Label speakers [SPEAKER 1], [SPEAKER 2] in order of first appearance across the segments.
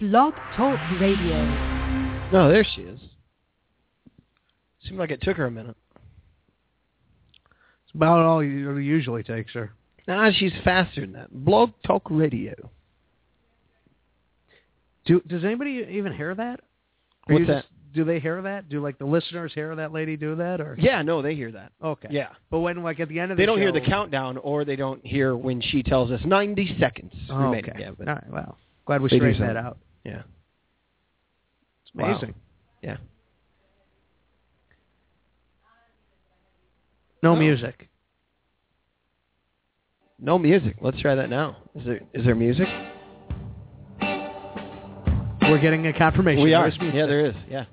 [SPEAKER 1] Blog Talk Radio.
[SPEAKER 2] No, there she is. Seemed like it took her a minute.
[SPEAKER 3] It's about all it usually takes her.
[SPEAKER 2] Nah, she's faster than that. Blog Talk Radio.
[SPEAKER 3] Do does anybody even hear that? Are
[SPEAKER 2] What's
[SPEAKER 3] you just- do they hear that? Do like the listeners hear that lady do that or
[SPEAKER 2] that? Yeah, no, they hear that.
[SPEAKER 3] okay.
[SPEAKER 2] Yeah.
[SPEAKER 3] But when like at the end of the
[SPEAKER 2] They don't hear the
[SPEAKER 3] show-
[SPEAKER 2] countdown or they don't hear when she tells us 90 seconds
[SPEAKER 3] Oh,
[SPEAKER 2] remaining.
[SPEAKER 3] okay.
[SPEAKER 2] Yeah, but,
[SPEAKER 3] all right, well. Glad we
[SPEAKER 2] They do
[SPEAKER 3] straightened that
[SPEAKER 2] something.
[SPEAKER 3] out.
[SPEAKER 2] yeah.
[SPEAKER 3] It's amazing.
[SPEAKER 2] Yeah.
[SPEAKER 3] No
[SPEAKER 2] Oh.
[SPEAKER 3] music.
[SPEAKER 2] No music. Let's try that now. Is there is there music?
[SPEAKER 3] We're getting a confirmation.
[SPEAKER 2] we
[SPEAKER 3] There
[SPEAKER 2] are.
[SPEAKER 3] is music.
[SPEAKER 2] Yeah, there is. Yeah.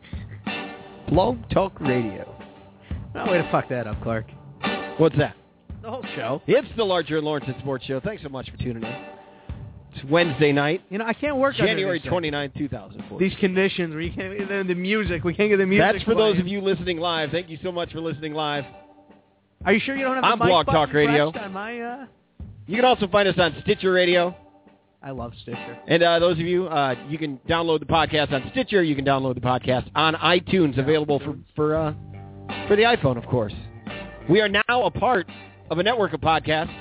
[SPEAKER 2] Blog Talk Radio.
[SPEAKER 3] No Oh, way to fuck that up, Clark.
[SPEAKER 2] What's that?
[SPEAKER 3] The whole show.
[SPEAKER 2] It's the larger and Lawrence and Sports Show. Thanks so much for tuning in. It's Wednesday night,
[SPEAKER 3] You know, I can't work
[SPEAKER 2] January
[SPEAKER 3] twenty.
[SPEAKER 2] 29, 2004.
[SPEAKER 3] These conditions where you can't get the- the music. We can't get the music.
[SPEAKER 2] That's for those
[SPEAKER 3] playing.
[SPEAKER 2] of you listening live. Thank you so much for listening live.
[SPEAKER 3] Are you sure you don't have the
[SPEAKER 2] I'm
[SPEAKER 3] mic
[SPEAKER 2] Blog
[SPEAKER 3] button
[SPEAKER 2] Talk Radio.
[SPEAKER 3] pressed on my, uh,
[SPEAKER 2] You can also find us on Stitcher Radio.
[SPEAKER 3] I love Stitcher.
[SPEAKER 2] And uh, those of you, uh, you can download the podcast on Stitcher. You can download the podcast on iTunes, available for for uh, for the iPhone, of course. We are now a part of a network of podcasts,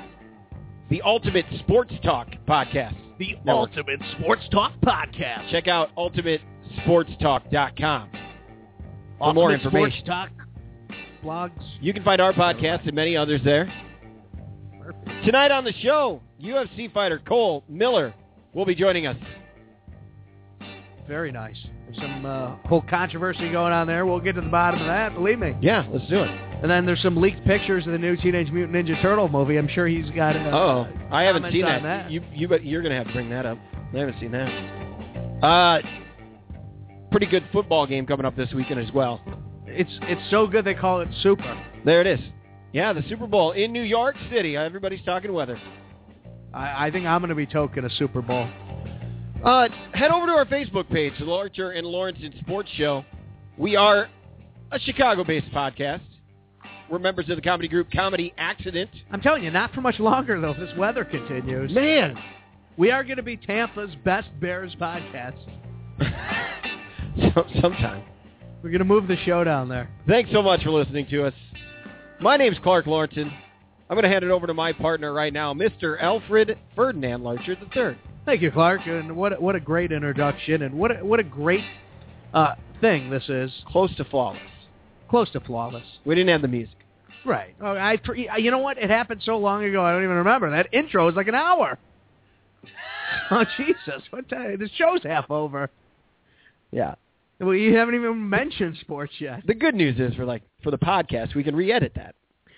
[SPEAKER 2] the Ultimate Sports Talk Podcast.
[SPEAKER 4] The
[SPEAKER 2] Network.
[SPEAKER 4] Ultimate Sports Talk Podcast.
[SPEAKER 2] Check out ultimatesportstalk.com for more
[SPEAKER 4] Ultimate
[SPEAKER 2] information.
[SPEAKER 4] Sports Talk.
[SPEAKER 3] Blogs.
[SPEAKER 2] You can find our podcast and many others there. Tonight on the show, UFC fighter Cole Miller will be joining us.
[SPEAKER 3] Very nice. There's some uh, whole controversy going on there. We'll get to the bottom of that, believe me.
[SPEAKER 2] Yeah, let's do it.
[SPEAKER 3] And then there's some leaked pictures of the new Teenage Mutant Ninja Turtle movie. I'm sure he's got. Uh,
[SPEAKER 2] Oh, I haven't
[SPEAKER 3] comments
[SPEAKER 2] seen that.
[SPEAKER 3] on
[SPEAKER 2] You you bet you're gonna have to bring that up. I haven't seen that. Uh, pretty good football game coming up this weekend as well.
[SPEAKER 3] It's it's so good they call it Super.
[SPEAKER 2] There it is. Yeah, the Super Bowl in New York City. Everybody's talking weather.
[SPEAKER 3] I, I think I'm going to be token a Super Bowl.
[SPEAKER 2] Uh, head over to our Facebook page, the Larcher and Lawrence and Sports Show. We are a Chicago-based podcast. We're members of the comedy group Comedy Accident.
[SPEAKER 3] I'm telling you, not for much longer though. If this weather continues,
[SPEAKER 2] Man,
[SPEAKER 3] we are going to be Tampa's best Bears podcast.
[SPEAKER 2] So- sometime.
[SPEAKER 3] We're going to move the show down there.
[SPEAKER 2] Thanks so much for listening to us. My name's Clark Lawrenson. I'm going to hand it over to my partner right now, Mr. Alfred Ferdinand Larcher III.
[SPEAKER 3] Thank you, Clark, and what a- what a great introduction, and what a, what a great uh, thing this is.
[SPEAKER 2] Close to flawless.
[SPEAKER 3] Close to flawless.
[SPEAKER 2] We didn't have the music.
[SPEAKER 3] Right. Oh, I pre- you know what? It happened so long ago. I don't even remember. That intro was like an hour. oh Jesus! What time? The show's half over.
[SPEAKER 2] Yeah.
[SPEAKER 3] Well, you haven't even mentioned sports yet.
[SPEAKER 2] The good news is for like for the podcast, we can re-edit that.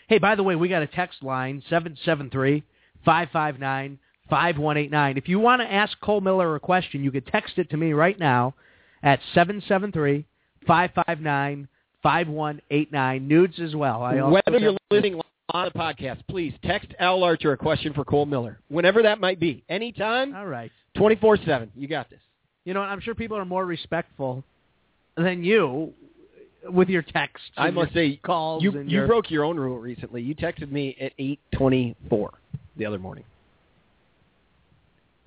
[SPEAKER 3] Hey, by the way, we got a text line seven seven three five five nine five one eight nine. If you want to ask Cole Miller a question, you could text it to me right now at seven seven three five five nine five one eight nine. Nudes as well. I also
[SPEAKER 2] Whether you're listening on the podcast, please text Al Larcher a question for Cole Miller, whenever that might be, anytime,
[SPEAKER 3] All right.
[SPEAKER 2] 24/7. You got this.
[SPEAKER 3] You know, I'm sure people are more respectful than you with your texts.
[SPEAKER 2] I
[SPEAKER 3] and
[SPEAKER 2] must
[SPEAKER 3] your
[SPEAKER 2] say,
[SPEAKER 3] calls
[SPEAKER 2] you
[SPEAKER 3] and
[SPEAKER 2] you
[SPEAKER 3] your-
[SPEAKER 2] broke your own rule recently. You texted me at 8:24 the other morning.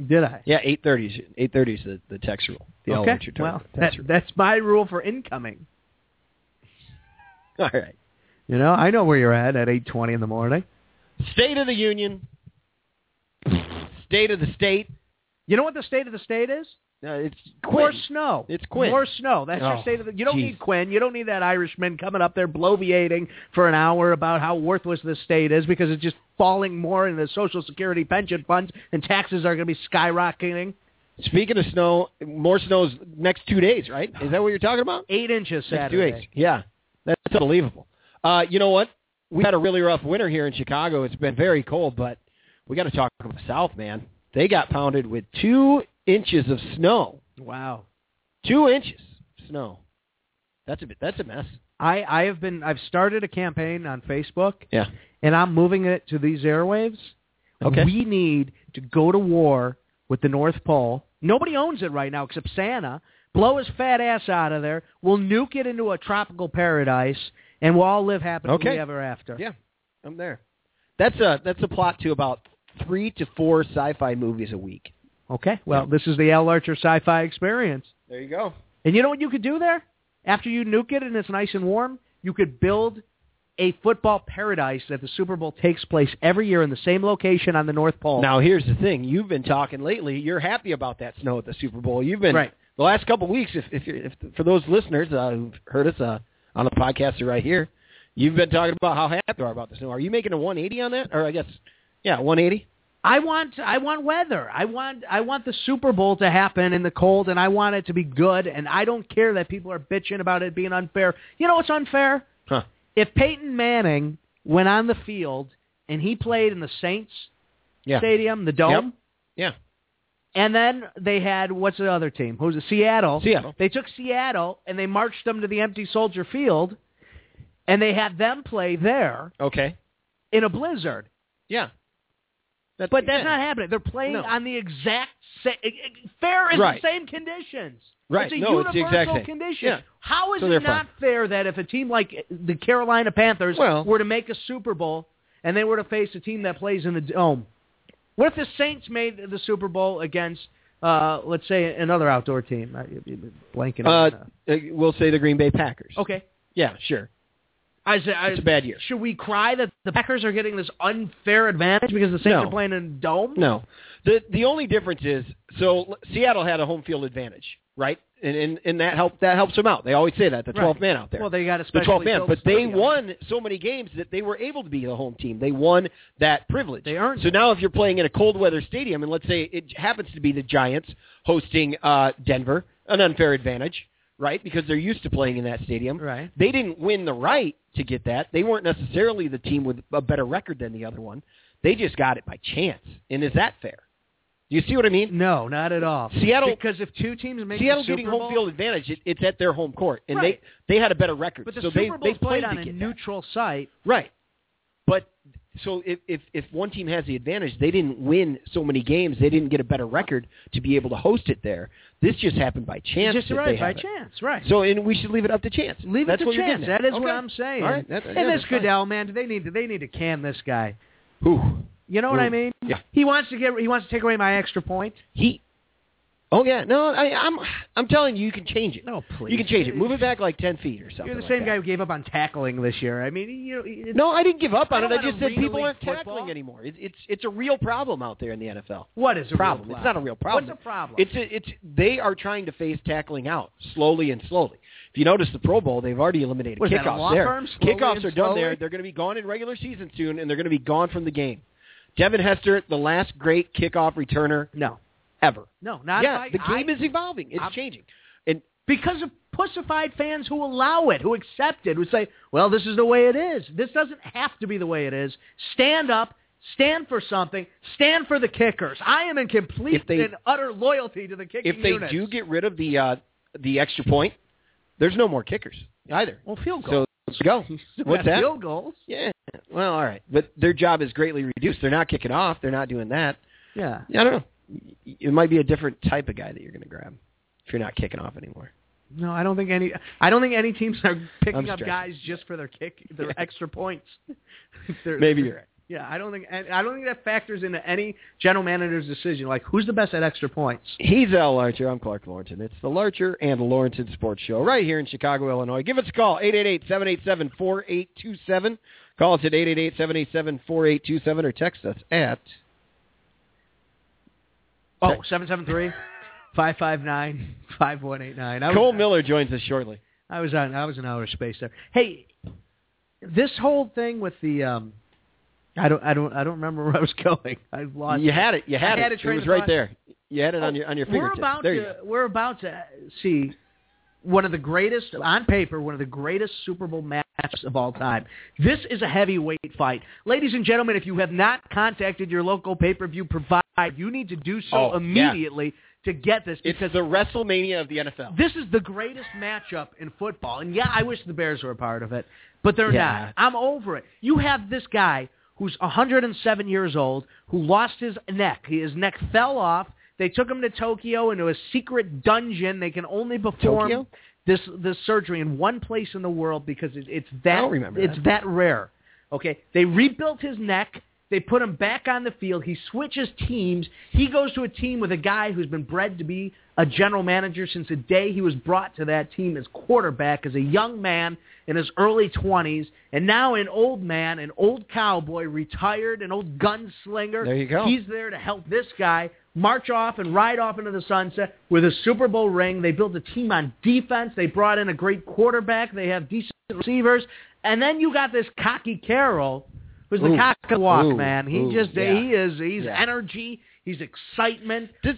[SPEAKER 3] Did I?
[SPEAKER 2] Yeah, eight thirty. is Eight thirty is the, the text rule. The all
[SPEAKER 3] okay.
[SPEAKER 2] that you're talking
[SPEAKER 3] Well,
[SPEAKER 2] about.
[SPEAKER 3] that,
[SPEAKER 2] Text
[SPEAKER 3] that's my rule for incoming.
[SPEAKER 2] rule. all right.
[SPEAKER 3] You know, I know where you're at at 8:20 in the morning.
[SPEAKER 2] State of the union. State of the state.
[SPEAKER 3] You know what the state of the state is?
[SPEAKER 2] Uh, it's
[SPEAKER 3] More
[SPEAKER 2] Quinn.
[SPEAKER 3] snow.
[SPEAKER 2] It's Quinn.
[SPEAKER 3] More snow. That's
[SPEAKER 2] Oh,
[SPEAKER 3] your state of the. You don't
[SPEAKER 2] jeez.
[SPEAKER 3] need Quinn. You don't need that Irishman coming up there bloviating for an hour about how worthless this state is because it's just falling more in the Social Security pension funds and taxes are going to be skyrocketing.
[SPEAKER 2] Speaking of snow, more snow's next two days, right? Is that what you're talking about?
[SPEAKER 3] Eight inches
[SPEAKER 2] Next two
[SPEAKER 3] Saturday.
[SPEAKER 2] days. Yeah, that's unbelievable. Uh, you know what? We had a really rough winter here in Chicago. It's been very cold, but we got to talk about the South, man. They got pounded with two inches of snow.
[SPEAKER 3] Wow.
[SPEAKER 2] Two inches of snow. That's a bit. That's a mess.
[SPEAKER 3] I, I have been I've started a campaign on Facebook
[SPEAKER 2] Yeah.
[SPEAKER 3] and I'm moving it to these airwaves.
[SPEAKER 2] Okay.
[SPEAKER 3] We need to go to war with the North Pole. Nobody owns it right now except Santa. Blow his fat ass out of there. We'll nuke it into a tropical paradise and we'll all live happily
[SPEAKER 2] Okay.
[SPEAKER 3] ever after.
[SPEAKER 2] Yeah, I'm there. That's a that's a plot to about three to four sci-fi movies a week.
[SPEAKER 3] Okay. Well, this is the Al Archer Sci-Fi Experience.
[SPEAKER 2] There you go.
[SPEAKER 3] And you know what you could do there? After you nuke it and it's nice and warm, you could build a football paradise that the Super Bowl takes place every year in the same location on the North Pole.
[SPEAKER 2] Now here's the thing: you've been talking lately. You're happy about that snow at the Super Bowl. You've been
[SPEAKER 3] Right.
[SPEAKER 2] the last couple of weeks. If, if, you're, if for those listeners uh, who've heard us uh, on the podcast or right here, you've been talking about how happy you are about the snow. Are you making a 180 on that? Or I guess, yeah, 180.
[SPEAKER 3] I want I want weather. I want I want the Super Bowl to happen in the cold and I want it to be good and I don't care that people are bitching about it being unfair. You know what's unfair?
[SPEAKER 2] Huh.
[SPEAKER 3] If Peyton Manning went on the field and he played in the Saints
[SPEAKER 2] Yeah.
[SPEAKER 3] stadium, the dome,
[SPEAKER 2] Yeah.
[SPEAKER 3] and then they had what's the other team? Who's it? Seattle.
[SPEAKER 2] Seattle.
[SPEAKER 3] They took Seattle and they marched them to the empty Soldier Field and they had them play there
[SPEAKER 2] Okay.
[SPEAKER 3] in a blizzard.
[SPEAKER 2] Yeah. That's,
[SPEAKER 3] But that's
[SPEAKER 2] yeah.
[SPEAKER 3] not happening. They're playing
[SPEAKER 2] No.
[SPEAKER 3] on the exact same. Fair is
[SPEAKER 2] Right.
[SPEAKER 3] the same conditions.
[SPEAKER 2] Right.
[SPEAKER 3] It's a
[SPEAKER 2] No, it's the
[SPEAKER 3] universal
[SPEAKER 2] exact same.
[SPEAKER 3] condition.
[SPEAKER 2] Yeah.
[SPEAKER 3] How is
[SPEAKER 2] So they're
[SPEAKER 3] it not fair that if a team like the Carolina Panthers
[SPEAKER 2] Well-
[SPEAKER 3] were to make a Super Bowl and they were to face a team that plays in the dome? What if the Saints made the Super Bowl against, uh, let's say, another outdoor team? I, I'm blanking. on,
[SPEAKER 2] Uh, uh, we'll say the Green Bay Packers.
[SPEAKER 3] uh, okay.
[SPEAKER 2] Yeah, sure.
[SPEAKER 3] I, say- I,
[SPEAKER 2] It's a bad year.
[SPEAKER 3] Should we cry that the Packers are getting this unfair advantage because the Saints
[SPEAKER 2] No.
[SPEAKER 3] are playing in a dome?
[SPEAKER 2] No. The the only difference is so l- Seattle had a home field advantage, right? And and, and that helped that helps them out. They always say that the
[SPEAKER 3] Right.
[SPEAKER 2] 12th man out there.
[SPEAKER 3] Well, they got a
[SPEAKER 2] the
[SPEAKER 3] special
[SPEAKER 2] 12th man, but they won so many games that they were able to be the home team. They won that privilege.
[SPEAKER 3] They earned
[SPEAKER 2] So now, if you're playing in a cold weather stadium, and let's say it happens to be the Giants hosting uh, Denver, an unfair advantage, right? Because they're used to playing in that stadium.
[SPEAKER 3] Right.
[SPEAKER 2] They didn't win the right to get that. They weren't necessarily the team with a better record than the other one. They just got it by chance. And is that fair? Do you see what I mean?
[SPEAKER 3] No, not at all.
[SPEAKER 2] Seattle-
[SPEAKER 3] because if two teams make
[SPEAKER 2] Seattle
[SPEAKER 3] the Super
[SPEAKER 2] getting
[SPEAKER 3] Bowl,
[SPEAKER 2] home field advantage, it, it's at their home court, and
[SPEAKER 3] Right.
[SPEAKER 2] they they had a better record.
[SPEAKER 3] but the
[SPEAKER 2] so
[SPEAKER 3] Super
[SPEAKER 2] they
[SPEAKER 3] Bowl's
[SPEAKER 2] they
[SPEAKER 3] played
[SPEAKER 2] played
[SPEAKER 3] on
[SPEAKER 2] to
[SPEAKER 3] a
[SPEAKER 2] get that.
[SPEAKER 3] neutral site.
[SPEAKER 2] Right. But so if, if if one team has the advantage, they didn't win so many games, they didn't get a better record to be able to host it there. This just happened by chance.
[SPEAKER 3] just
[SPEAKER 2] that
[SPEAKER 3] right
[SPEAKER 2] they
[SPEAKER 3] by
[SPEAKER 2] have it.
[SPEAKER 3] chance, right?
[SPEAKER 2] So and we should leave it up to chance.
[SPEAKER 3] Leave
[SPEAKER 2] that's
[SPEAKER 3] it to
[SPEAKER 2] what you're
[SPEAKER 3] chance.
[SPEAKER 2] getting at.
[SPEAKER 3] That is what
[SPEAKER 2] Okay.
[SPEAKER 3] I'm saying.
[SPEAKER 2] All right. That- yeah,
[SPEAKER 3] and this
[SPEAKER 2] that's fine.
[SPEAKER 3] Goodell man, do they need to, they need to can this guy.
[SPEAKER 2] Whew.
[SPEAKER 3] You know what I
[SPEAKER 2] Ooh.
[SPEAKER 3] mean?
[SPEAKER 2] Yeah.
[SPEAKER 3] He wants to get he wants to take away my extra point.
[SPEAKER 2] He. Oh yeah. No, I, I'm I'm telling you, you can change it.
[SPEAKER 3] No, please.
[SPEAKER 2] You can change it. Move it back like ten feet or something.
[SPEAKER 3] You're the
[SPEAKER 2] like
[SPEAKER 3] same
[SPEAKER 2] that.
[SPEAKER 3] guy who gave up on tackling this year. I mean, you know, it's-
[SPEAKER 2] No, I didn't give up
[SPEAKER 3] I
[SPEAKER 2] on it.
[SPEAKER 3] don't
[SPEAKER 2] I
[SPEAKER 3] wanna
[SPEAKER 2] just said
[SPEAKER 3] read the
[SPEAKER 2] people
[SPEAKER 3] league
[SPEAKER 2] aren't
[SPEAKER 3] football.
[SPEAKER 2] tackling anymore. It's it's it's a real problem out there in the NFL.
[SPEAKER 3] what is a
[SPEAKER 2] problem.
[SPEAKER 3] Real
[SPEAKER 2] It's not a real problem.
[SPEAKER 3] What's a problem?
[SPEAKER 2] It's a, it's they are trying to phase tackling out slowly and slowly. If you notice the Pro Bowl, they've already eliminated
[SPEAKER 3] Was that a
[SPEAKER 2] kickoffs
[SPEAKER 3] law
[SPEAKER 2] there.
[SPEAKER 3] firm? Slowly
[SPEAKER 2] Kickoffs
[SPEAKER 3] and
[SPEAKER 2] are done
[SPEAKER 3] slowly?
[SPEAKER 2] there. They're going to be gone in regular season soon, and they're going to be gone from the game. Devin Hester, the last great kickoff returner
[SPEAKER 3] no,
[SPEAKER 2] ever.
[SPEAKER 3] no, not
[SPEAKER 2] yeah,
[SPEAKER 3] if I-
[SPEAKER 2] the game
[SPEAKER 3] I-
[SPEAKER 2] is evolving. It's
[SPEAKER 3] I'm-
[SPEAKER 2] changing. And
[SPEAKER 3] because of pussified fans who allow it, who accept it, who say, "Well, this is the way it is. This doesn't have to be the way it is. Stand up, stand for something, stand for the kickers. I am in complete
[SPEAKER 2] If they-
[SPEAKER 3] and utter loyalty to the kicking
[SPEAKER 2] if they
[SPEAKER 3] units.
[SPEAKER 2] do get rid of the uh, the extra point, there's no more kickers either.
[SPEAKER 3] well, field goals.
[SPEAKER 2] So let's go.
[SPEAKER 3] Still
[SPEAKER 2] What's
[SPEAKER 3] got
[SPEAKER 2] that?
[SPEAKER 3] Field goals.
[SPEAKER 2] Yeah. Well, all right. But their job is greatly reduced. They're not kicking off. They're not doing that.
[SPEAKER 3] Yeah.
[SPEAKER 2] I don't know. It might be a different type of guy that you're going to grab if you're not kicking off anymore.
[SPEAKER 3] No, I don't think any. I don't think any teams are
[SPEAKER 2] I'm
[SPEAKER 3] picking up
[SPEAKER 2] stressed.
[SPEAKER 3] guys just for their kick, their extra points. They're-
[SPEAKER 2] Maybe you're right.
[SPEAKER 3] Yeah, I don't think. and I don't think that factors into any general manager's decision. Like, who's the best at extra points?
[SPEAKER 2] He's Al Larcher. I'm Clark Lawrence. It's the Larcher and Lawrence Sports Show right here in Chicago, Illinois. Give us a call, 888-787-4827. Call us at 888-787-4827 or text us at...
[SPEAKER 3] Oh, 773 559 5189. I was-
[SPEAKER 2] Cole Miller joins us shortly.
[SPEAKER 3] I was on I was in outer space there. Hey, this whole thing with the um I don't I don't I don't remember where I was going. I lost
[SPEAKER 2] You had it. You had
[SPEAKER 3] I had
[SPEAKER 2] it.
[SPEAKER 3] a train
[SPEAKER 2] was
[SPEAKER 3] of
[SPEAKER 2] right
[SPEAKER 3] thought.
[SPEAKER 2] there. You had it on your on your
[SPEAKER 3] Oh, We're
[SPEAKER 2] fingertips.
[SPEAKER 3] about
[SPEAKER 2] there you
[SPEAKER 3] to
[SPEAKER 2] go.
[SPEAKER 3] we're about to see one of the greatest on paper, one of the greatest Super Bowl matchups of all time. This is a heavyweight fight. Ladies and gentlemen, if you have not contacted your local pay-per-view provider, you need to do so
[SPEAKER 2] Oh, yeah.
[SPEAKER 3] immediately to get this
[SPEAKER 2] It's
[SPEAKER 3] because
[SPEAKER 2] the WrestleMania of the NFL.
[SPEAKER 3] This is the greatest matchup in football. And yeah, I wish the Bears were a part of it, but they're
[SPEAKER 2] Yeah.
[SPEAKER 3] not. I'm over it. You have this guy who's 107 years old who lost his neck. His neck fell off. They took him to Tokyo into a secret dungeon. They can only perform
[SPEAKER 2] Tokyo?
[SPEAKER 3] this this surgery in one place in the world because it, it's that
[SPEAKER 2] I don't remember
[SPEAKER 3] it's that. rare. Okay, they rebuilt his neck. They put him back on the field. He switches teams. He goes to a team with a guy who's been bred to be a general manager since the day he was brought to that team as quarterback, as a young man in his early 20s, and now an old man, an old cowboy, retired, an old gunslinger.
[SPEAKER 2] There you go.
[SPEAKER 3] He's there to help this guy march off and ride off into the sunset with a Super Bowl ring. They built a team on defense. They brought in a great quarterback. They have decent receivers. And then you got this cocky Carroll who's the
[SPEAKER 2] Ooh.
[SPEAKER 3] cock of the walk,
[SPEAKER 2] Ooh.
[SPEAKER 3] man. He
[SPEAKER 2] Ooh.
[SPEAKER 3] just
[SPEAKER 2] Yeah.
[SPEAKER 3] he is he's
[SPEAKER 2] Yeah.
[SPEAKER 3] energy, he's excitement.
[SPEAKER 2] This,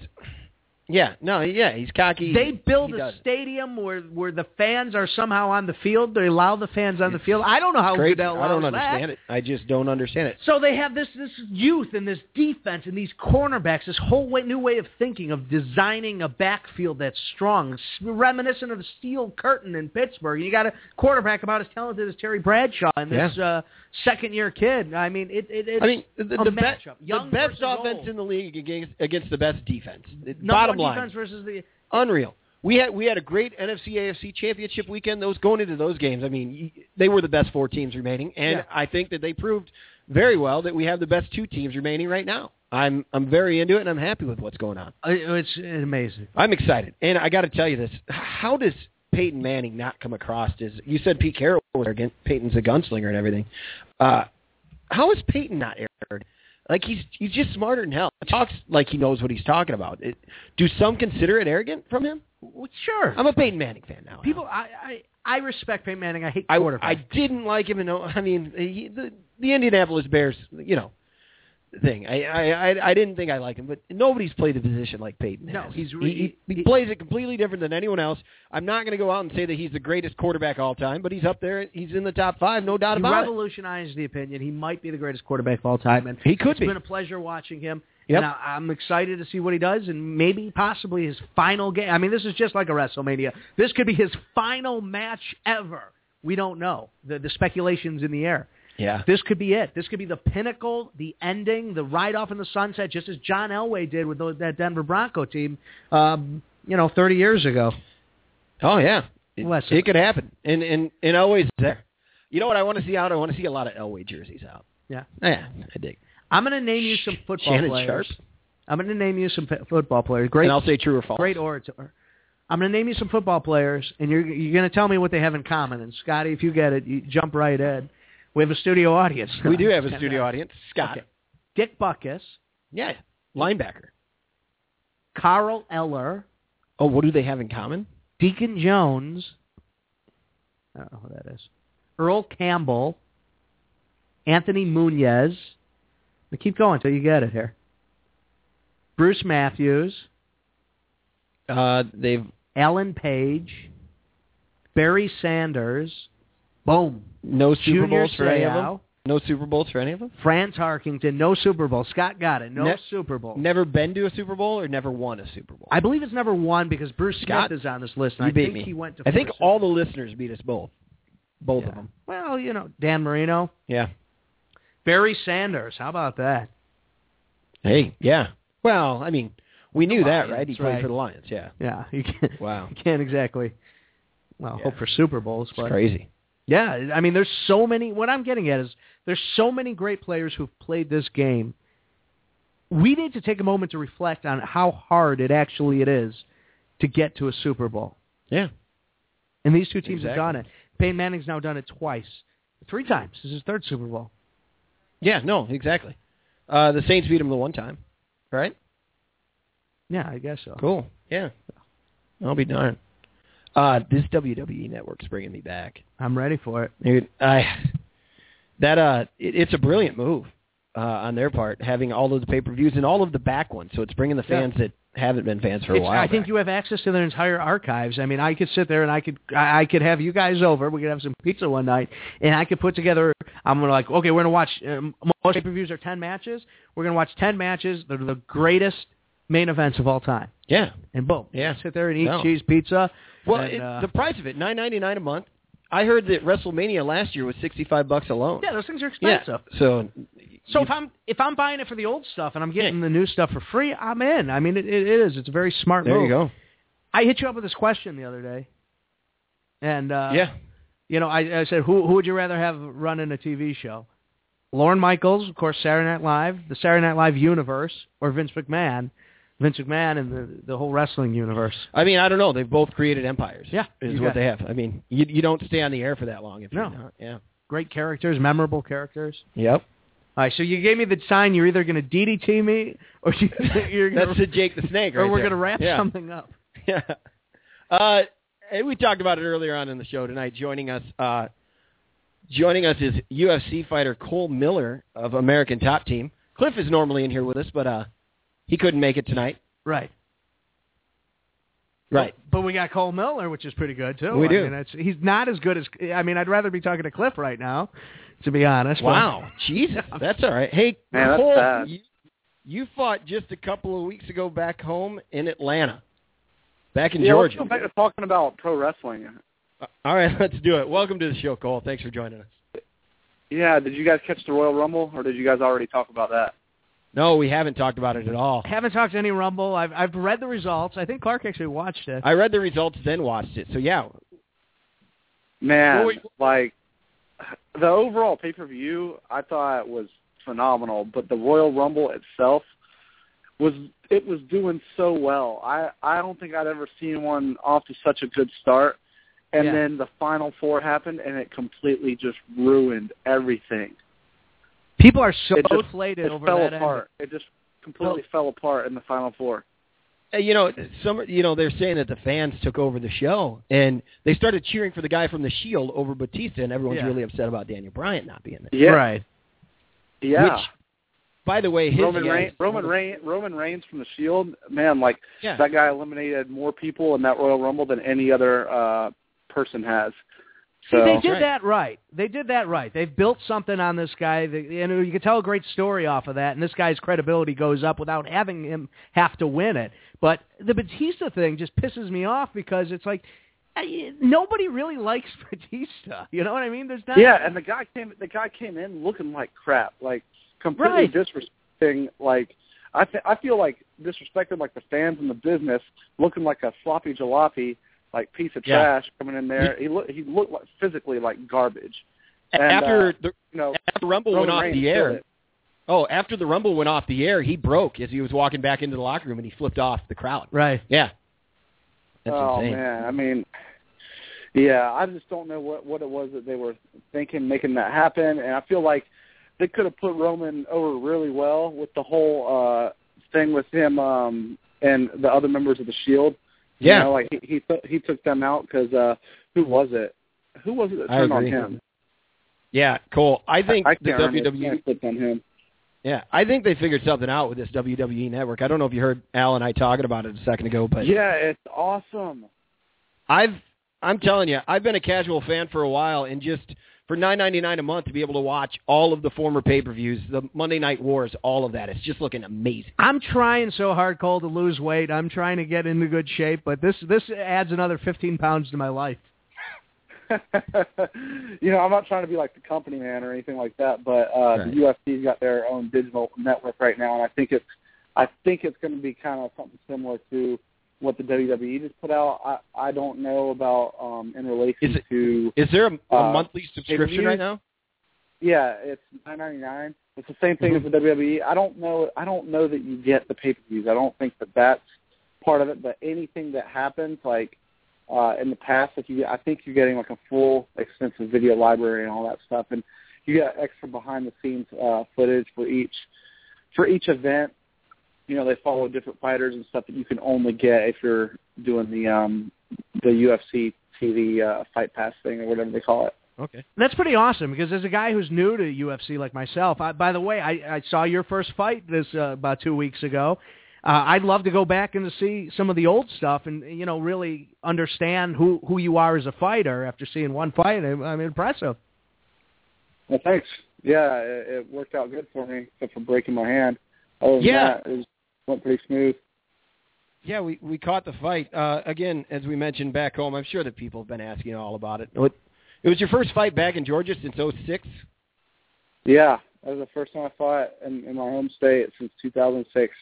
[SPEAKER 2] yeah, no, yeah, he's cocky.
[SPEAKER 3] They build
[SPEAKER 2] he
[SPEAKER 3] a
[SPEAKER 2] does.
[SPEAKER 3] stadium where where the fans are somehow on the field. They allow the fans on the field. I don't know how
[SPEAKER 2] Great.
[SPEAKER 3] Goodell
[SPEAKER 2] I don't
[SPEAKER 3] allows that.
[SPEAKER 2] understand it. I just don't understand it.
[SPEAKER 3] So they have this this youth and this defense and these cornerbacks, this whole way, new way of thinking of designing a backfield that's strong, It's reminiscent of the steel curtain in Pittsburgh. And you got a quarterback about as talented as Terry Bradshaw and this
[SPEAKER 2] Yeah.
[SPEAKER 3] uh, second year kid. I mean, it, it it's
[SPEAKER 2] I mean, the,
[SPEAKER 3] a
[SPEAKER 2] the, be-
[SPEAKER 3] matchup. Young
[SPEAKER 2] the best
[SPEAKER 3] versus
[SPEAKER 2] offense
[SPEAKER 3] old.
[SPEAKER 2] in the league against, against the best defense. It-
[SPEAKER 3] number
[SPEAKER 2] Bottom
[SPEAKER 3] one
[SPEAKER 2] line,
[SPEAKER 3] defense versus the
[SPEAKER 2] unreal. We had we had a great NFC AFC championship weekend. Those going into those games, I mean, y- they were the best four teams remaining, and
[SPEAKER 3] Yeah.
[SPEAKER 2] I think that they proved very well that we have the best two teams remaining right now. I'm I'm very into it, and I'm happy with what's going on.
[SPEAKER 3] Uh, It's amazing.
[SPEAKER 2] I'm excited, and I got to tell you this: How does Peyton Manning not come across as you said? Pete Carroll was arrogant. Peyton's a gunslinger and everything. Uh, how is Peyton not arrogant? Like he's he's just smarter than hell. He talks like he knows what he's talking about. It, do some consider it arrogant from him?
[SPEAKER 3] Well, sure,
[SPEAKER 2] I'm a Peyton Manning fan now.
[SPEAKER 3] people. I, I I respect Peyton Manning. I hate
[SPEAKER 2] I,
[SPEAKER 3] quarterbacks.
[SPEAKER 2] I didn't like him, and I mean he, the the Indianapolis Bears, you know, thing. I, I I I didn't think I liked him, but nobody's played the position like Peyton.
[SPEAKER 3] No,
[SPEAKER 2] has.
[SPEAKER 3] he's
[SPEAKER 2] He-
[SPEAKER 3] re-
[SPEAKER 2] he, he,
[SPEAKER 3] he-
[SPEAKER 2] plays it completely different than anyone else. I'm not going to go out and say that he's the greatest quarterback all time, but he's up there. He's in the top five, no doubt
[SPEAKER 3] he
[SPEAKER 2] about it.
[SPEAKER 3] revolutionized the opinion. He might be the greatest quarterback of all time, and
[SPEAKER 2] He could
[SPEAKER 3] it's
[SPEAKER 2] be.
[SPEAKER 3] been a pleasure watching him.
[SPEAKER 2] Yep.
[SPEAKER 3] And I, I'm excited to see what he does, and maybe possibly his final game. I mean, this is just like a WrestleMania. This could be his final match ever. We don't know. The the speculations in the air.
[SPEAKER 2] Yeah,
[SPEAKER 3] This could be it. This could be the pinnacle, the ending, the ride off in the sunset, just as John Elway did with those, that Denver Bronco team, um, you know, 30 years ago.
[SPEAKER 2] Oh yeah, it,
[SPEAKER 3] Bless him.
[SPEAKER 2] it could happen, and and and Elway's there. You know what I want to see out? I want to see a lot of Elway jerseys out.
[SPEAKER 3] Yeah.
[SPEAKER 2] Yeah, I dig.
[SPEAKER 3] I'm going to name you some football
[SPEAKER 2] Shannon
[SPEAKER 3] players.
[SPEAKER 2] Sharp.
[SPEAKER 3] I'm going to name you some p- football players. Great,
[SPEAKER 2] and I'll say true or false.
[SPEAKER 3] great orator. I'm going to name you some football players, and you're you're going to tell me what they have in common. And Scotty, if you get it, you jump right in. We have a studio audience.
[SPEAKER 2] We do have a studio audience. Scott.
[SPEAKER 3] Okay. Dick Buckus,
[SPEAKER 2] Yeah, linebacker.
[SPEAKER 3] Carl Eller,
[SPEAKER 2] Oh, what do they have in common?
[SPEAKER 3] Deacon Jones. I don't know who that is. Earl Campbell. Anthony Munez. Now keep going until you get it here. Bruce Matthews.
[SPEAKER 2] Uh, they've
[SPEAKER 3] Alan Page. Barry Sanders. Boom.
[SPEAKER 2] no Super
[SPEAKER 3] Junior
[SPEAKER 2] Bowls for any of them.
[SPEAKER 3] Seau,
[SPEAKER 2] No Super Bowls for any of them.
[SPEAKER 3] Franz Harkington. No Super Bowl. Scott got it. No
[SPEAKER 2] Ne-
[SPEAKER 3] Super Bowl.
[SPEAKER 2] Never been to a Super Bowl or never won a Super Bowl.
[SPEAKER 3] I believe it's number one because Bruce
[SPEAKER 2] Scott,
[SPEAKER 3] Smith is on this list.
[SPEAKER 2] you
[SPEAKER 3] And I
[SPEAKER 2] beat
[SPEAKER 3] think
[SPEAKER 2] me.
[SPEAKER 3] he went to
[SPEAKER 2] I think
[SPEAKER 3] four Super-
[SPEAKER 2] all the listeners beat us both. Both
[SPEAKER 3] Yeah.
[SPEAKER 2] of them.
[SPEAKER 3] Well, you know, Dan Marino.
[SPEAKER 2] Yeah.
[SPEAKER 3] Barry Sanders. How about that?
[SPEAKER 2] Hey. Yeah. Well, I mean, we knew that,
[SPEAKER 3] Lions,
[SPEAKER 2] right? He
[SPEAKER 3] right.
[SPEAKER 2] played for the Lions. Yeah.
[SPEAKER 3] Yeah, you can't.
[SPEAKER 2] Wow.
[SPEAKER 3] you can't exactly. Well,
[SPEAKER 2] Yeah.
[SPEAKER 3] hope for Super Bowls,
[SPEAKER 2] It's
[SPEAKER 3] but
[SPEAKER 2] crazy.
[SPEAKER 3] yeah, I mean, there's so many. What I'm getting at is there's so many great players who've played this game. We need to take a moment to reflect on how hard it actually it is to get to a Super Bowl,
[SPEAKER 2] Yeah.
[SPEAKER 3] and these two teams have
[SPEAKER 2] Exactly.
[SPEAKER 3] done it. Peyton Manning's now done it twice, three times. This is his third Super Bowl.
[SPEAKER 2] Yeah. No. Exactly. Uh, the Saints beat them the one time. Right.
[SPEAKER 3] Yeah, I guess so.
[SPEAKER 2] Cool. Yeah. I'll be darned. Uh, this WWE network's bringing me back.
[SPEAKER 3] I'm ready for it.
[SPEAKER 2] Dude, I that uh, it, it's a brilliant move uh, on their part, having all of the pay per views and all of the back ones. So it's bringing the
[SPEAKER 3] Yeah.
[SPEAKER 2] fans that haven't been fans for a
[SPEAKER 3] It's-
[SPEAKER 2] while.
[SPEAKER 3] I think
[SPEAKER 2] back.
[SPEAKER 3] you have access to their entire archives. I mean, I could sit there and I could I I could have you guys over. We could have some pizza one night, and I could put together. I'm gonna like, okay, we're gonna watch. Um, most pay per views are ten matches. We're gonna watch ten matches. They're the greatest main events of all time.
[SPEAKER 2] yeah.
[SPEAKER 3] And boom,
[SPEAKER 2] Yeah.
[SPEAKER 3] sit there and eat
[SPEAKER 2] No.
[SPEAKER 3] cheese pizza.
[SPEAKER 2] Well,
[SPEAKER 3] and,
[SPEAKER 2] it,
[SPEAKER 3] uh,
[SPEAKER 2] the price of it nine ninety nine a month. I heard that WrestleMania last year was sixty five bucks alone.
[SPEAKER 3] yeah, those things are
[SPEAKER 2] Yeah.
[SPEAKER 3] expensive.
[SPEAKER 2] So
[SPEAKER 3] So
[SPEAKER 2] you-
[SPEAKER 3] if I'm if I'm buying it for the old stuff and I'm getting the new stuff for free, I'm in. I mean, it, it is. It's a very smart
[SPEAKER 2] there
[SPEAKER 3] move.
[SPEAKER 2] you go.
[SPEAKER 3] I hit you up with this question the other day, and uh,
[SPEAKER 2] yeah. Uh,
[SPEAKER 3] you know, I, I said, who who would you rather have running a TV show? Lauren Michaels, of course, Saturday Night Live, the Saturday Night Live universe, or Vince McMahon, Vince McMahon and the the whole wrestling universe.
[SPEAKER 2] I mean, I don't know. They've both created empires.
[SPEAKER 3] Yeah,
[SPEAKER 2] is
[SPEAKER 3] you
[SPEAKER 2] what
[SPEAKER 3] got
[SPEAKER 2] they have. I mean, you you don't stay on the air for that long if
[SPEAKER 3] No.
[SPEAKER 2] you're not. Yeah.
[SPEAKER 3] Great characters, memorable characters.
[SPEAKER 2] Yep.
[SPEAKER 3] All right, so you gave me the sign you're either going to DDT me or you, you're going
[SPEAKER 2] That's the Jake the Snake, right
[SPEAKER 3] or we're
[SPEAKER 2] going
[SPEAKER 3] to wrap
[SPEAKER 2] yeah.
[SPEAKER 3] something up.
[SPEAKER 2] Yeah. Uh, and we talked about it earlier on in the show tonight. Joining us, uh, joining us is UFC fighter Cole Miller of American Top Team. Cliff is normally in here with us, but uh, he couldn't make it tonight.
[SPEAKER 3] Right.
[SPEAKER 2] Right.
[SPEAKER 3] But, but we got Cole Miller, which is pretty good too.
[SPEAKER 2] We
[SPEAKER 3] I
[SPEAKER 2] do.
[SPEAKER 3] Mean, it's, he's not as good as I mean, I'd rather be talking to Cliff right now, to be honest. but-
[SPEAKER 2] Wow, Jesus, that's all right. Hey,
[SPEAKER 5] Man, that's
[SPEAKER 2] Cole,
[SPEAKER 5] bad.
[SPEAKER 2] you, you fought just a couple of weeks ago back home in Atlanta, back in
[SPEAKER 5] yeah, let's
[SPEAKER 2] Georgia.
[SPEAKER 5] go back to talking about pro wrestling.
[SPEAKER 2] Uh, All right, let's do it. Welcome to the show, Cole. Thanks for joining us.
[SPEAKER 5] Yeah, did you guys catch the Royal Rumble, or did you guys already talk about that?
[SPEAKER 2] No, we haven't talked about it at all.
[SPEAKER 3] I haven't talked to any Rumble. I've I've read the results. I think Clark actually watched it.
[SPEAKER 2] I read the results, then watched it. So yeah,
[SPEAKER 5] Man,
[SPEAKER 2] Well, we-
[SPEAKER 5] like the overall pay per view, I thought was phenomenal, but the Royal Rumble itself was it was doing so well. I I don't think I'd ever seen one off to such a good start, and
[SPEAKER 3] Yeah.
[SPEAKER 5] then the final four happened, and it completely just ruined everything.
[SPEAKER 3] People are so
[SPEAKER 5] It just-
[SPEAKER 3] inflated
[SPEAKER 5] It
[SPEAKER 3] over
[SPEAKER 5] fell
[SPEAKER 3] that.
[SPEAKER 5] apart. It just completely fell apart in the final four.
[SPEAKER 2] Uh, you know, some you know they're saying that the fans took over the show and they started cheering for the guy from the Shield over Batista, and everyone's
[SPEAKER 3] Yeah.
[SPEAKER 2] really upset about Daniel Bryan not being there.
[SPEAKER 5] Yeah,
[SPEAKER 3] Right.
[SPEAKER 5] yeah.
[SPEAKER 2] Which, by the way, his
[SPEAKER 5] Roman
[SPEAKER 2] guys-
[SPEAKER 5] Reigns, Roman Reigns, Roman Reigns from the Shield, man, like
[SPEAKER 2] Yeah.
[SPEAKER 5] that guy eliminated more people in that Royal Rumble than any other uh person has.
[SPEAKER 3] See,
[SPEAKER 5] So
[SPEAKER 3] they did
[SPEAKER 2] Right.
[SPEAKER 3] that right. They did that right. They've built something on this guy, that, and you can tell a great story off of that. And this guy's credibility goes up without having him have to win it. But the Batista thing just pisses me off because it's like I, nobody really likes Batista. You know what I mean? There's not.
[SPEAKER 5] yeah, and the guy came the guy came in looking like crap, like completely
[SPEAKER 3] Right.
[SPEAKER 5] disrespecting like I th- I feel like disrespected like the fans in the business, looking like a sloppy jalopy, like piece of
[SPEAKER 2] Yeah.
[SPEAKER 5] trash coming in there. He looked he looked like physically like garbage. And,
[SPEAKER 2] after
[SPEAKER 5] uh,
[SPEAKER 2] the
[SPEAKER 5] You know,
[SPEAKER 2] after the Rumble
[SPEAKER 5] Roman
[SPEAKER 2] went off
[SPEAKER 5] Reigns
[SPEAKER 2] the air.
[SPEAKER 5] killed it.
[SPEAKER 2] Oh, after the Rumble went off the air, he broke as he was walking back into the locker room and he flipped off the crowd.
[SPEAKER 3] Right.
[SPEAKER 2] Yeah, that's
[SPEAKER 5] oh
[SPEAKER 2] insane.
[SPEAKER 5] man, I mean, yeah, I just don't know what what it was that they were thinking making that happen, and I feel like they could have put Roman over really well with the whole uh thing with him um and the other members of the Shield.
[SPEAKER 2] Yeah.
[SPEAKER 5] you know, like he he, took he took them out because uh, who was it? Who was it that
[SPEAKER 2] I
[SPEAKER 5] turned on
[SPEAKER 2] agree.
[SPEAKER 5] him?
[SPEAKER 2] Yeah, Cole. I think
[SPEAKER 5] I
[SPEAKER 2] the E
[SPEAKER 5] can't remember.
[SPEAKER 2] WWE
[SPEAKER 5] I clicked on him.
[SPEAKER 2] Yeah, I think they figured something out with this WWE network. I don't know if you heard Al and I talking about it a second ago, but
[SPEAKER 5] yeah, it's awesome.
[SPEAKER 2] I've I'm telling you, I've been a casual fan for a while, and just for nine ninety nine a month to be able to watch all of the former pay per views, the Monday Night Wars, all of that, it's just looking amazing.
[SPEAKER 3] I'm trying so hard, Cole, to lose weight. I'm trying to get into good shape, but this this adds another 15 pounds to my life.
[SPEAKER 5] you know, I'm not trying to be like the company man or anything like that, but uh
[SPEAKER 2] Right.
[SPEAKER 5] the UFC's got their own digital network right now and I think it's I think it's gonna be kind of something similar to what the WWE just put out. I I don't know about um in relation
[SPEAKER 2] Is it-
[SPEAKER 5] to
[SPEAKER 2] Is there a, a
[SPEAKER 5] Uh,
[SPEAKER 2] monthly subscription
[SPEAKER 5] you-
[SPEAKER 2] right now?
[SPEAKER 5] yeah, it's nine ninety nine. It's the same thing
[SPEAKER 2] Mhm.
[SPEAKER 5] as the WWE. I don't know. I don't know that you get the pay per views. I don't think that that's part of it. But anything that happens, like uh, in the past, like you, I think you're getting like a full extensive video library and all that stuff, and you get extra behind the scenes uh, footage for each for each event. You know, they follow different fighters and stuff that you can only get if you're doing the um, the UFC TV uh, Fight Pass thing or whatever they call it.
[SPEAKER 2] Okay.
[SPEAKER 3] That's pretty awesome because as a guy who's new to UFC like myself, I, by the way, I, I saw your first fight this uh, about two weeks ago. Uh, I'd love to go back and to see some of the old stuff and you know really understand who who you are as a fighter after seeing one fight. I'm, I'm impressive.
[SPEAKER 5] Well, thanks. Yeah, it, it worked out good for me, except for breaking my hand. Other than
[SPEAKER 2] Yeah.
[SPEAKER 5] that, it was, went pretty smooth.
[SPEAKER 2] Yeah, we we caught the fight uh, again, as we mentioned back home. I'm sure that people have been asking all about it. What, it was your first fight back in Georgia since '06.
[SPEAKER 5] Yeah, that was the first time I fought in, in my home state since 2006.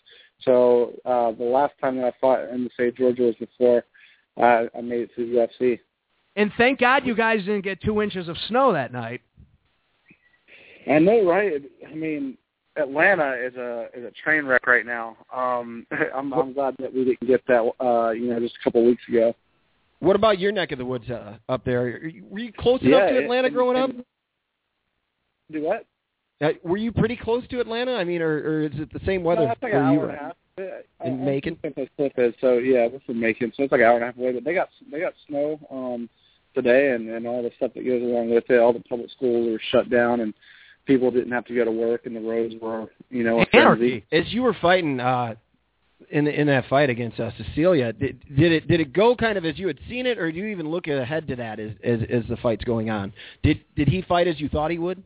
[SPEAKER 5] So uh, the last time that I fought in the state of Georgia was before uh, I made it to the UFC.
[SPEAKER 3] And thank God you guys didn't get two inches of snow that night.
[SPEAKER 5] I know, right? I mean, Atlanta is a is a train wreck right now. Um, I'm, I'm glad that we didn't get that. Uh, you know, just a couple of weeks ago.
[SPEAKER 2] What about your neck of the woods uh, up there? Are you- Were you close
[SPEAKER 5] Yeah,
[SPEAKER 2] enough to
[SPEAKER 5] it-
[SPEAKER 2] Atlanta growing up?
[SPEAKER 5] and- Do what?
[SPEAKER 2] Uh, were you pretty close to Atlanta? I mean, or, or is it the same weather?
[SPEAKER 5] No, that's like
[SPEAKER 2] where
[SPEAKER 5] an
[SPEAKER 2] you
[SPEAKER 5] hour
[SPEAKER 2] were?
[SPEAKER 5] and a half.
[SPEAKER 2] In
[SPEAKER 5] I- I
[SPEAKER 2] Macon?
[SPEAKER 5] think that's what it is. So yeah, this is Macon. So it's like an hour and a half away. But they got they got snow um today, and and all the stuff that goes along with it. All the public schools were shut down, and people didn't have to go to work, and the roads were you know a frenzy.
[SPEAKER 2] As you were fighting uh, in in that fight against uh, Cecilia, did, did it did it go kind of as you had seen it, or do you even look ahead to that as, as as the fight's going on? Did did he fight as you thought he would?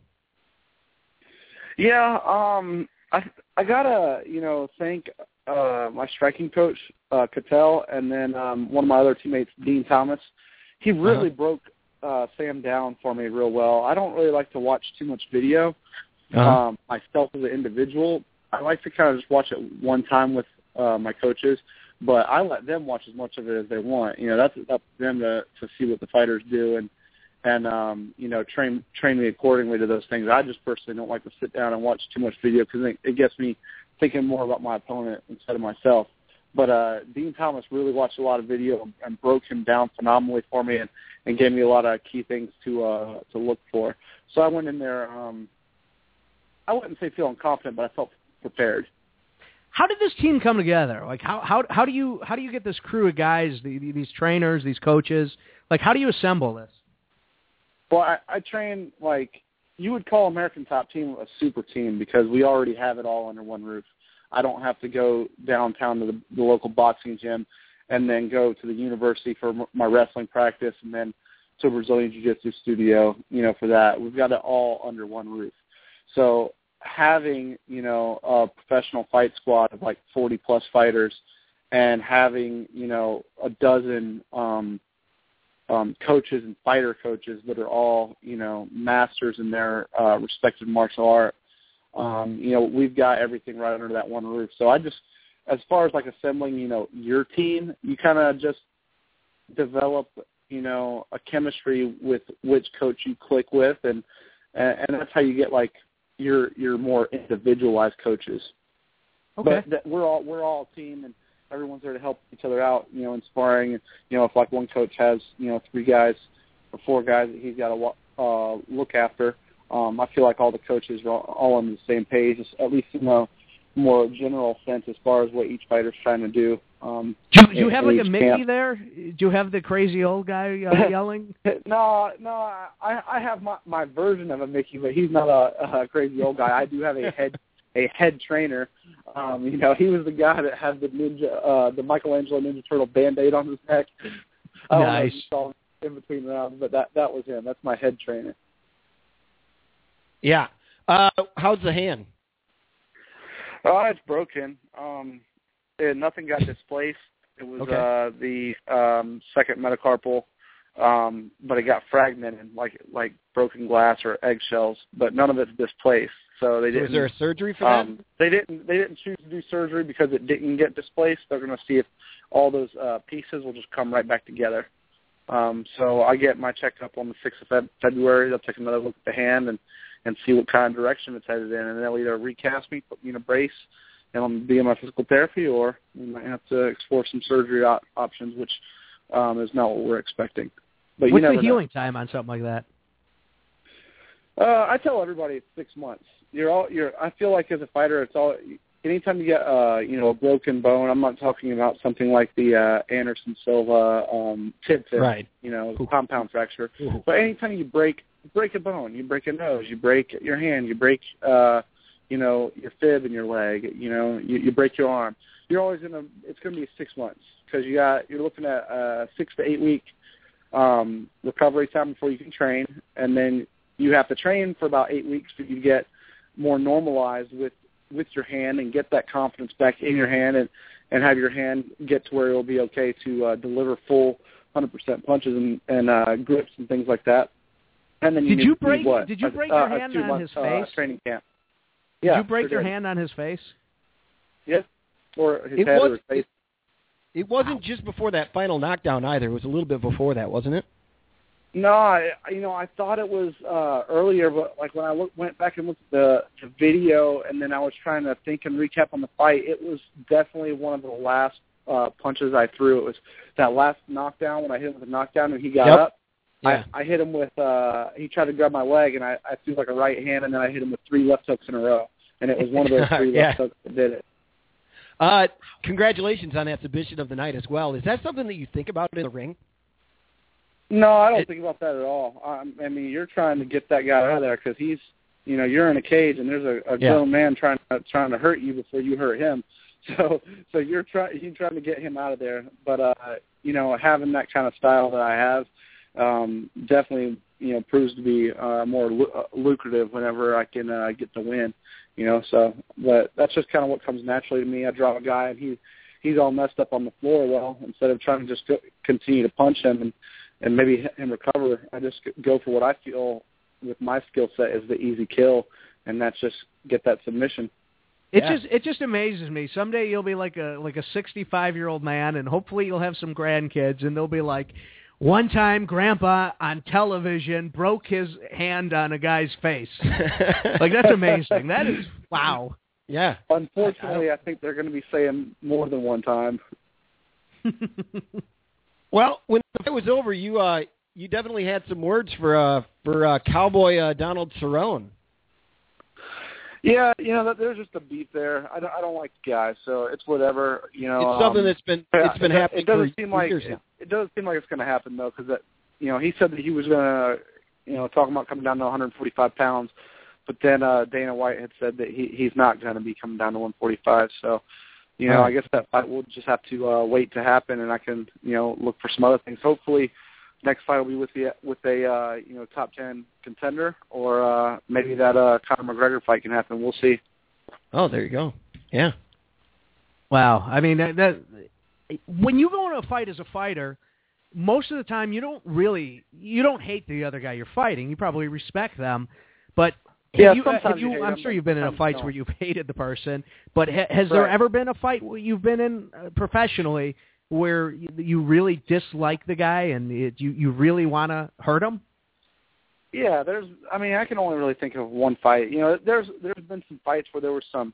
[SPEAKER 5] Yeah, um, I I gotta you know thank uh, my striking coach uh, Cattell, and then um, one of my other teammates Dean Thomas. He really
[SPEAKER 2] Uh-huh.
[SPEAKER 5] broke uh, Sam down for me real well. I don't really like to watch too much video um, myself as an individual. I like to kind of just watch it one time with uh, my coaches, but I let them watch as much of it as they want. You know, that's up to them to to see what the fighters do and and um, you know train train me accordingly to those things. I just personally don't like to sit down and watch too much video because it, it gets me thinking more about my opponent instead of myself. But uh, Dean Thomas really watched a lot of video and, and broke him down phenomenally for me and, and gave me a lot of key things to uh, to look for. So I went in there um, I wouldn't say feeling confident, but I felt prepared.
[SPEAKER 3] How did this team come together? Like how how how do you how do you get this crew of guys, the, the- these trainers, these coaches? Like how do you assemble this?
[SPEAKER 5] Well, I, I train like you would call American Top Team a super team because we already have it all under one roof. I don't have to go downtown to the, the local boxing gym and then go to the university for m- my wrestling practice and then to a Brazilian Jiu-Jitsu studio, you know, for that. We've got it all under one roof. So having, you know, a professional fight squad of like 40 plus fighters and having, you know, a dozen um, um, coaches and fighter coaches that are all you know masters in their uh, respective martial art. Um, you know, we've got everything right under that one roof. So I just, as far as like assembling, you know, your team, you kind of just develop, you know, a chemistry with which coach you click with, and and, and that's how you get like your your more individualized coaches.
[SPEAKER 3] Okay.
[SPEAKER 5] But that we're all we're all a team, and everyone's there to help each other out. You know, inspiring. You know, if like one coach has you know three guys or four guys that he's got to wa- uh, look after, um, I feel like all the coaches are all, all on the same page, just at least in a more general sense as far as what each fighter's trying to do. Um,
[SPEAKER 3] Do you, do you
[SPEAKER 5] in-
[SPEAKER 3] have
[SPEAKER 5] in
[SPEAKER 3] like a
[SPEAKER 5] each
[SPEAKER 3] Mickey
[SPEAKER 5] camp.
[SPEAKER 3] there? Do you have the crazy old guy uh, yelling?
[SPEAKER 5] No, no, I I have my my version of a Mickey, but he's not a, a crazy old guy. I do have a head a head trainer. Um, you know, he was the guy that had the ninja uh the Michelangelo Ninja Turtle band aid on his neck. I don't know if
[SPEAKER 3] Nice.
[SPEAKER 5] you saw him in between rounds, but that that was him. That's my head trainer.
[SPEAKER 2] Yeah. Uh, how's the hand?
[SPEAKER 5] Oh, it's broken. Um, it, nothing got displaced. It was
[SPEAKER 2] Okay.
[SPEAKER 5] uh, the um, second metacarpal, um, but it got fragmented, like like broken glass or eggshells. But none of it's displaced, so they
[SPEAKER 2] Was
[SPEAKER 5] didn't.
[SPEAKER 2] there a surgery for that?
[SPEAKER 5] um, they didn't. They didn't choose to do surgery because it didn't get displaced. They're going to see if all those uh, pieces will just come right back together. Um, so I get my checkup on the sixth of Feb- February. They'll take another look at the hand and and see what kind of direction it's headed in, and they'll either recast me, put me in a brace, and I'm be in my physical therapy, or we might have to explore some surgery op- options, which um, is not what we're expecting. But you
[SPEAKER 3] What's
[SPEAKER 5] never
[SPEAKER 3] the
[SPEAKER 5] know.
[SPEAKER 3] healing time on something like that?
[SPEAKER 5] Uh, I tell everybody it's six months. You're all you're. I feel like as a fighter, it's all. Anytime you get uh, you know a broken bone, I'm not talking about something like the uh, Anderson Silva um, tip fist,
[SPEAKER 2] Right.
[SPEAKER 5] you know,
[SPEAKER 2] Ooh.
[SPEAKER 5] compound fracture. But anytime you break break a bone, you break a nose, you break your hand, you break uh you know your fib in your leg, you know you, you break your arm. You're always gonna it's gonna be six months because you got you're looking at uh six to eight week um recovery time before you can train, and then you have to train for about eight weeks for you to get more normalized with with your hand and get that confidence back in your hand and and have your hand get to where it'll be okay to uh, deliver full hundred percent punches and, and uh, grips and things like that. And then you
[SPEAKER 3] Did
[SPEAKER 5] need
[SPEAKER 3] you
[SPEAKER 5] to do
[SPEAKER 3] break-
[SPEAKER 5] what?
[SPEAKER 3] did you
[SPEAKER 5] A-
[SPEAKER 3] break
[SPEAKER 5] uh,
[SPEAKER 3] your
[SPEAKER 5] a
[SPEAKER 3] hand
[SPEAKER 5] two
[SPEAKER 3] on
[SPEAKER 5] month,
[SPEAKER 3] his
[SPEAKER 5] uh,
[SPEAKER 3] face?
[SPEAKER 5] training camp.
[SPEAKER 3] Did
[SPEAKER 5] Yeah,
[SPEAKER 3] you break
[SPEAKER 5] sure
[SPEAKER 3] your
[SPEAKER 5] did.
[SPEAKER 3] hand on his face?
[SPEAKER 5] Yes, or his
[SPEAKER 2] It
[SPEAKER 5] head
[SPEAKER 2] was-
[SPEAKER 5] or his face.
[SPEAKER 2] It wasn't just before that final knockdown either. It was a little bit before that, wasn't it?
[SPEAKER 5] No, I, you know, I thought it was uh, earlier, but like when I look, went back and looked at the, the video, and then I was trying to think and recap on the fight. It was definitely one of the last uh, punches I threw. It was that last knockdown when I hit him with a knockdown, and he got
[SPEAKER 2] Yep.
[SPEAKER 5] up.
[SPEAKER 2] Yeah.
[SPEAKER 5] I, I hit him with. uh He tried to grab my leg, and I, I threw like a right hand, and then I hit him with three left hooks in a row. And it was one of those three
[SPEAKER 2] Yeah.
[SPEAKER 5] left hooks that did it.
[SPEAKER 2] Uh, congratulations on that submission of the night as well. Is that something that you think about in the ring?
[SPEAKER 5] No, I don't
[SPEAKER 2] It-
[SPEAKER 5] think about that at all. I, I mean, you're trying to get that guy out of there because he's, you know, you're in a cage and there's a, a
[SPEAKER 2] Yeah.
[SPEAKER 5] grown man trying to trying to hurt you before you hurt him. So, so you're trying you're trying to get him out of there. But uh, you know, having that kind of style that I have um, definitely, you know, proves to be uh, more lu- uh, lucrative whenever I can uh, get the win. You know, so but that's just kind of what comes naturally to me. I draw a guy and he's he's all messed up on the floor. Well, instead of trying to just go- continue to punch him and and maybe hit and recover. I just go for what I feel with my skill set is the easy kill, and that's just get that submission.
[SPEAKER 3] It
[SPEAKER 2] Yeah.
[SPEAKER 3] just it just amazes me. Someday you'll be like a like a 65 year old man, and hopefully you'll have some grandkids, and they'll be like, one time Grandpa on television broke his hand on a guy's face. Like that's amazing. that is wow.
[SPEAKER 2] yeah.
[SPEAKER 5] Unfortunately, I think they're going to be saying more than one time.
[SPEAKER 2] Well, when the fight was over, you uh, you definitely had some words for uh, for uh, Cowboy uh, Donald Cerrone.
[SPEAKER 5] Yeah, you know, that- there's just a beef there. I don't, I don't like the guy, so it's whatever. You know,
[SPEAKER 2] it's something
[SPEAKER 5] um,
[SPEAKER 2] that's been
[SPEAKER 5] Yeah,
[SPEAKER 2] it's been
[SPEAKER 5] it do-
[SPEAKER 2] happening
[SPEAKER 5] It doesn't
[SPEAKER 2] for
[SPEAKER 5] seem like
[SPEAKER 2] years
[SPEAKER 5] it,
[SPEAKER 2] now.
[SPEAKER 5] it doesn't seem like it's going to happen though, because that you know he said that he was going to you know talking about coming down to 145 pounds, but then uh Dana White had said that he he's not going to be coming down to 145. So you know
[SPEAKER 2] Right.
[SPEAKER 5] I guess that fight will just have to uh wait to happen, and I can you know look for some other things. Hopefully. Next fight will be with the with a uh, you know top ten contender, or uh, maybe that uh, Conor McGregor fight can happen. We'll see.
[SPEAKER 2] Oh, there you go. Yeah.
[SPEAKER 3] Wow. I mean, that, that when you go into a fight as a fighter, most of the time you don't really you don't hate the other guy you're fighting. You probably respect them, but have
[SPEAKER 5] Yeah,
[SPEAKER 3] you, uh,
[SPEAKER 5] sometimes
[SPEAKER 3] have
[SPEAKER 5] you
[SPEAKER 3] you,
[SPEAKER 5] hate
[SPEAKER 3] I'm
[SPEAKER 5] them,
[SPEAKER 3] sure
[SPEAKER 5] but
[SPEAKER 3] you've been in a
[SPEAKER 5] sometimes
[SPEAKER 3] fights
[SPEAKER 5] you
[SPEAKER 3] where you've hated the person, but ha, has there
[SPEAKER 5] Right.
[SPEAKER 3] ever been a fight where you've been in uh, professionally where you, you really dislike the guy and it, you you really want to hurt him?
[SPEAKER 5] Yeah, there's. I mean, I can only really think of one fight. You know, there's there's been some fights where there was some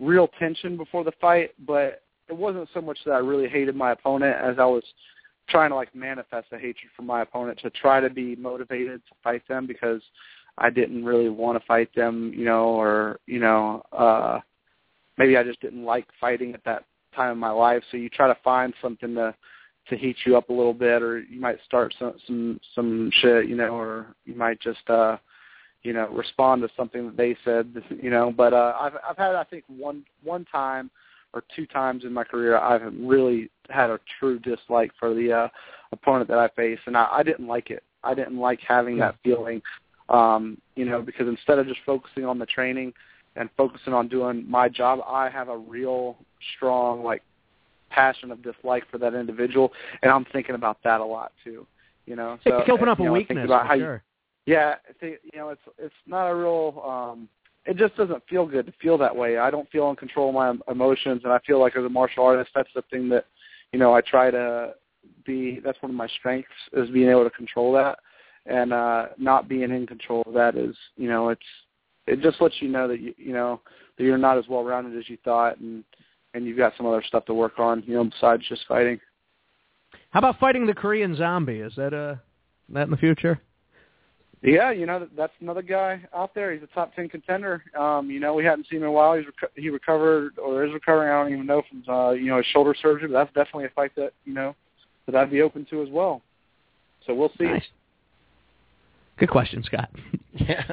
[SPEAKER 5] real tension before the fight, but it wasn't so much that I really hated my opponent as I was trying to like manifest a hatred for my opponent to try to be motivated to fight them because I didn't really want to fight them, you know, or you know, uh maybe I just didn't like fighting at that time in my life. So you try to find something to to heat you up a little bit, or you might start some some some shit, you know, or you might just uh you know respond to something that they said, you know. But uh, I've I've had I think one one time or two times in my career I've really had a true dislike for the uh, opponent that I face, and I, I didn't like it. I didn't like having that feeling, um, you know, because instead of just focusing on the training and focusing on doing my job, I have a real strong like passion of dislike for that individual, and I'm thinking about that a lot too. You know, so eh, uh,
[SPEAKER 3] it's open up
[SPEAKER 5] you
[SPEAKER 3] a
[SPEAKER 5] know, I think
[SPEAKER 3] weakness.
[SPEAKER 5] about
[SPEAKER 3] for
[SPEAKER 5] how you-
[SPEAKER 3] sure.
[SPEAKER 5] yeah, I think you know, it's it's not a real. um It just doesn't feel good to feel that way. I don't feel in control of my em- emotions, and I feel like as a martial artist, that's the thing that you know I try to be. That's one of my strengths is being able to control that, and uh not being in control of that is you know it's it just lets you know that you you know that you're not as well rounded as you thought, and and you've got some other stuff to work on, you know, besides just fighting.
[SPEAKER 3] How about fighting the Korean zombie? Is that uh that in the future?
[SPEAKER 5] Yeah, you know that's another guy out there. He's a top ten contender. Um, you know we hadn't seen him in a while. He's reco- he recovered or is recovering. I don't even know from uh, you know his shoulder surgery, but that's definitely a fight that you know that I'd be open to as well. So we'll see.
[SPEAKER 3] Nice. Good question, Scott.
[SPEAKER 2] Yeah.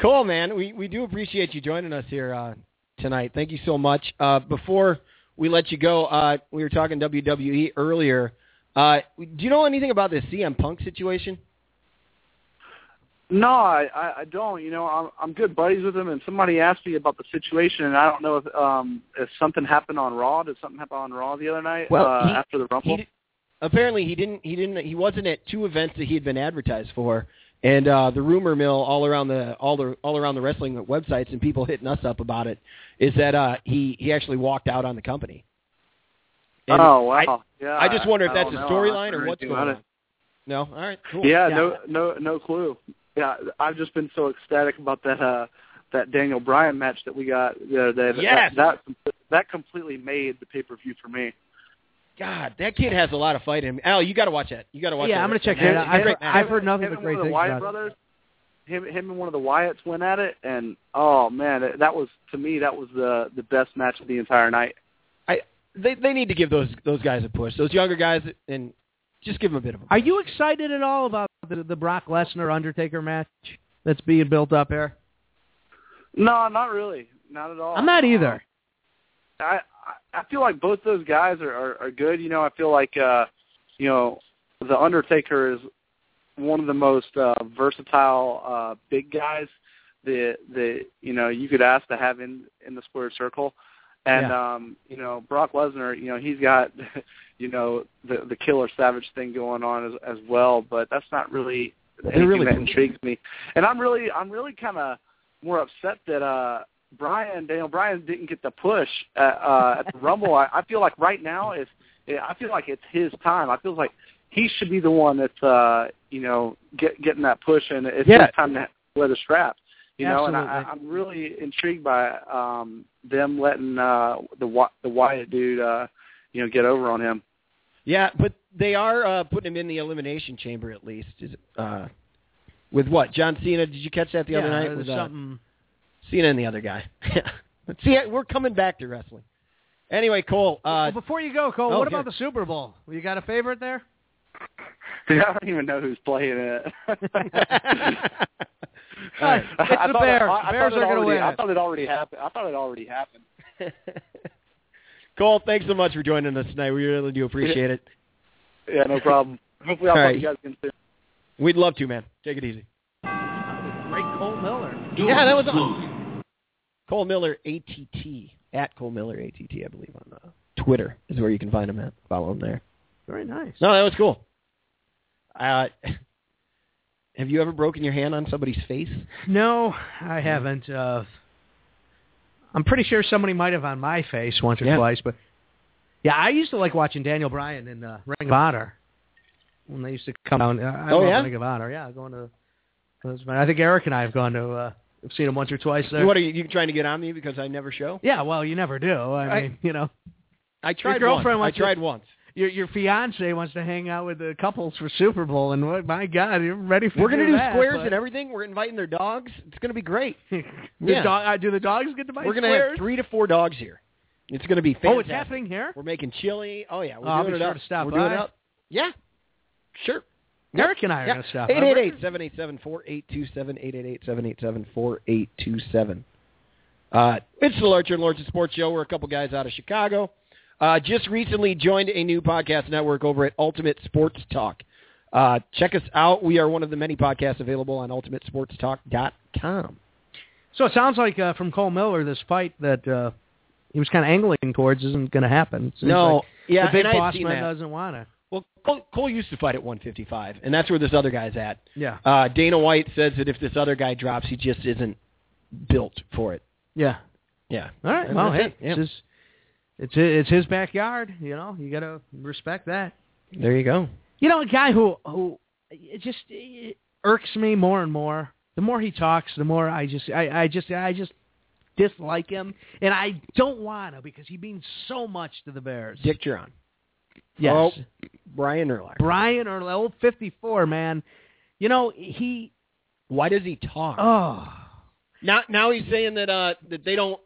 [SPEAKER 2] Cool, man. We we do appreciate you joining us here uh, tonight. Thank you so much. Uh, before we let you go, uh, we were talking WWE earlier. Uh, do you know anything about this CM Punk situation?
[SPEAKER 5] No, I, I I don't. You know, I'm I'm good buddies with him, and somebody asked me about the situation, and I don't know if um if something happened on Raw. Did something happen on Raw the other night
[SPEAKER 2] Well,
[SPEAKER 5] uh,
[SPEAKER 2] he-
[SPEAKER 5] after the Rumble?
[SPEAKER 2] He di- apparently he didn't he didn't he wasn't at two events that he had been advertised for, and uh, the rumor mill all around the all the all around the wrestling websites and people hitting us up about it is that uh, he he actually walked out on the company. And
[SPEAKER 5] oh
[SPEAKER 2] I-
[SPEAKER 5] wow! yeah,
[SPEAKER 2] I just wonder if
[SPEAKER 5] I
[SPEAKER 2] that's
[SPEAKER 5] don't
[SPEAKER 2] a
[SPEAKER 5] know. Oh, I
[SPEAKER 2] storyline
[SPEAKER 5] haven't
[SPEAKER 2] or
[SPEAKER 5] heard
[SPEAKER 2] what's
[SPEAKER 5] anything
[SPEAKER 2] going
[SPEAKER 5] about it.
[SPEAKER 2] on. No. All right. Cool.
[SPEAKER 5] Yeah,
[SPEAKER 3] Yeah.
[SPEAKER 5] no, no, no clue. Yeah, I've just been so ecstatic about that uh that Daniel Bryan match that we got the other day.
[SPEAKER 2] Yes!
[SPEAKER 5] That, that that completely made the pay per view for me.
[SPEAKER 2] God, that kid has a lot of fight in him. Al, you got to watch that. You got to watch.
[SPEAKER 3] Yeah,
[SPEAKER 2] that.
[SPEAKER 3] I'm gonna check
[SPEAKER 2] It's a
[SPEAKER 3] that out. I've-
[SPEAKER 2] great match.
[SPEAKER 3] I've heard nothing
[SPEAKER 5] him
[SPEAKER 3] but
[SPEAKER 5] and
[SPEAKER 3] great
[SPEAKER 5] one of the
[SPEAKER 3] things
[SPEAKER 5] Wyatt
[SPEAKER 3] about it.
[SPEAKER 5] brothers. Him, him and one of the Wyatts went at it, and oh man, that, that was to me that was the the best match of the entire night.
[SPEAKER 2] they they need to give those those guys a push. Those younger guys, and just give them a bit of a.
[SPEAKER 3] Are you excited at all about the, the Brock Lesnar Undertaker match that's being built up here?
[SPEAKER 5] No, not really, not at all.
[SPEAKER 3] I'm not either.
[SPEAKER 5] I I I feel like both those guys are, are are good. You know, I feel like uh, you know, the Undertaker is one of the most uh, versatile uh, big guys that that you know you could ask to have in in the square circle. And um, you know, Brock Lesnar, you know, he's got you know the the killer savage thing going on as as well, but that's not really anything
[SPEAKER 2] really
[SPEAKER 5] that
[SPEAKER 2] cool.
[SPEAKER 5] intrigues me. And I'm really I'm really kind of more upset that uh Brian Daniel Bryan didn't get the push at, uh, at the Rumble. I, I feel like right now is I feel like it's his time. I feel like he should be the one that's uh you know get, getting that push and it's
[SPEAKER 2] Yeah.
[SPEAKER 5] his time to wear the strap. You know, and I,
[SPEAKER 3] Absolutely.
[SPEAKER 5] I'm really intrigued by um them letting uh the Wy- the Wyatt dude uh you know get over on him.
[SPEAKER 2] Yeah, but they are uh, putting him in the elimination chamber at least. Is it, uh, with what John Cena? Did you catch that the other
[SPEAKER 3] Yeah,
[SPEAKER 2] night?
[SPEAKER 3] there's
[SPEAKER 2] With, uh,
[SPEAKER 3] something.
[SPEAKER 2] Cena and the other guy. See, we're coming back to wrestling. Anyway, Cole. Uh,
[SPEAKER 3] Well, before you go, Cole,
[SPEAKER 2] oh,
[SPEAKER 3] what
[SPEAKER 2] here.
[SPEAKER 3] about the Super Bowl? You got a favorite there?
[SPEAKER 5] Dude, I don't even know who's playing it.
[SPEAKER 2] All right.
[SPEAKER 3] It's
[SPEAKER 5] I
[SPEAKER 3] the
[SPEAKER 5] thought it-
[SPEAKER 3] Bears.
[SPEAKER 5] I- I
[SPEAKER 3] The Bears
[SPEAKER 5] thought it
[SPEAKER 3] are gonna
[SPEAKER 5] already-
[SPEAKER 3] win
[SPEAKER 5] I
[SPEAKER 3] it.
[SPEAKER 5] thought it already happened. I thought it already happened.
[SPEAKER 2] Cole, thanks so much for joining us tonight. We really do appreciate it.
[SPEAKER 5] Yeah, no problem. Hopefully, I'll
[SPEAKER 2] All
[SPEAKER 5] talk
[SPEAKER 2] right.
[SPEAKER 5] to you guys again soon.
[SPEAKER 2] We'd love to, man. Take it easy.
[SPEAKER 3] Great Cole Miller.
[SPEAKER 2] yeah, that was awesome. Cole Miller ATT at Cole Miller ATT, I believe on uh, Twitter is where you can find him at. Follow him there.
[SPEAKER 3] Very nice.
[SPEAKER 2] No, that was cool. Uh, have you ever broken your hand on somebody's face?
[SPEAKER 3] No, I haven't. Uh, I'm pretty sure somebody might have on my face once or
[SPEAKER 2] Yeah.
[SPEAKER 3] twice, but yeah, I used to like watching Daniel Bryan in uh, Ring of Honor when they used to come down. I I
[SPEAKER 2] Oh,
[SPEAKER 3] love
[SPEAKER 2] yeah?
[SPEAKER 3] Ring of Honor. Yeah, going to. those- I think Eric and I have gone to. Uh, I've seen him once or twice there.
[SPEAKER 2] What are you, you trying to get on me because I never show?
[SPEAKER 3] yeah, well, you never do. I
[SPEAKER 2] I-
[SPEAKER 3] mean, you know,
[SPEAKER 2] I tried once.
[SPEAKER 3] girlfriend wants
[SPEAKER 2] I
[SPEAKER 3] to-
[SPEAKER 2] tried once.
[SPEAKER 3] your your fiance wants to hang out with the couples for Super Bowl, and what? My God, you're ready for
[SPEAKER 2] We're gonna do
[SPEAKER 3] that,
[SPEAKER 2] squares
[SPEAKER 3] but-
[SPEAKER 2] and everything. We're inviting their dogs. It's gonna be great.
[SPEAKER 3] do,
[SPEAKER 2] Yeah.
[SPEAKER 3] dog, uh, do the dogs get to buy
[SPEAKER 2] We're gonna
[SPEAKER 3] squares?
[SPEAKER 2] have three to four dogs here. It's gonna be fantastic.
[SPEAKER 3] oh, it's happening here.
[SPEAKER 2] We're making chili. Oh yeah, we're
[SPEAKER 3] Oh, I'll
[SPEAKER 2] doing
[SPEAKER 3] be
[SPEAKER 2] it
[SPEAKER 3] sure
[SPEAKER 2] up.
[SPEAKER 3] to stop
[SPEAKER 2] we're doing
[SPEAKER 3] by.
[SPEAKER 2] it up. Yeah, sure.
[SPEAKER 3] Eric and I are
[SPEAKER 2] Yeah.
[SPEAKER 3] gonna stop.
[SPEAKER 2] 888-787-4827, 888-787-4827. Uh, it's the Larcher and Lawrence Sports Show. We're a couple guys out of Chicago. Uh, just recently joined a new podcast network over at Ultimate Sports Talk. Uh, check us out. We are one of the many podcasts available on ultimatesportstalk.com.
[SPEAKER 3] So it sounds like uh, from Cole Miller, this fight that uh, he was kind of angling towards isn't going to happen. It seems like
[SPEAKER 2] yeah,
[SPEAKER 3] the big
[SPEAKER 2] and I've
[SPEAKER 3] boss
[SPEAKER 2] seen
[SPEAKER 3] man
[SPEAKER 2] that.
[SPEAKER 3] doesn't want to.
[SPEAKER 2] Well, Cole, Cole used to fight at 155, and that's where this other guy's at.
[SPEAKER 3] Yeah,
[SPEAKER 2] Uh, Dana White says that if this other guy drops, he just isn't built for it.
[SPEAKER 3] yeah.
[SPEAKER 2] Yeah.
[SPEAKER 3] All right.
[SPEAKER 2] And
[SPEAKER 3] Well,
[SPEAKER 2] that's
[SPEAKER 3] hey,
[SPEAKER 2] it. Yeah.
[SPEAKER 3] it's his, it's his, it's his backyard. You know, you got to respect that.
[SPEAKER 2] There you go.
[SPEAKER 3] You know, a guy who who it just it irks me more and more. The more he talks, the more I just I, I just I just dislike him, and I don't want to because he means so much to the Bears.
[SPEAKER 2] Dick Duran.
[SPEAKER 3] yes.
[SPEAKER 2] Oh, Brian Urlacher.
[SPEAKER 3] Brian or old 54, man. You know, he
[SPEAKER 2] Why does he talk?
[SPEAKER 3] oh,
[SPEAKER 2] now, now he's saying that uh, that they don't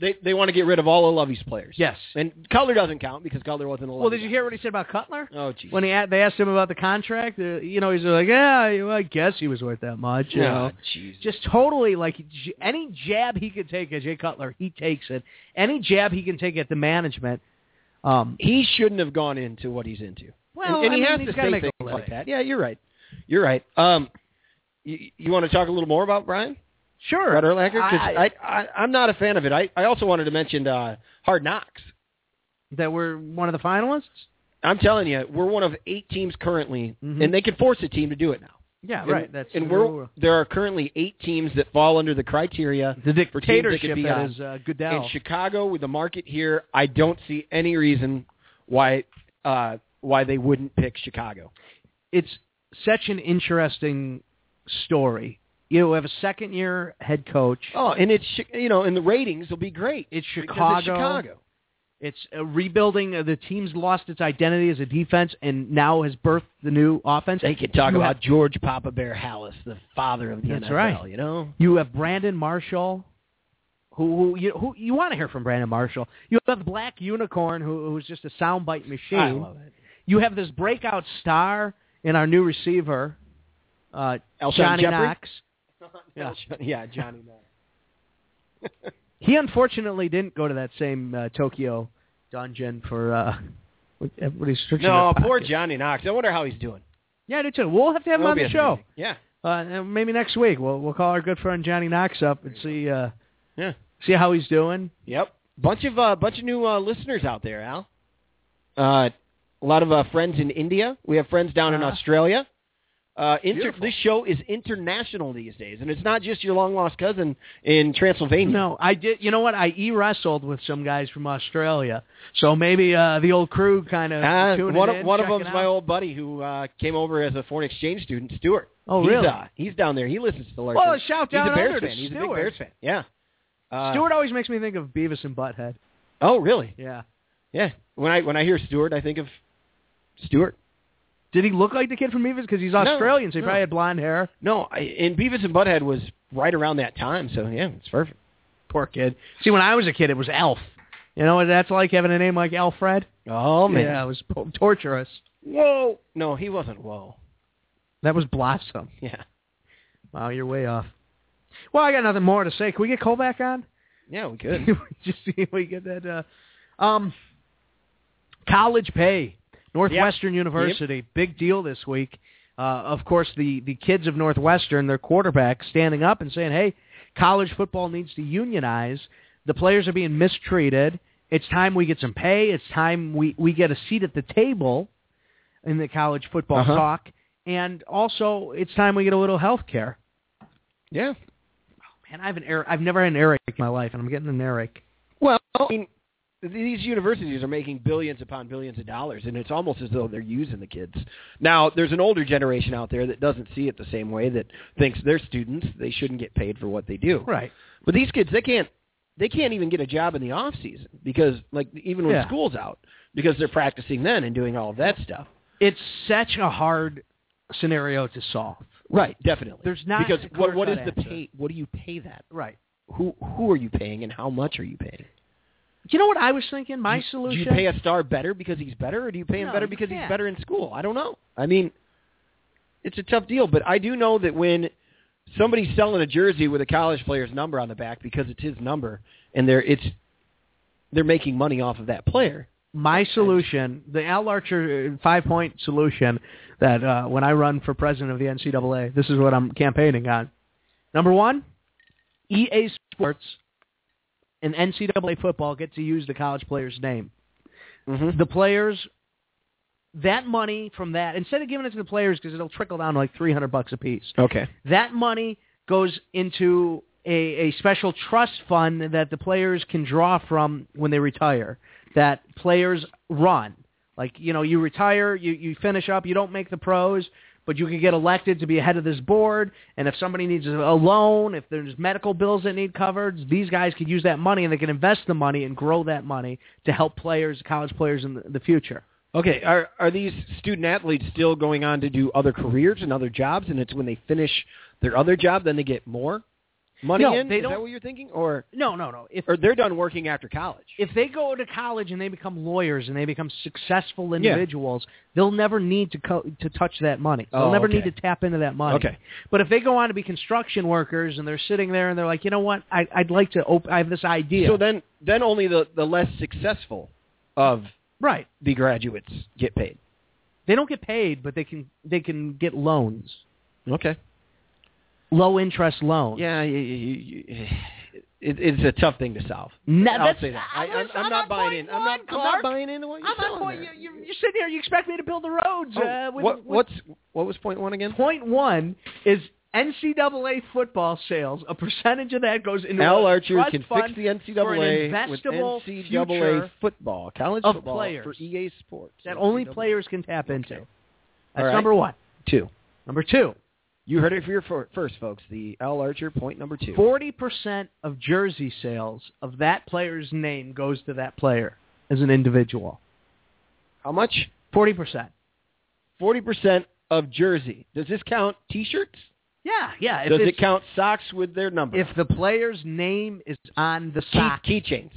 [SPEAKER 2] they they want to get rid of all of Lovey's players.
[SPEAKER 3] yes.
[SPEAKER 2] And Cutler doesn't count because Cutler wasn't a.
[SPEAKER 3] Well, did you hear what he said about Cutler?
[SPEAKER 2] Oh, jeez.
[SPEAKER 3] When he a- they asked him about the contract, uh, you know, he's like, "Yeah, well, I guess he was worth that much." You know,
[SPEAKER 2] Oh, jeez.
[SPEAKER 3] just totally like j- any jab he could take at Jay Cutler, he takes it. Any jab he can take at the management. Um,
[SPEAKER 2] he shouldn't have gone into what he's into.
[SPEAKER 3] well,
[SPEAKER 2] and, and
[SPEAKER 3] I
[SPEAKER 2] he
[SPEAKER 3] mean,
[SPEAKER 2] has
[SPEAKER 3] he's
[SPEAKER 2] to
[SPEAKER 3] gotta
[SPEAKER 2] say
[SPEAKER 3] make a
[SPEAKER 2] things
[SPEAKER 3] living.
[SPEAKER 2] like that. Yeah, you're right. You're right. Um, you, you want to talk a little more about Brian?
[SPEAKER 3] Sure.
[SPEAKER 2] Brad Urlacher? 'Cause
[SPEAKER 3] I-
[SPEAKER 2] I, I, I, am not a fan of it. I, I also wanted to mention uh, Hard Knocks.
[SPEAKER 3] that we're one of the finalists.
[SPEAKER 2] I'm telling you, we're one of eight teams currently,
[SPEAKER 3] Mhm.
[SPEAKER 2] and they can force a team to do it now.
[SPEAKER 3] Yeah,
[SPEAKER 2] And-
[SPEAKER 3] right. That's
[SPEAKER 2] and
[SPEAKER 3] the
[SPEAKER 2] we're,
[SPEAKER 3] rule.
[SPEAKER 2] there are currently eight teams that fall under the criteria.
[SPEAKER 3] the
[SPEAKER 2] teams that could
[SPEAKER 3] dictatorship
[SPEAKER 2] be
[SPEAKER 3] that
[SPEAKER 2] on.
[SPEAKER 3] is uh, Goodell.
[SPEAKER 2] In Chicago, with the market here, I don't see any reason why uh, why they wouldn't pick Chicago.
[SPEAKER 3] it's such an interesting story. You have a second year head coach.
[SPEAKER 2] Oh, and it's Chi- you know, and the ratings will be great.
[SPEAKER 3] It's
[SPEAKER 2] because
[SPEAKER 3] Chicago.
[SPEAKER 2] It's Chicago.
[SPEAKER 3] It's a rebuilding. Uh, The team's lost its identity as a defense and now has birthed the new offense.
[SPEAKER 2] They could talk
[SPEAKER 3] You
[SPEAKER 2] about George Papa Bear Hallis, the father of the
[SPEAKER 3] That's
[SPEAKER 2] NFL.
[SPEAKER 3] right.
[SPEAKER 2] You know,
[SPEAKER 3] You have Brandon Marshall, who, who you who you want to hear from Brandon Marshall. You have the Black Unicorn, who who's just a soundbite machine.
[SPEAKER 2] I love it.
[SPEAKER 3] You have this breakout star in our new receiver, uh,
[SPEAKER 2] Elshon
[SPEAKER 3] Johnny
[SPEAKER 2] Jeffrey?
[SPEAKER 3] Knox. Yeah.
[SPEAKER 2] yeah, Johnny. Knox.
[SPEAKER 3] He unfortunately didn't go to that same uh, Tokyo dungeon for uh, what- everybody's searching.
[SPEAKER 2] no,
[SPEAKER 3] their
[SPEAKER 2] poor
[SPEAKER 3] pockets.
[SPEAKER 2] Johnny Knox. I wonder how he's doing.
[SPEAKER 3] Yeah, I do too. We'll have to have him
[SPEAKER 2] That'll
[SPEAKER 3] on
[SPEAKER 2] be
[SPEAKER 3] the show.
[SPEAKER 2] interesting. Yeah.
[SPEAKER 3] Uh, and maybe next week we'll we'll call our good friend Johnny Knox up and see uh,
[SPEAKER 2] Yeah.
[SPEAKER 3] see how he's doing.
[SPEAKER 2] Yep. Bunch of uh, bunch of new uh, listeners out there, Al. Uh, a lot of uh, friends in India. We have friends down in
[SPEAKER 3] Uh-huh.
[SPEAKER 2] Australia. Uh, inter-
[SPEAKER 3] Beautiful.
[SPEAKER 2] this show is international these days, and it's not just your long lost cousin in Transylvania.
[SPEAKER 3] No, I did. You know what? I e wrestled with some guys from Australia, so maybe uh, the old crew kind of
[SPEAKER 2] Uh,
[SPEAKER 3] tuned
[SPEAKER 2] one
[SPEAKER 3] in,
[SPEAKER 2] of, one of
[SPEAKER 3] check
[SPEAKER 2] them's
[SPEAKER 3] it
[SPEAKER 2] my
[SPEAKER 3] out.
[SPEAKER 2] old buddy who uh, came over as a foreign exchange student, Stuart.
[SPEAKER 3] Oh,
[SPEAKER 2] he's,
[SPEAKER 3] really?
[SPEAKER 2] Uh, he's down there. He listens to the Larson.
[SPEAKER 3] Well, a shout
[SPEAKER 2] he's
[SPEAKER 3] down
[SPEAKER 2] a Bears
[SPEAKER 3] under to
[SPEAKER 2] fan. He's a big
[SPEAKER 3] Stuart.
[SPEAKER 2] Bears fan. Yeah. Uh,
[SPEAKER 3] Stewart always makes me think of Beavis and Butthead.
[SPEAKER 2] Oh, really?
[SPEAKER 3] Yeah.
[SPEAKER 2] Yeah. When I when I hear Stuart, I think of Stuart.
[SPEAKER 3] Did he look like the kid from Beavis? Because he's
[SPEAKER 2] No,
[SPEAKER 3] Australian, so he
[SPEAKER 2] no.
[SPEAKER 3] probably had blonde hair.
[SPEAKER 2] No, I, and Beavis and Butthead was right around that time, so yeah, it's perfect.
[SPEAKER 3] Poor kid. See, when I was a kid, it was Elf. You know what that's like having a name like Alfred?
[SPEAKER 2] Oh man.
[SPEAKER 3] Yeah, it was po- torturous.
[SPEAKER 2] Whoa. No, he wasn't. Whoa.
[SPEAKER 3] That was Blossom.
[SPEAKER 2] Yeah.
[SPEAKER 3] Wow, you're way off. Well, I got nothing more to say. Can we get Cole back on?
[SPEAKER 2] Yeah, we could.
[SPEAKER 3] just see if we get that. Uh, um, college pay, Northwestern University, big deal this week. Uh, of course, the the kids of Northwestern, their quarterback, standing up and saying, "Hey, college football needs to unionize. The players are being mistreated. It's time we get some pay. It's time we we get a seat at the table in the college football
[SPEAKER 2] Uh-huh.
[SPEAKER 3] talk. And also, it's time we get a little health care."
[SPEAKER 2] yeah.
[SPEAKER 3] Man, I have an er- I've never had an Eric in my life, and I'm getting an Eric.
[SPEAKER 2] Well, I mean, these universities are making billions upon billions of dollars, and it's almost as though they're using the kids. Now, there's an older generation out there that doesn't see it the same way that thinks their students they shouldn't get paid for what they do.
[SPEAKER 3] Right.
[SPEAKER 2] But these kids, they can't they can't even get a job in the off season because like even when
[SPEAKER 3] Yeah.
[SPEAKER 2] school's out because they're practicing then and doing all of that stuff.
[SPEAKER 3] it's such a hard scenario to solve.
[SPEAKER 2] Right, definitely.
[SPEAKER 3] There's not
[SPEAKER 2] because
[SPEAKER 3] a
[SPEAKER 2] what what is
[SPEAKER 3] clear-cut
[SPEAKER 2] the
[SPEAKER 3] answer.
[SPEAKER 2] pay? What do you pay that?
[SPEAKER 3] Right.
[SPEAKER 2] Who who are you paying and how much are you paying?
[SPEAKER 3] Do you know what I was thinking?
[SPEAKER 2] Do
[SPEAKER 3] My
[SPEAKER 2] you-
[SPEAKER 3] solution.
[SPEAKER 2] Do you pay a star better because he's better, or do you pay him
[SPEAKER 3] No,
[SPEAKER 2] better
[SPEAKER 3] you
[SPEAKER 2] because he's
[SPEAKER 3] can't.
[SPEAKER 2] better in school? I don't know. I mean, it's a tough deal, but I do know that when somebody's selling a jersey with a college player's number on the back because it's his number, and they're it's they're making money off of that player.
[SPEAKER 3] my solution, the Al Archer five point solution that uh, when I run for president of the NCAA, this is what I'm campaigning on. Number one, EA Sports and NCAA football get to use the college player's name.
[SPEAKER 2] Mm-hmm.
[SPEAKER 3] the players that money from that instead of giving it to the players because it'll trickle down to like 300 bucks a piece
[SPEAKER 2] Okay.
[SPEAKER 3] that money goes into a, a special trust fund that the players can draw from when they retire that players run like you know you retire you, you finish up you don't make the pros but you can get elected to be head of this board and if somebody needs a loan if there's medical bills that need covered these guys could use that money and they can invest the money and grow that money to help players college players in the, the future
[SPEAKER 2] Okay. Are are these student athletes still going on to do other careers and other jobs, and it's when they finish their other job then they get more money
[SPEAKER 3] No,
[SPEAKER 2] in?
[SPEAKER 3] they
[SPEAKER 2] Is that
[SPEAKER 3] don't-
[SPEAKER 2] what you're thinking, or
[SPEAKER 3] no no no if
[SPEAKER 2] or they're done working after college?
[SPEAKER 3] if they go to college and they become lawyers and they become successful
[SPEAKER 2] Yeah.
[SPEAKER 3] individuals, they'll never need to co- to touch that money. They'll
[SPEAKER 2] Oh,
[SPEAKER 3] never
[SPEAKER 2] okay.
[SPEAKER 3] need to tap into that money.
[SPEAKER 2] Okay.
[SPEAKER 3] But if they go on to be construction workers and they're sitting there and they're like, you know what, I, I'd like to. Op- I have this idea.
[SPEAKER 2] So then, then only the, the less successful of
[SPEAKER 3] right,
[SPEAKER 2] the graduates get paid.
[SPEAKER 3] they don't get paid, but they can they can get loans,
[SPEAKER 2] Okay.
[SPEAKER 3] low interest loans.
[SPEAKER 2] Yeah, you, you, you, it, it's a tough thing to solve.
[SPEAKER 3] No,
[SPEAKER 2] I'll
[SPEAKER 3] that's-
[SPEAKER 2] say that.
[SPEAKER 3] I
[SPEAKER 2] I,
[SPEAKER 3] was-
[SPEAKER 2] I'm, I'm
[SPEAKER 3] I'm
[SPEAKER 2] not
[SPEAKER 3] on
[SPEAKER 2] buying
[SPEAKER 3] point
[SPEAKER 2] in. I'm not.
[SPEAKER 3] one,
[SPEAKER 2] I'm not
[SPEAKER 3] Clark.
[SPEAKER 2] buying into what you're
[SPEAKER 3] I'm
[SPEAKER 2] selling
[SPEAKER 3] on point. You,
[SPEAKER 2] there.
[SPEAKER 3] you're, you're sitting here. You expect me to build the roads. uh,
[SPEAKER 2] Oh,
[SPEAKER 3] with,
[SPEAKER 2] what,
[SPEAKER 3] with-
[SPEAKER 2] what's what was point one again?
[SPEAKER 3] point one is NCAA football sales. A percentage of that goes into
[SPEAKER 2] Al
[SPEAKER 3] a
[SPEAKER 2] Archer
[SPEAKER 3] trust
[SPEAKER 2] can fix
[SPEAKER 3] fund
[SPEAKER 2] the
[SPEAKER 3] for an
[SPEAKER 2] NCAA with
[SPEAKER 3] investable
[SPEAKER 2] NCAA
[SPEAKER 3] future
[SPEAKER 2] football, college
[SPEAKER 3] of
[SPEAKER 2] football
[SPEAKER 3] players.
[SPEAKER 2] for EA Sports.
[SPEAKER 3] that only
[SPEAKER 2] NCAA.
[SPEAKER 3] players can tap
[SPEAKER 2] Okay.
[SPEAKER 3] into.
[SPEAKER 2] All
[SPEAKER 3] That's
[SPEAKER 2] right.
[SPEAKER 3] number one.
[SPEAKER 2] two.
[SPEAKER 3] Number two,
[SPEAKER 2] You heard it for your fir- first, folks. The Al Archer point number two.
[SPEAKER 3] 40% of jersey sales of that player's name goes to that player as an individual.
[SPEAKER 2] How much?
[SPEAKER 3] 40%.
[SPEAKER 2] Forty percent of jersey. Does this count T-shirts?
[SPEAKER 3] Yeah, yeah. If
[SPEAKER 2] Does
[SPEAKER 3] it's-
[SPEAKER 2] it count socks with their number?
[SPEAKER 3] If the player's name is on the
[SPEAKER 2] Key-
[SPEAKER 3] sock.
[SPEAKER 2] keychains.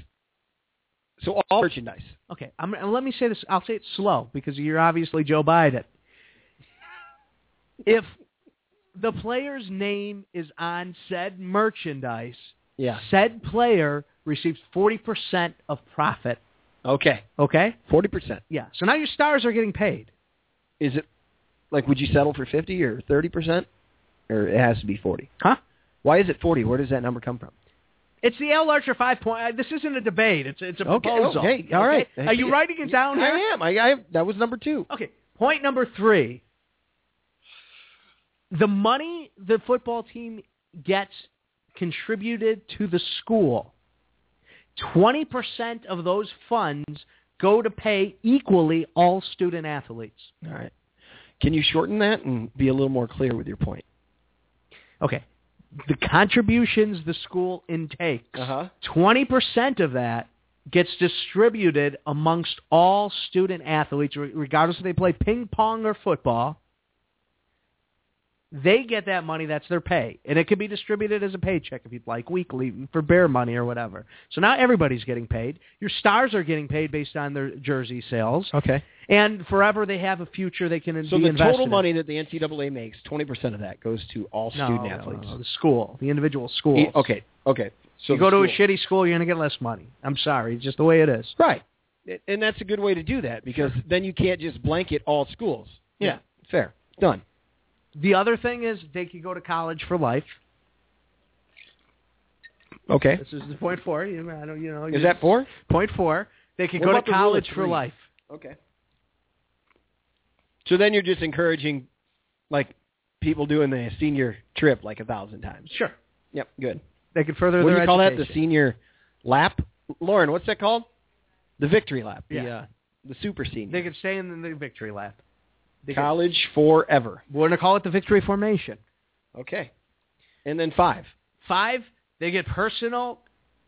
[SPEAKER 2] So all merchandise.
[SPEAKER 3] Okay, I'm, and let me say this. I'll say it slow because you're obviously Joe Biden. If the player's name is on said merchandise,
[SPEAKER 2] Yeah.
[SPEAKER 3] said player receives 40% of profit.
[SPEAKER 2] Okay.
[SPEAKER 3] Okay?
[SPEAKER 2] Forty percent.
[SPEAKER 3] Yeah. So now your stars are getting paid.
[SPEAKER 2] Is it like would you settle for fifty or thirty percent? Or it has to be forty.
[SPEAKER 3] Huh?
[SPEAKER 2] Why is it forty? Where does that number come from?
[SPEAKER 3] It's the L. Archer five point. uh, This isn't a debate. It's it's a proposal.
[SPEAKER 2] Okay. All right.
[SPEAKER 3] Are you writing it down here?
[SPEAKER 2] I am. I, I that was number two.
[SPEAKER 3] Okay. Point number three. The money the football team gets contributed to the school. 20% of those funds go to pay equally all student athletes.
[SPEAKER 2] All right. Can you shorten that and be a little more clear with your point?
[SPEAKER 3] Okay. The contributions the school intakes,
[SPEAKER 2] Uh-huh.
[SPEAKER 3] 20% of that gets distributed amongst all student athletes, re- regardless if they play ping pong or football. They get that money. That's their pay. And it can be distributed as a paycheck if you'd like, weekly for bear money or whatever. So now everybody's getting paid. Your stars are getting paid based on their jersey sales.
[SPEAKER 2] Okay.
[SPEAKER 3] And forever they have a future they can
[SPEAKER 2] Oh. So
[SPEAKER 3] be
[SPEAKER 2] the
[SPEAKER 3] invested
[SPEAKER 2] total
[SPEAKER 3] in.
[SPEAKER 2] money that the NCAA makes, twenty percent of that goes to all
[SPEAKER 3] No,
[SPEAKER 2] student
[SPEAKER 3] no,
[SPEAKER 2] athletes.
[SPEAKER 3] no, the school, the individual school.
[SPEAKER 2] E- Okay. Okay. So
[SPEAKER 3] you go
[SPEAKER 2] the
[SPEAKER 3] to a
[SPEAKER 2] school.
[SPEAKER 3] shitty school, you're going to get less money. I'm sorry. It's just the way it is.
[SPEAKER 2] Right. A- And that's a good way to do that because then you can't just blanket all schools.
[SPEAKER 3] Yeah.
[SPEAKER 2] Fair. Done.
[SPEAKER 3] The other thing is they could go to college for life.
[SPEAKER 2] Okay.
[SPEAKER 3] This is the point four. You, I don't, you know, you-
[SPEAKER 2] Eh? Is that four?
[SPEAKER 3] point four? They could
[SPEAKER 2] What
[SPEAKER 3] go to
[SPEAKER 2] about the rule of
[SPEAKER 3] college for
[SPEAKER 2] three?
[SPEAKER 3] life.
[SPEAKER 2] Okay. So then you're just encouraging, like, people doing the senior trip like a thousand times.
[SPEAKER 3] Sure.
[SPEAKER 2] Yep. Good.
[SPEAKER 3] They could further
[SPEAKER 2] what do
[SPEAKER 3] their
[SPEAKER 2] you call that? The
[SPEAKER 3] education.
[SPEAKER 2] senior lap, Lauren. What's that called? The victory lap. The,
[SPEAKER 3] Yeah.
[SPEAKER 2] uh, the super senior.
[SPEAKER 3] They could stay in the victory lap. They could-
[SPEAKER 2] College forever.
[SPEAKER 3] we're going to call it the victory formation.
[SPEAKER 2] Okay. And then five.
[SPEAKER 3] Five, they get personal.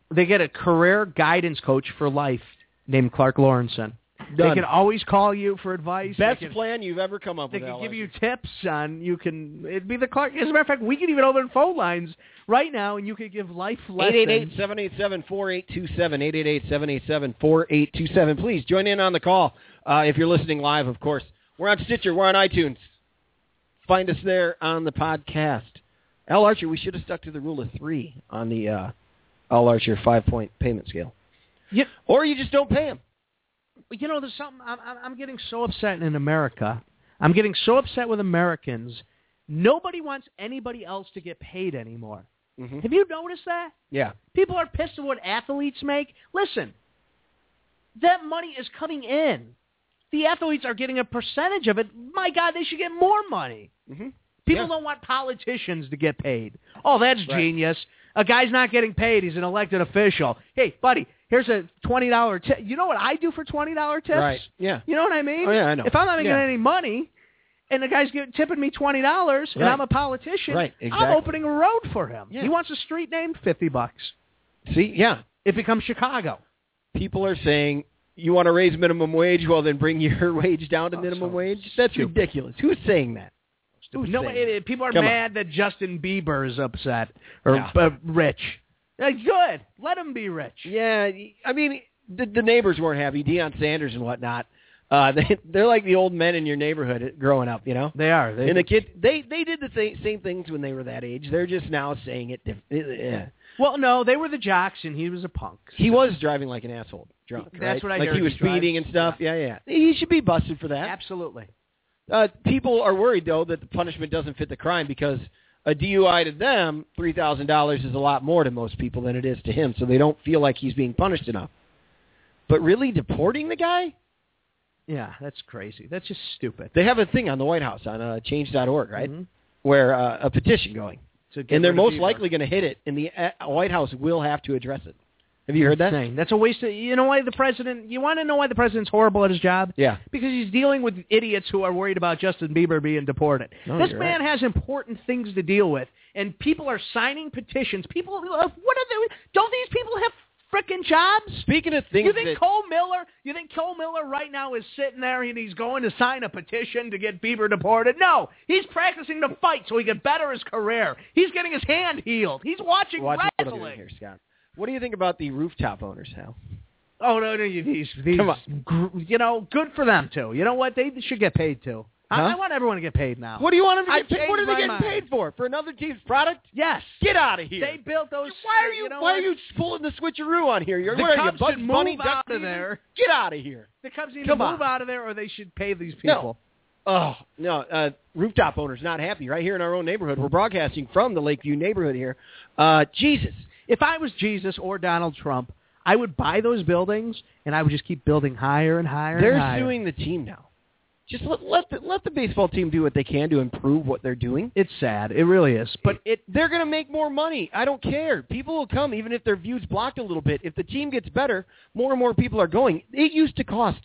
[SPEAKER 3] They get a career guidance coach for life named Clark Lawrenson. They
[SPEAKER 2] Done.
[SPEAKER 3] can always call you for advice. They
[SPEAKER 2] Best
[SPEAKER 3] can-
[SPEAKER 2] plan you've ever come up
[SPEAKER 3] They
[SPEAKER 2] with.
[SPEAKER 3] can
[SPEAKER 2] Al
[SPEAKER 3] give
[SPEAKER 2] Archer.
[SPEAKER 3] you tips on you can it'd be the Clark as a matter of fact we could even open phone lines right now and you could give life lessons.
[SPEAKER 2] 888-787-4827, 888-787-4827. Please join in on the call uh, if you're listening live, of course. We're on Stitcher. We're on iTunes. Find us there on the podcast. Al Archer, we should have stuck to the rule of three on the uh, Al Archer five-point payment scale.
[SPEAKER 3] Yeah.
[SPEAKER 2] Or you just don't pay him.
[SPEAKER 3] You know, there's something I'm, I'm I'm getting so upset in America. I'm getting so upset with Americans. Nobody wants anybody else to get paid anymore. Have you noticed that?
[SPEAKER 2] Yeah.
[SPEAKER 3] People are pissed at what athletes make. Listen, that money is coming in. The athletes are getting a percentage of it. My God, they should get more money.
[SPEAKER 2] Mhm.
[SPEAKER 3] People
[SPEAKER 2] Yeah.
[SPEAKER 3] don't want politicians to get paid. Oh, that's
[SPEAKER 2] Right.
[SPEAKER 3] genius. A guy's not getting paid. He's an elected official. Hey, buddy, here's a $20 tip. You know what I do for $20 tips?
[SPEAKER 2] Right. Yeah.
[SPEAKER 3] You know what I mean?
[SPEAKER 2] Oh, yeah, I know.
[SPEAKER 3] If I'm not making
[SPEAKER 2] Yeah.
[SPEAKER 3] any money and the guy's giving, tipping me $20 and
[SPEAKER 2] Right.
[SPEAKER 3] I'm a politician,
[SPEAKER 2] Right,
[SPEAKER 3] I'm
[SPEAKER 2] exactly.
[SPEAKER 3] opening a road for him.
[SPEAKER 2] Yeah.
[SPEAKER 3] He wants a street named 50 bucks.
[SPEAKER 2] See, yeah.
[SPEAKER 3] It becomes Chicago.
[SPEAKER 2] People are saying, you want to raise minimum wage? Well, then bring your wage down to
[SPEAKER 3] Oh,
[SPEAKER 2] minimum
[SPEAKER 3] so
[SPEAKER 2] wage. That's
[SPEAKER 3] stupid.
[SPEAKER 2] ridiculous. Who's saying that? Who's
[SPEAKER 3] No,
[SPEAKER 2] saying
[SPEAKER 3] it,
[SPEAKER 2] that?
[SPEAKER 3] it- people are
[SPEAKER 2] Come on.
[SPEAKER 3] mad that Justin Bieber is upset or
[SPEAKER 2] Yeah.
[SPEAKER 3] uh, rich. Uh, good. Let him be rich.
[SPEAKER 2] Yeah, I mean, the, the neighbors weren't happy. Deion Sanders and whatnot. Uh, they, they're like the old men in your neighborhood growing up, you know.
[SPEAKER 3] They are. They,
[SPEAKER 2] And the kid, they they did the same, same things when they were that age. They're just now saying it. Diff- yeah.
[SPEAKER 3] well, no, they were the jocks, and he was a punk.
[SPEAKER 2] He was driving like an asshole, drunk.
[SPEAKER 3] That's
[SPEAKER 2] right?
[SPEAKER 3] what I
[SPEAKER 2] like.
[SPEAKER 3] heard
[SPEAKER 2] He was
[SPEAKER 3] he drives.
[SPEAKER 2] speeding and stuff. Yeah, yeah. He should be busted for that.
[SPEAKER 3] Absolutely.
[SPEAKER 2] Uh, people are worried though that the punishment doesn't fit the crime because a DUI to them, three thousand dollars is a lot more to most people than it is to him, so they don't feel like he's being punished enough. But really, deporting the guy?
[SPEAKER 3] Yeah, that's crazy. That's just stupid.
[SPEAKER 2] They have a thing on the White House on uh, Change.org, right?
[SPEAKER 3] Mhm.
[SPEAKER 2] Where uh, a petition going,
[SPEAKER 3] To get
[SPEAKER 2] and they're
[SPEAKER 3] rid of
[SPEAKER 2] most
[SPEAKER 3] Bieber.
[SPEAKER 2] likely going to hit it, and the uh, White House will have to address it. Have you heard that?
[SPEAKER 3] Insane. That's a waste of. You know why the president? You want to know why the president's horrible at his job?
[SPEAKER 2] Yeah.
[SPEAKER 3] Because he's dealing with idiots who are worried about Justin Bieber being deported.
[SPEAKER 2] No,
[SPEAKER 3] this
[SPEAKER 2] you're
[SPEAKER 3] man has important things to deal with, and people are signing petitions. People, who- what are they? Don't these people have frickin' jobs?
[SPEAKER 2] Speaking of things
[SPEAKER 3] you think
[SPEAKER 2] that,
[SPEAKER 3] Cole Miller? You think Cole Miller right now is sitting there and he's going to sign a petition to get Bieber deported? No, he's practicing to fight so he can better his career. He's getting his hand healed. He's watching
[SPEAKER 2] Watch what I'm doing
[SPEAKER 3] wrestling.
[SPEAKER 2] here, Scott. What do you think about the rooftop owners, Hal?
[SPEAKER 3] Oh no, no, you- these these
[SPEAKER 2] Come on.
[SPEAKER 3] gr- you know, good for them too. You know what? They should get paid too.
[SPEAKER 2] Huh?
[SPEAKER 3] I, I want everyone to get paid now.
[SPEAKER 2] What do you want them
[SPEAKER 3] I
[SPEAKER 2] to get paid?
[SPEAKER 3] Oh. changed
[SPEAKER 2] What are they
[SPEAKER 3] my
[SPEAKER 2] getting
[SPEAKER 3] mind.
[SPEAKER 2] paid for? For another team's product?
[SPEAKER 3] Yes,
[SPEAKER 2] Get out of here!
[SPEAKER 3] they built those.
[SPEAKER 2] why are you,
[SPEAKER 3] know
[SPEAKER 2] Why
[SPEAKER 3] what?
[SPEAKER 2] are you pulling the switcheroo on here? You're
[SPEAKER 3] The
[SPEAKER 2] what are you,
[SPEAKER 3] Cubs
[SPEAKER 2] Bugs
[SPEAKER 3] should move
[SPEAKER 2] Bunny, Duck
[SPEAKER 3] out of
[SPEAKER 2] Season?
[SPEAKER 3] there.
[SPEAKER 2] Get out of here!
[SPEAKER 3] The Cubs need to
[SPEAKER 2] Come
[SPEAKER 3] move
[SPEAKER 2] on.
[SPEAKER 3] out of there, or they should pay these
[SPEAKER 2] No.
[SPEAKER 3] people.
[SPEAKER 2] Oh no! Uh, rooftop owners not happy right here in our own neighborhood. We're broadcasting from the Lakeview neighborhood here. Uh, Jesus,
[SPEAKER 3] If I was Jesus or Donald Trump, I would buy those buildings and I would just keep building higher and higher.
[SPEAKER 2] they're
[SPEAKER 3] and higher.
[SPEAKER 2] suing the team now. Just let let the, let the baseball team do what they can to improve what they're doing.
[SPEAKER 3] It's sad. It really is. But
[SPEAKER 2] But it they're going to make more money. I don't care. People will come even if their view's blocked a little bit. If the team gets better, more and more people are going. It used to cost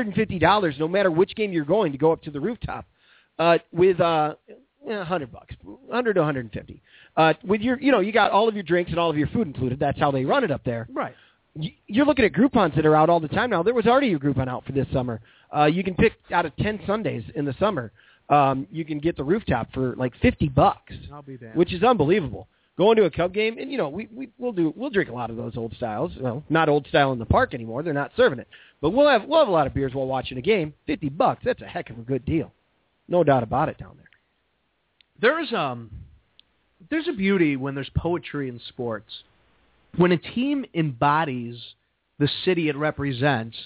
[SPEAKER 2] $150 no matter which game you're going to go up to the rooftop. Uh with uh eh, 100 bucks. 100 to 150. Uh with your you know, you got all of your drinks and all of your food included. That's how they run it up there
[SPEAKER 3] right.
[SPEAKER 2] y- you're looking at Groupons that are out all the time now. There was already a Groupon out for this summer. Uh, you can pick out of ten Sundays in the summer. Um, you can get the rooftop for like fifty bucks,
[SPEAKER 3] I'll be damned.
[SPEAKER 2] which is unbelievable. Going to a Cub game, and you know we, we we'll do we'll drink a lot of those old styles. Well, not old style in the park anymore. They're not serving it, but we'll have we'll have a lot of beers while watching a game. Fifty bucks, that's a heck of a good deal, no doubt about it down there.
[SPEAKER 3] there's um there's a beauty when there's poetry in sports. When a team embodies the city it represents,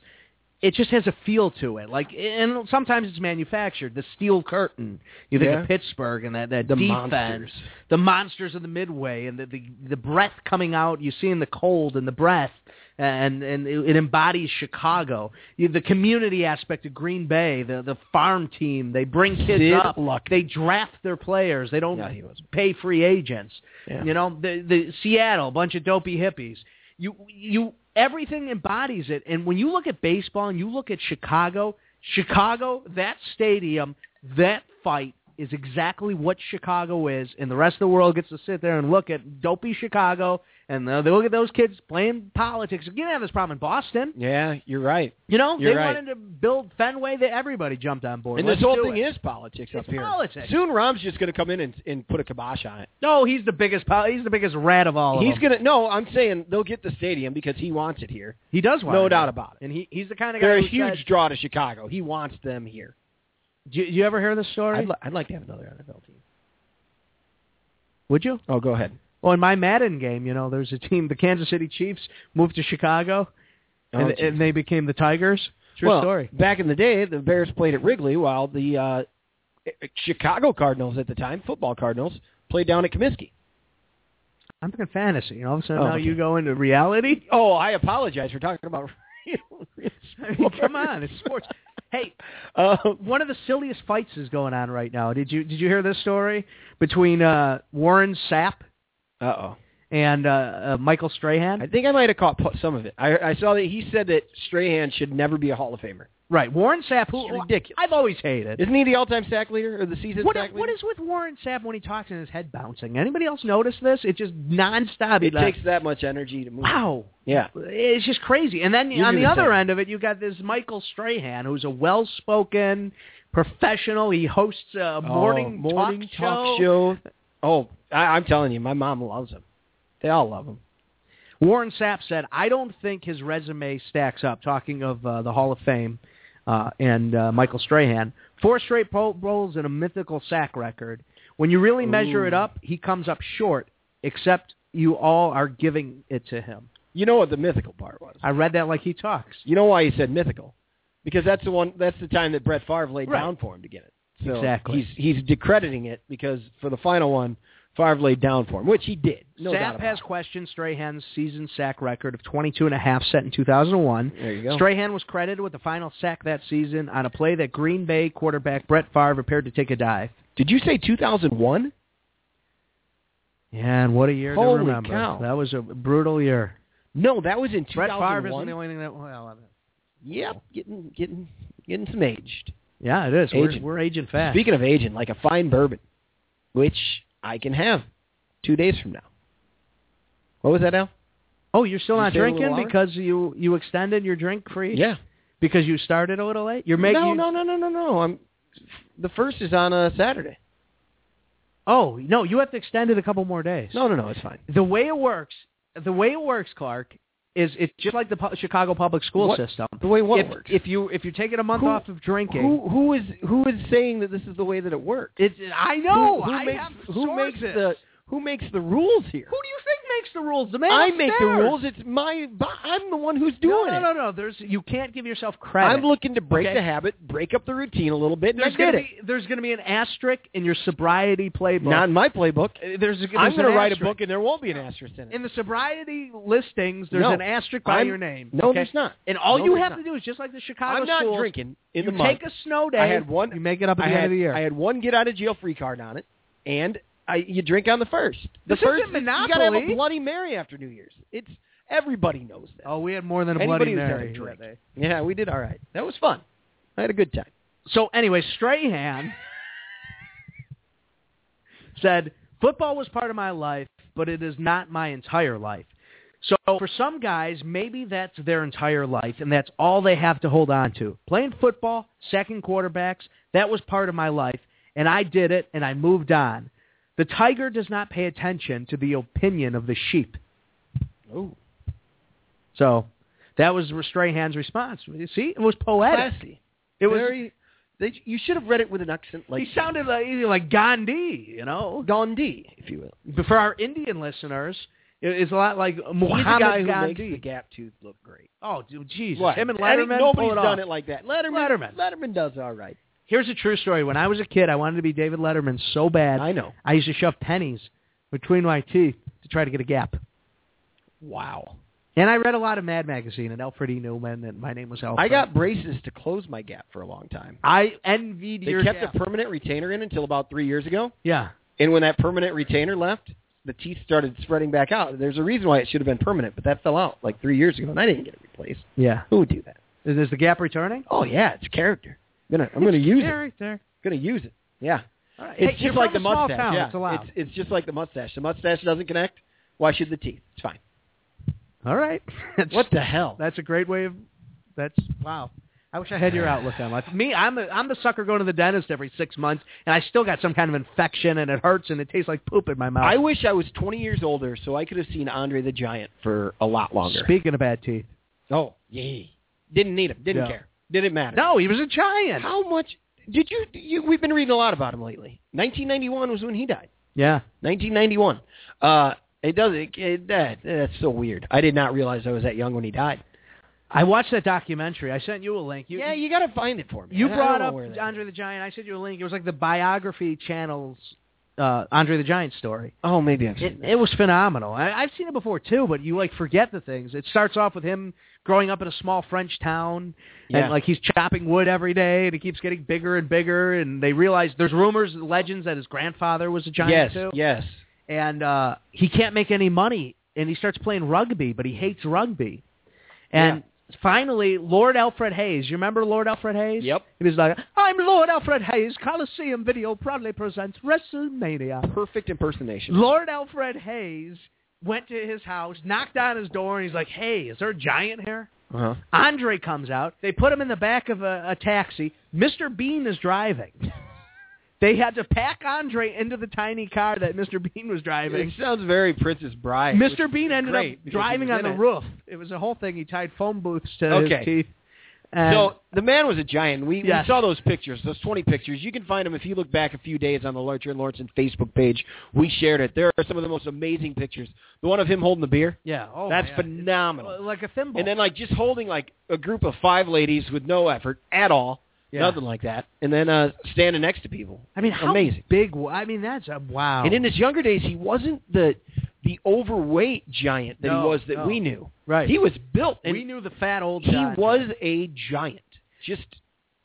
[SPEAKER 3] it just has a feel to it. Like and sometimes it's manufactured. The steel curtain. You think
[SPEAKER 2] Yeah.
[SPEAKER 3] of Pittsburgh and that, that
[SPEAKER 2] The
[SPEAKER 3] defense.
[SPEAKER 2] monsters.
[SPEAKER 3] The monsters of the midway and the, the the breath coming out, you see in the cold and the breath and and it, it embodies Chicago. You, the community aspect of Green Bay, the the farm team, they bring kids
[SPEAKER 2] Sid
[SPEAKER 3] up.
[SPEAKER 2] Luckman.
[SPEAKER 3] They draft their players. They don't
[SPEAKER 2] Yeah, he was.
[SPEAKER 3] pay free agents.
[SPEAKER 2] Yeah.
[SPEAKER 3] You know, the the Seattle, bunch of dopey hippies. You you everything embodies it. And when you look at baseball and you look at Chicago, Chicago, that stadium, that fight is exactly what Chicago is, and the rest of the world gets to sit there and look at dopey Chicago, and uh, they look at those kids playing politics. You didn't have this problem in Boston,
[SPEAKER 2] Yeah, you're right.
[SPEAKER 3] you know.
[SPEAKER 2] You're
[SPEAKER 3] they
[SPEAKER 2] right.
[SPEAKER 3] wanted to build Fenway. That everybody jumped on board.
[SPEAKER 2] And
[SPEAKER 3] Let's
[SPEAKER 2] this whole
[SPEAKER 3] do
[SPEAKER 2] thing
[SPEAKER 3] it.
[SPEAKER 2] is politics
[SPEAKER 3] It's
[SPEAKER 2] up here.
[SPEAKER 3] politics.
[SPEAKER 2] Soon, Rom's just going to come in and, and put a kibosh on it.
[SPEAKER 3] No, he's the biggest. pol- He's the biggest rat of all. of
[SPEAKER 2] He's
[SPEAKER 3] them.
[SPEAKER 2] gonna no. I'm saying they'll get the stadium because he wants it here.
[SPEAKER 3] He does want
[SPEAKER 2] No
[SPEAKER 3] it.
[SPEAKER 2] doubt about it.
[SPEAKER 3] And he, he's the kind of guy
[SPEAKER 2] They're a
[SPEAKER 3] who
[SPEAKER 2] huge
[SPEAKER 3] said-
[SPEAKER 2] draw to Chicago. He wants them here.
[SPEAKER 3] do, you, do you ever hear this story?
[SPEAKER 2] I'd, li- I'd like to have another NFL team.
[SPEAKER 3] Would you?
[SPEAKER 2] Oh, go ahead.
[SPEAKER 3] Well, in my Madden game, you know, there's a team, the Kansas City Chiefs, moved to Chicago, and,
[SPEAKER 2] geez.
[SPEAKER 3] and they became the Tigers. True
[SPEAKER 2] Oh, well,
[SPEAKER 3] story.
[SPEAKER 2] Back in the day, the Bears played at Wrigley, while the uh, Chicago Cardinals at the time, football Cardinals, played down at Comiskey.
[SPEAKER 3] I'm thinking fantasy. You know, all of a sudden
[SPEAKER 2] Oh,
[SPEAKER 3] now
[SPEAKER 2] okay.
[SPEAKER 3] you go into reality.
[SPEAKER 2] Oh, I apologize for talking about. real- real
[SPEAKER 3] I mean, come
[SPEAKER 2] sports.
[SPEAKER 3] on, it's sports. Hey,
[SPEAKER 2] Uh,
[SPEAKER 3] one of the silliest fights is going on right now. Did you did you hear this story between uh, Warren Sapp
[SPEAKER 2] oh.
[SPEAKER 3] and uh, uh, Michael Strahan?
[SPEAKER 2] I think I might have caught po- some of it. I, I saw that he said that Strahan should never be a Hall of Famer.
[SPEAKER 3] right, Warren Sapp, who
[SPEAKER 2] It's ridiculous.
[SPEAKER 3] I've always hated.
[SPEAKER 2] Isn't he the all-time sack leader or the season
[SPEAKER 3] What,
[SPEAKER 2] sack leader?
[SPEAKER 3] what is with Warren Sapp when he talks and his head bouncing? Anybody else notice this? It's just nonstop.
[SPEAKER 2] It
[SPEAKER 3] He's like,
[SPEAKER 2] takes that much energy to move.
[SPEAKER 3] wow.
[SPEAKER 2] Yeah.
[SPEAKER 3] It's just crazy. And then
[SPEAKER 2] You
[SPEAKER 3] on
[SPEAKER 2] do
[SPEAKER 3] the,
[SPEAKER 2] the
[SPEAKER 3] other
[SPEAKER 2] same.
[SPEAKER 3] end of it, you got this Michael Strahan, who's a well-spoken professional. He hosts a morning,
[SPEAKER 2] oh, morning
[SPEAKER 3] talk, show.
[SPEAKER 2] show. Oh, I, I'm telling you, my mom loves him. They all love him.
[SPEAKER 3] Warren Sapp said, "I don't think his resume stacks up." Talking of uh, the Hall of Fame uh, and uh, Michael Strahan, four straight Pro Bowls and a mythical sack record. When you really measure it up, he comes up short. Except you all are giving it to him.
[SPEAKER 2] You know what the mythical part was?
[SPEAKER 3] I read that like he talks.
[SPEAKER 2] You know why he said mythical? Because that's the one. That's the time that Brett Favre laid
[SPEAKER 3] Right.
[SPEAKER 2] down for him to get it. So
[SPEAKER 3] Exactly.
[SPEAKER 2] He's he's decrediting it because for the final one, Favre laid down for him, which he did. No doubt
[SPEAKER 3] Sapp
[SPEAKER 2] about
[SPEAKER 3] has
[SPEAKER 2] it.
[SPEAKER 3] questioned Strahan's season sack record of 22 and a half set in 2001.
[SPEAKER 2] There you go.
[SPEAKER 3] Strahan was credited with the final sack that season on a play that Green Bay quarterback Brett Favre appeared to take a dive.
[SPEAKER 2] Did you say 2001?
[SPEAKER 3] Yeah, and what a year
[SPEAKER 2] Holy
[SPEAKER 3] to remember.
[SPEAKER 2] cow.
[SPEAKER 3] That was a brutal year.
[SPEAKER 2] No, that was in
[SPEAKER 3] Brett Favre
[SPEAKER 2] 2001.
[SPEAKER 3] isn't the only thing that. Well, I mean-
[SPEAKER 2] Yep, getting getting getting some aged.
[SPEAKER 3] yeah, it is. We're,
[SPEAKER 2] Agent.
[SPEAKER 3] we're aging fast.
[SPEAKER 2] Speaking of aging, like a fine bourbon, which I can have two days from now. What was that, Al?
[SPEAKER 3] oh, you're still
[SPEAKER 2] You
[SPEAKER 3] not
[SPEAKER 2] stay a little
[SPEAKER 3] drinking
[SPEAKER 2] longer?
[SPEAKER 3] because you you extended your drink free.
[SPEAKER 2] Yeah.
[SPEAKER 3] Because you started a little late. You're making.
[SPEAKER 2] no, no, no, no, no, no. I'm the first is on a Saturday.
[SPEAKER 3] Oh no, you have to extend it a couple more days.
[SPEAKER 2] No, no, no, it's fine.
[SPEAKER 3] the way it works, the way it works, Clark, is it's just like the pu- Chicago public school
[SPEAKER 2] What-
[SPEAKER 3] system.
[SPEAKER 2] The way what
[SPEAKER 3] if,
[SPEAKER 2] works.
[SPEAKER 3] if you if you're taking a month
[SPEAKER 2] Who-
[SPEAKER 3] off of drinking,
[SPEAKER 2] who who is who is saying that this is the way that it works?
[SPEAKER 3] it's I know
[SPEAKER 2] who, who
[SPEAKER 3] I
[SPEAKER 2] makes
[SPEAKER 3] have
[SPEAKER 2] who makes
[SPEAKER 3] sources.
[SPEAKER 2] the who makes the rules here?
[SPEAKER 3] who do you think makes the rules? The man
[SPEAKER 2] I make the
[SPEAKER 3] upstairs.
[SPEAKER 2] rules. It's my bo- I'm the one who's
[SPEAKER 3] No,
[SPEAKER 2] doing
[SPEAKER 3] no,
[SPEAKER 2] it.
[SPEAKER 3] no, no. There's you can't give yourself credit.
[SPEAKER 2] I'm looking to break
[SPEAKER 3] Okay.
[SPEAKER 2] the habit, break up the routine a little bit, and
[SPEAKER 3] there's
[SPEAKER 2] I
[SPEAKER 3] gonna
[SPEAKER 2] did
[SPEAKER 3] be there's gonna be an asterisk in your sobriety
[SPEAKER 2] it.
[SPEAKER 3] playbook.
[SPEAKER 2] Not in my playbook.
[SPEAKER 3] Uh, there's, there's
[SPEAKER 2] I'm
[SPEAKER 3] going to
[SPEAKER 2] write a book, and there won't be an asterisk in it.
[SPEAKER 3] in the sobriety listings. There's
[SPEAKER 2] No.
[SPEAKER 3] an asterisk by
[SPEAKER 2] I'm-
[SPEAKER 3] your name.
[SPEAKER 2] no,
[SPEAKER 3] okay?
[SPEAKER 2] there's not.
[SPEAKER 3] And all
[SPEAKER 2] No,
[SPEAKER 3] you
[SPEAKER 2] there's
[SPEAKER 3] have
[SPEAKER 2] not.
[SPEAKER 3] to do is just like the Chicago
[SPEAKER 2] I'm not
[SPEAKER 3] schools,
[SPEAKER 2] drinking in
[SPEAKER 3] you
[SPEAKER 2] the month.
[SPEAKER 3] take a snow day.
[SPEAKER 2] I had one-
[SPEAKER 3] You make it up at
[SPEAKER 2] I
[SPEAKER 3] the
[SPEAKER 2] had,
[SPEAKER 3] end of the year.
[SPEAKER 2] I had one get out of jail free card on it, and I you drink on the first. The
[SPEAKER 3] This isn't
[SPEAKER 2] first you gotta have
[SPEAKER 3] Monopoly.
[SPEAKER 2] a Bloody Mary after New Year's. It's everybody knows that.
[SPEAKER 3] oh, we had more than a
[SPEAKER 2] Anybody
[SPEAKER 3] bloody
[SPEAKER 2] who's had
[SPEAKER 3] Mary.
[SPEAKER 2] a drink.
[SPEAKER 3] that day.
[SPEAKER 2] Yeah, we did all right. That was fun. I had a good time.
[SPEAKER 3] So anyway, Strahan said football was part of my life, but it is not my entire life. So for some guys, maybe that's their entire life, and that's all they have to hold on to. Playing football, second quarterbacks, that was part of my life, and I did it, and I moved on. The tiger does not pay attention to the opinion of the sheep.
[SPEAKER 2] Oh,
[SPEAKER 3] So that was Strahan's response. You see, it was poetic.
[SPEAKER 2] classy.
[SPEAKER 3] It was
[SPEAKER 2] Very, they, you should have read it with an accent like
[SPEAKER 3] he sounded like like Gandhi, you know.
[SPEAKER 2] Gandhi, if you will.
[SPEAKER 3] But for our Indian listeners, it- it's a lot like
[SPEAKER 2] He's
[SPEAKER 3] Muhammad
[SPEAKER 2] the guy who
[SPEAKER 3] Gandhi.
[SPEAKER 2] makes the gap tooth look great.
[SPEAKER 3] oh, dude, Jesus!
[SPEAKER 2] What?
[SPEAKER 3] Him and
[SPEAKER 2] Any-
[SPEAKER 3] Letterman.
[SPEAKER 2] nobody's
[SPEAKER 3] pull it
[SPEAKER 2] done
[SPEAKER 3] off.
[SPEAKER 2] it like that. Letterman.
[SPEAKER 3] Letterman.
[SPEAKER 2] Letterman does all right.
[SPEAKER 3] Here's a true story. When I was a kid, I wanted to be David Letterman so bad.
[SPEAKER 2] I know.
[SPEAKER 3] I used to shove pennies between my teeth to try to get a gap.
[SPEAKER 2] Wow.
[SPEAKER 3] And I read a lot of Mad Magazine and Alfred E. Newman, and my name was Alfred.
[SPEAKER 2] I got braces to close my gap for a long time.
[SPEAKER 3] I envied
[SPEAKER 2] They
[SPEAKER 3] your
[SPEAKER 2] kept
[SPEAKER 3] gap.
[SPEAKER 2] a permanent retainer in until about three years ago,
[SPEAKER 3] yeah.
[SPEAKER 2] and when that permanent retainer left, the teeth started spreading back out. There's a reason why it should have been permanent, but that fell out like three years ago, and I didn't get it replaced.
[SPEAKER 3] Yeah.
[SPEAKER 2] Who would do that?
[SPEAKER 3] Is, is the gap returning?
[SPEAKER 2] Oh yeah, it's character. I'm gonna I'm gonna use it.
[SPEAKER 3] Character.
[SPEAKER 2] Gonna use it. Yeah.
[SPEAKER 3] All right.
[SPEAKER 2] It's
[SPEAKER 3] Uh, Hey, you're
[SPEAKER 2] just like the
[SPEAKER 3] from a small
[SPEAKER 2] mustache.
[SPEAKER 3] town.
[SPEAKER 2] yeah.
[SPEAKER 3] It's allowed.
[SPEAKER 2] It's, it's just like the mustache. The mustache doesn't connect. Why should the teeth? It's fine.
[SPEAKER 3] All right. That's-
[SPEAKER 2] What the hell?
[SPEAKER 3] That's a great way of. That's wow. I wish I had your outlook on life. Me, I'm a, I'm the sucker going to the dentist every six months, and I still got some kind of infection, and it hurts, and it tastes like poop in my mouth.
[SPEAKER 2] I wish I was 20 years older so I could have seen Andre the Giant for a lot longer.
[SPEAKER 3] Speaking of bad teeth,
[SPEAKER 2] oh, yeah. Didn't need him. Didn't
[SPEAKER 3] No.
[SPEAKER 2] care. Didn't matter.
[SPEAKER 3] no, he was a giant.
[SPEAKER 2] How much did you, you? We've been reading a lot about him lately. 1991 was when he died.
[SPEAKER 3] Yeah,
[SPEAKER 2] 1991. Uh, it does. It, it, that that's so weird. I did not realize I was that young when he died.
[SPEAKER 3] I watched that documentary. I sent you a link. You,
[SPEAKER 2] yeah, you got to find it for me.
[SPEAKER 3] you
[SPEAKER 2] I don't
[SPEAKER 3] brought
[SPEAKER 2] know
[SPEAKER 3] up
[SPEAKER 2] where that
[SPEAKER 3] Andre
[SPEAKER 2] is.
[SPEAKER 3] the Giant. I sent you a link. It was like the biography channels uh, Andre the Giant story.
[SPEAKER 2] Oh, maybe I've
[SPEAKER 3] It,
[SPEAKER 2] seen that.
[SPEAKER 3] it was phenomenal. I, I've seen it before too, but you like forget the things. It starts off with him growing up in a small French town,
[SPEAKER 2] Yeah.
[SPEAKER 3] and like he's chopping wood every day, and he keeps getting bigger and bigger. And they realize there's rumors, and legends that his grandfather was a giant
[SPEAKER 2] yes,
[SPEAKER 3] too,
[SPEAKER 2] yes.
[SPEAKER 3] and uh, he can't make any money, and he starts playing rugby, but he hates rugby. And finally, Lord Alfred Hayes, you remember Lord Alfred Hayes?
[SPEAKER 2] Yep.
[SPEAKER 3] He was like, "I'm Lord Alfred Hayes. Coliseum Video proudly presents WrestleMania."
[SPEAKER 2] Perfect impersonation.
[SPEAKER 3] Lord Alfred Hayes went to his house, knocked on his door, and he's like, "Hey, is there a giant here?"
[SPEAKER 2] Uh-huh.
[SPEAKER 3] Andre comes out. They put him in the back of a, a taxi. Mr. Bean is driving. they had to pack Andre into the tiny car that Mr. Bean was driving.
[SPEAKER 2] It sounds very Princess Bride. which
[SPEAKER 3] Mr.
[SPEAKER 2] is
[SPEAKER 3] Bean ended
[SPEAKER 2] great
[SPEAKER 3] up
[SPEAKER 2] because he
[SPEAKER 3] driving
[SPEAKER 2] was
[SPEAKER 3] on
[SPEAKER 2] in
[SPEAKER 3] the
[SPEAKER 2] it.
[SPEAKER 3] roof. It was a whole thing. He tied phone booths to
[SPEAKER 2] Okay.
[SPEAKER 3] his teeth. And
[SPEAKER 2] So the man was a giant. We,
[SPEAKER 3] Yes.
[SPEAKER 2] we saw those pictures, those 20 pictures. You can find them if you look back a few days on the Larcher and Lawrence Facebook page. We shared it. There are some of the most amazing pictures. The one of him holding the beer,
[SPEAKER 3] yeah, oh,
[SPEAKER 2] that's
[SPEAKER 3] yeah.
[SPEAKER 2] phenomenal.
[SPEAKER 3] Like a thimble.
[SPEAKER 2] And then like just holding like a group of five ladies with no effort at all,
[SPEAKER 3] Yeah.
[SPEAKER 2] nothing like that. And then uh standing next to people.
[SPEAKER 3] I mean, how
[SPEAKER 2] amazing.
[SPEAKER 3] big? wa- I mean, that's a wow.
[SPEAKER 2] And in his younger days, he wasn't the the overweight giant that he
[SPEAKER 3] No,
[SPEAKER 2] was that
[SPEAKER 3] no.
[SPEAKER 2] we knew.
[SPEAKER 3] right.
[SPEAKER 2] He was built and
[SPEAKER 3] we knew the fat old.
[SPEAKER 2] he
[SPEAKER 3] John.
[SPEAKER 2] was a giant. Just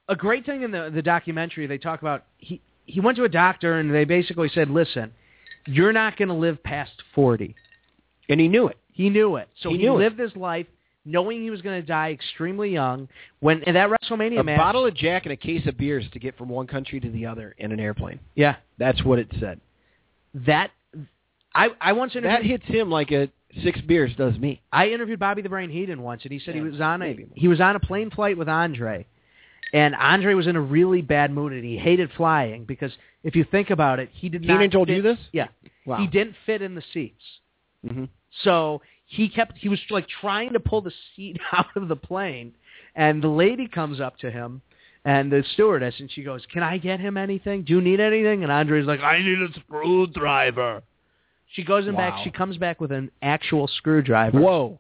[SPEAKER 3] a great thing in the the documentary they talk about he he went to a doctor and they basically said, "Listen, you're not going to live past 40."
[SPEAKER 2] and he knew it.
[SPEAKER 3] He knew it. So
[SPEAKER 2] He
[SPEAKER 3] he,
[SPEAKER 2] knew it.
[SPEAKER 3] lived his life knowing he was going to die extremely young. When in that WrestleMania
[SPEAKER 2] A
[SPEAKER 3] match,
[SPEAKER 2] bottle of Jack and a case of beers to get from one country to the other in an airplane.
[SPEAKER 3] yeah,
[SPEAKER 2] That's what it said.
[SPEAKER 3] that I I once interviewed
[SPEAKER 2] That hits him like a six beers does me.
[SPEAKER 3] I interviewed Bobby the Brain Heenan once, and he said
[SPEAKER 2] Yeah,
[SPEAKER 3] he was on a
[SPEAKER 2] maybe.
[SPEAKER 3] he was on a plane flight with Andre, and Andre was in a really bad mood, and he hated flying because if you think about it, he did
[SPEAKER 2] Heenan
[SPEAKER 3] not
[SPEAKER 2] told
[SPEAKER 3] fit-
[SPEAKER 2] you this?
[SPEAKER 3] Yeah,
[SPEAKER 2] Wow.
[SPEAKER 3] he didn't fit in the seats,
[SPEAKER 2] Mhm.
[SPEAKER 3] so he kept he was like trying to pull the seat out of the plane, and the lady comes up to him. And the stewardess, and she goes, "Can I get him anything? Do you need anything?" And Andre's like, "I need a screwdriver." She goes and
[SPEAKER 2] Wow.
[SPEAKER 3] back. She comes back with an actual screwdriver.
[SPEAKER 2] Whoa.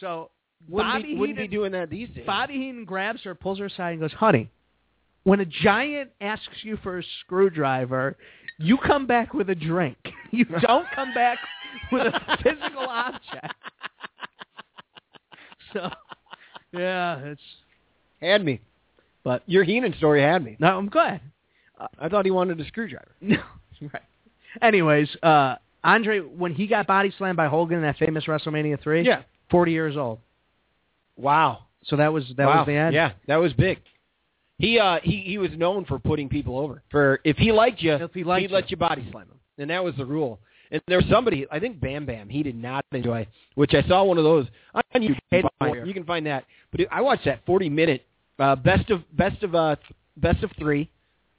[SPEAKER 3] So
[SPEAKER 2] Wouldn't,
[SPEAKER 3] Bobby
[SPEAKER 2] be, wouldn't be
[SPEAKER 3] Heenan-
[SPEAKER 2] doing that these days.
[SPEAKER 3] Bobby Heenan grabs her, pulls her aside, and goes, "Honey, when a giant asks you for a screwdriver, you come back with a drink. You don't come back with a physical object." So, yeah, it's
[SPEAKER 2] had me. But your Heenan story had me.
[SPEAKER 3] no. I'm glad.
[SPEAKER 2] I thought he wanted a screwdriver.
[SPEAKER 3] No, right. Anyways, uh, Andre, when he got body slammed by Hogan in that famous WrestleMania three,
[SPEAKER 2] Yeah.
[SPEAKER 3] forty years old.
[SPEAKER 2] Wow.
[SPEAKER 3] So that was that
[SPEAKER 2] wow.
[SPEAKER 3] was the end.
[SPEAKER 2] Yeah, that was big. He uh he, he was known for putting people over. For if he liked you,
[SPEAKER 3] If he liked
[SPEAKER 2] would let
[SPEAKER 3] you.
[SPEAKER 2] you body slam him. And that was the rule. And there was somebody, I think Bam Bam, he did not enjoy, which I saw one of those on YouTube. You can find- You can find that. But I watched that 40 minute uh, best of best of uh best of 3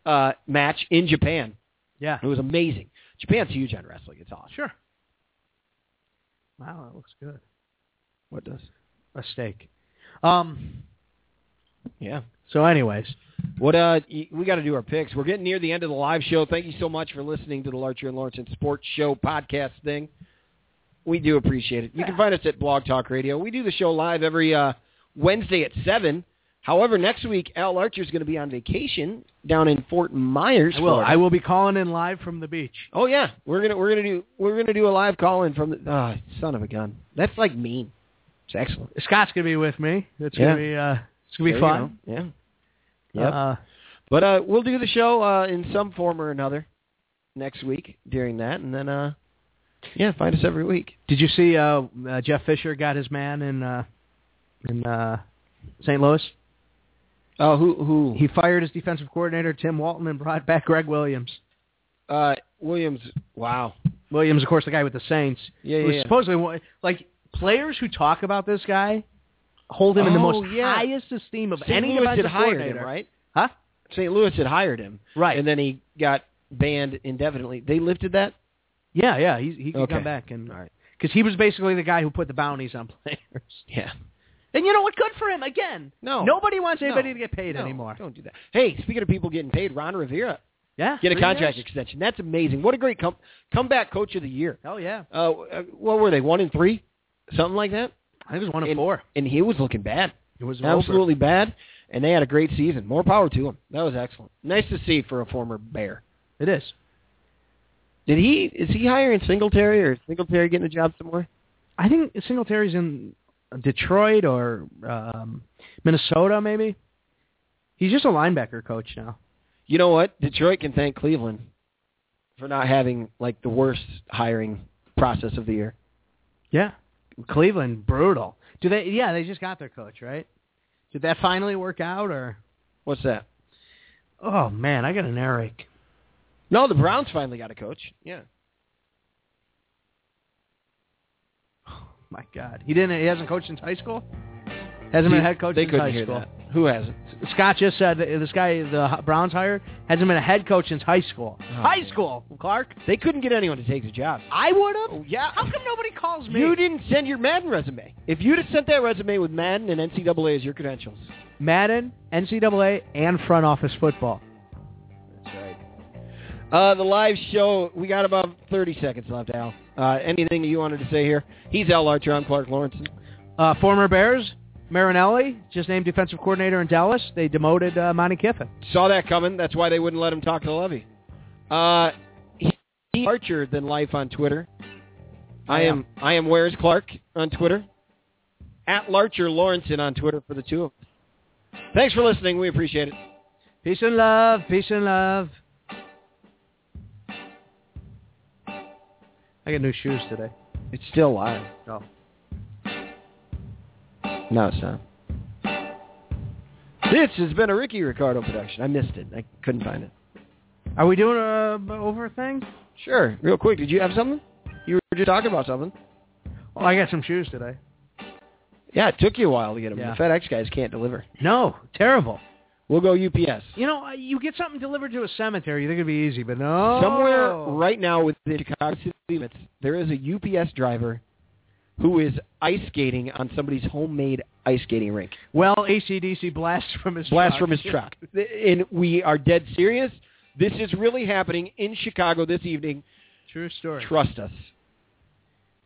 [SPEAKER 2] uh match in Japan.
[SPEAKER 3] yeah.
[SPEAKER 2] It was amazing. Japan's huge on wrestling. It's awesome.
[SPEAKER 3] Sure. Wow, that looks good.
[SPEAKER 2] What does?
[SPEAKER 3] A steak. Um.
[SPEAKER 2] Yeah.
[SPEAKER 3] So, anyways,
[SPEAKER 2] What uh, y- we got to do our picks. We're getting near the end of the live show. Thank you so much for listening to the Larcher and Lawrence and Sports Show podcast thing. We do appreciate it. You can find us at Blog Talk Radio. We do the show live every uh, Wednesday at seven. However, next week Al Larcher is going to be on vacation down in Fort Myers.
[SPEAKER 3] I will.
[SPEAKER 2] Florida.
[SPEAKER 3] I will be calling in live from the beach.
[SPEAKER 2] Oh yeah, we're gonna we're gonna do we're gonna do a live call in from the ah son of a gun. That's like mean. It's excellent.
[SPEAKER 3] Scott's gonna be with me. It's
[SPEAKER 2] Yeah.
[SPEAKER 3] gonna be. Uh, it's gonna be
[SPEAKER 2] There you
[SPEAKER 3] fun.
[SPEAKER 2] go. Yeah. Yep.
[SPEAKER 3] Uh,
[SPEAKER 2] But uh, we'll do the show uh, in some form or another next week during that, and then uh, yeah, find us every week.
[SPEAKER 3] did you see uh, uh, Jeff Fisher got his man in uh, in uh, St. Louis?
[SPEAKER 2] Oh, who who?
[SPEAKER 3] He fired his defensive coordinator Tim Walton and brought back Greg Williams.
[SPEAKER 2] uh, Williams. Wow.
[SPEAKER 3] Williams, of course, the guy with the Saints.
[SPEAKER 2] Yeah,
[SPEAKER 3] who
[SPEAKER 2] yeah, yeah.
[SPEAKER 3] Supposedly, wa- like players who talk about this guy hold him in the
[SPEAKER 2] Oh,
[SPEAKER 3] most
[SPEAKER 2] yeah.
[SPEAKER 3] highest esteem of
[SPEAKER 2] St.
[SPEAKER 3] any
[SPEAKER 2] Louis had
[SPEAKER 3] defensive
[SPEAKER 2] hired him,
[SPEAKER 3] coordinator.
[SPEAKER 2] right?
[SPEAKER 3] Huh?
[SPEAKER 2] St. Louis had hired him,
[SPEAKER 3] Right.
[SPEAKER 2] and then he got banned indefinitely. They lifted that.
[SPEAKER 3] Yeah, yeah. He he can
[SPEAKER 2] Okay.
[SPEAKER 3] come back and
[SPEAKER 2] All right.
[SPEAKER 3] because he was basically the guy who put the bounties on players.
[SPEAKER 2] Yeah.
[SPEAKER 3] And you know what? Good for him. Again,
[SPEAKER 2] No.
[SPEAKER 3] nobody wants
[SPEAKER 2] No.
[SPEAKER 3] anybody to get paid
[SPEAKER 2] No,
[SPEAKER 3] anymore.
[SPEAKER 2] Don't do that. Hey, speaking of people getting paid, Ron Rivera
[SPEAKER 3] Yeah,
[SPEAKER 2] get a
[SPEAKER 3] three
[SPEAKER 2] contract
[SPEAKER 3] years.
[SPEAKER 2] extension. That's amazing. What a great com- comeback coach of the year.
[SPEAKER 3] Oh yeah,
[SPEAKER 2] Uh, what were they? One in three, something like that.
[SPEAKER 3] I think it was one of
[SPEAKER 2] And-
[SPEAKER 3] four.
[SPEAKER 2] and he was looking bad.
[SPEAKER 3] It was Absolutely.
[SPEAKER 2] absolutely bad, and they had a great season. More power to them. That was excellent. Nice to see for a former Bear.
[SPEAKER 3] It is.
[SPEAKER 2] Did he is he hiring Singletary or is Singletary getting a job somewhere?
[SPEAKER 3] I think Singletary's in Detroit or um, Minnesota, maybe. He's just a linebacker coach now.
[SPEAKER 2] You know what? Detroit can thank Cleveland for not having like the worst hiring process of the year.
[SPEAKER 3] Yeah, Cleveland brutal. Do they? Yeah, they just got their coach right. Did that finally work out or?
[SPEAKER 2] What's that?
[SPEAKER 3] Oh man, I got an earache.
[SPEAKER 2] No, the Browns finally got a coach. Yeah.
[SPEAKER 3] Oh, My God, he didn't. He hasn't coached since high school. Hasn't been a head coach
[SPEAKER 2] They
[SPEAKER 3] since
[SPEAKER 2] couldn't
[SPEAKER 3] high
[SPEAKER 2] hear
[SPEAKER 3] school.
[SPEAKER 2] that. Who hasn't?
[SPEAKER 3] Scott just said that this guy, the Browns hire, hasn't been a head coach since high school. high
[SPEAKER 2] Oh, man.
[SPEAKER 3] school, Clark.
[SPEAKER 2] They couldn't get anyone to take the job.
[SPEAKER 3] I would have.
[SPEAKER 2] Oh, yeah.
[SPEAKER 3] How come nobody calls me?
[SPEAKER 2] You didn't send your Madden resume. If you'd have sent that resume with Madden and NCAA as your credentials,
[SPEAKER 3] Madden, NCAA, and front office football.
[SPEAKER 2] That's right. Uh, the live show, we got about 30 seconds left, Al. Uh, anything you wanted to say here? He's Al Archer. I'm Clark Lawrence.
[SPEAKER 3] Uh, former Bears, Marinelli just named defensive coordinator in Dallas. They demoted uh, Monty Kiffin.
[SPEAKER 2] Saw that coming. That's why they wouldn't let him talk to Levy. Uh, he, Archer than life on Twitter. I am I am where's Clark on Twitter. At Larcher Lawrence on Twitter for the two of us. Thanks for listening. We appreciate it.
[SPEAKER 3] Peace and love. Peace and love. I got new shoes today.
[SPEAKER 2] It's still live.
[SPEAKER 3] No.
[SPEAKER 2] No, it's not. This has been a Ricky Ricardo production. I missed it. I couldn't find it.
[SPEAKER 3] Are we doing a b- over thing?
[SPEAKER 2] Sure. Real quick, did you have something? You were just talking about something.
[SPEAKER 3] Well, Oh, I got some shoes today.
[SPEAKER 2] Yeah, it took you a while to get them.
[SPEAKER 3] Yeah.
[SPEAKER 2] The FedEx guys can't deliver.
[SPEAKER 3] No, terrible.
[SPEAKER 2] We'll go UPS.
[SPEAKER 3] You know, uh, you get something delivered to a cemetery, you think it'd be easy, but no.
[SPEAKER 2] Somewhere right now within Chicago city limits, there is a UPS driver who is ice skating on somebody's homemade ice skating rink.
[SPEAKER 3] Well, ACDC blast from his
[SPEAKER 2] Blast
[SPEAKER 3] truck.
[SPEAKER 2] from his truck. And we are dead serious. This is really happening in Chicago this evening.
[SPEAKER 3] True story.
[SPEAKER 2] Trust us.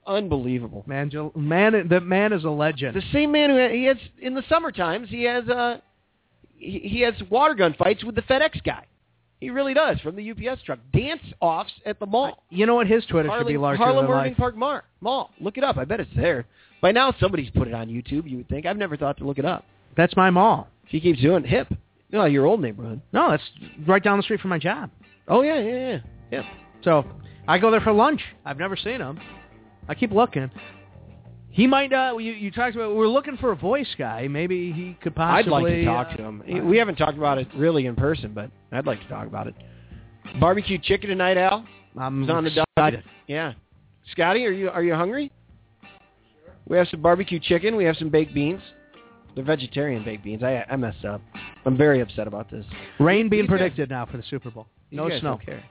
[SPEAKER 2] Unbelievable.
[SPEAKER 3] Man, Jul- man, the man is a legend.
[SPEAKER 2] The same man who he has in the summer times, he has uh, he, he has water gun fights with the FedEx guy. He really does from the UPS truck. Dance offs at the mall.
[SPEAKER 3] you know what? His Twitter should be
[SPEAKER 2] Harlem,
[SPEAKER 3] larger
[SPEAKER 2] Harlem
[SPEAKER 3] than
[SPEAKER 2] Irving
[SPEAKER 3] life.
[SPEAKER 2] Park Mar- Mall. Look it up. I bet it's there. By now somebody's put it on YouTube. You would think. I've never thought to look it up.
[SPEAKER 3] That's my mall.
[SPEAKER 2] She keeps doing it. hip. No, your old neighborhood.
[SPEAKER 3] No, that's right down the street from my job.
[SPEAKER 2] Oh yeah, yeah, yeah. Hip.
[SPEAKER 3] So I go there for lunch. I've never seen him. I keep looking. He might. Uh, you, you talked about. We're looking for a voice guy. Maybe he could
[SPEAKER 2] I'd
[SPEAKER 3] possibly.
[SPEAKER 2] like to talk
[SPEAKER 3] uh,
[SPEAKER 2] to him. We haven't talked about it really in person, but I'd like to talk about it. Barbecue chicken tonight, Al.
[SPEAKER 3] I'm
[SPEAKER 2] It's on the docket.
[SPEAKER 3] excited.
[SPEAKER 2] Yeah. Scotty, are you are you hungry? We have some barbecue chicken. We have some baked beans. They're vegetarian baked beans. I I messed up. I'm very upset about this.
[SPEAKER 3] Rain being
[SPEAKER 2] These guys-
[SPEAKER 3] predicted now for the Super Bowl.
[SPEAKER 2] These
[SPEAKER 3] No
[SPEAKER 2] guys
[SPEAKER 3] snow.
[SPEAKER 2] don't care.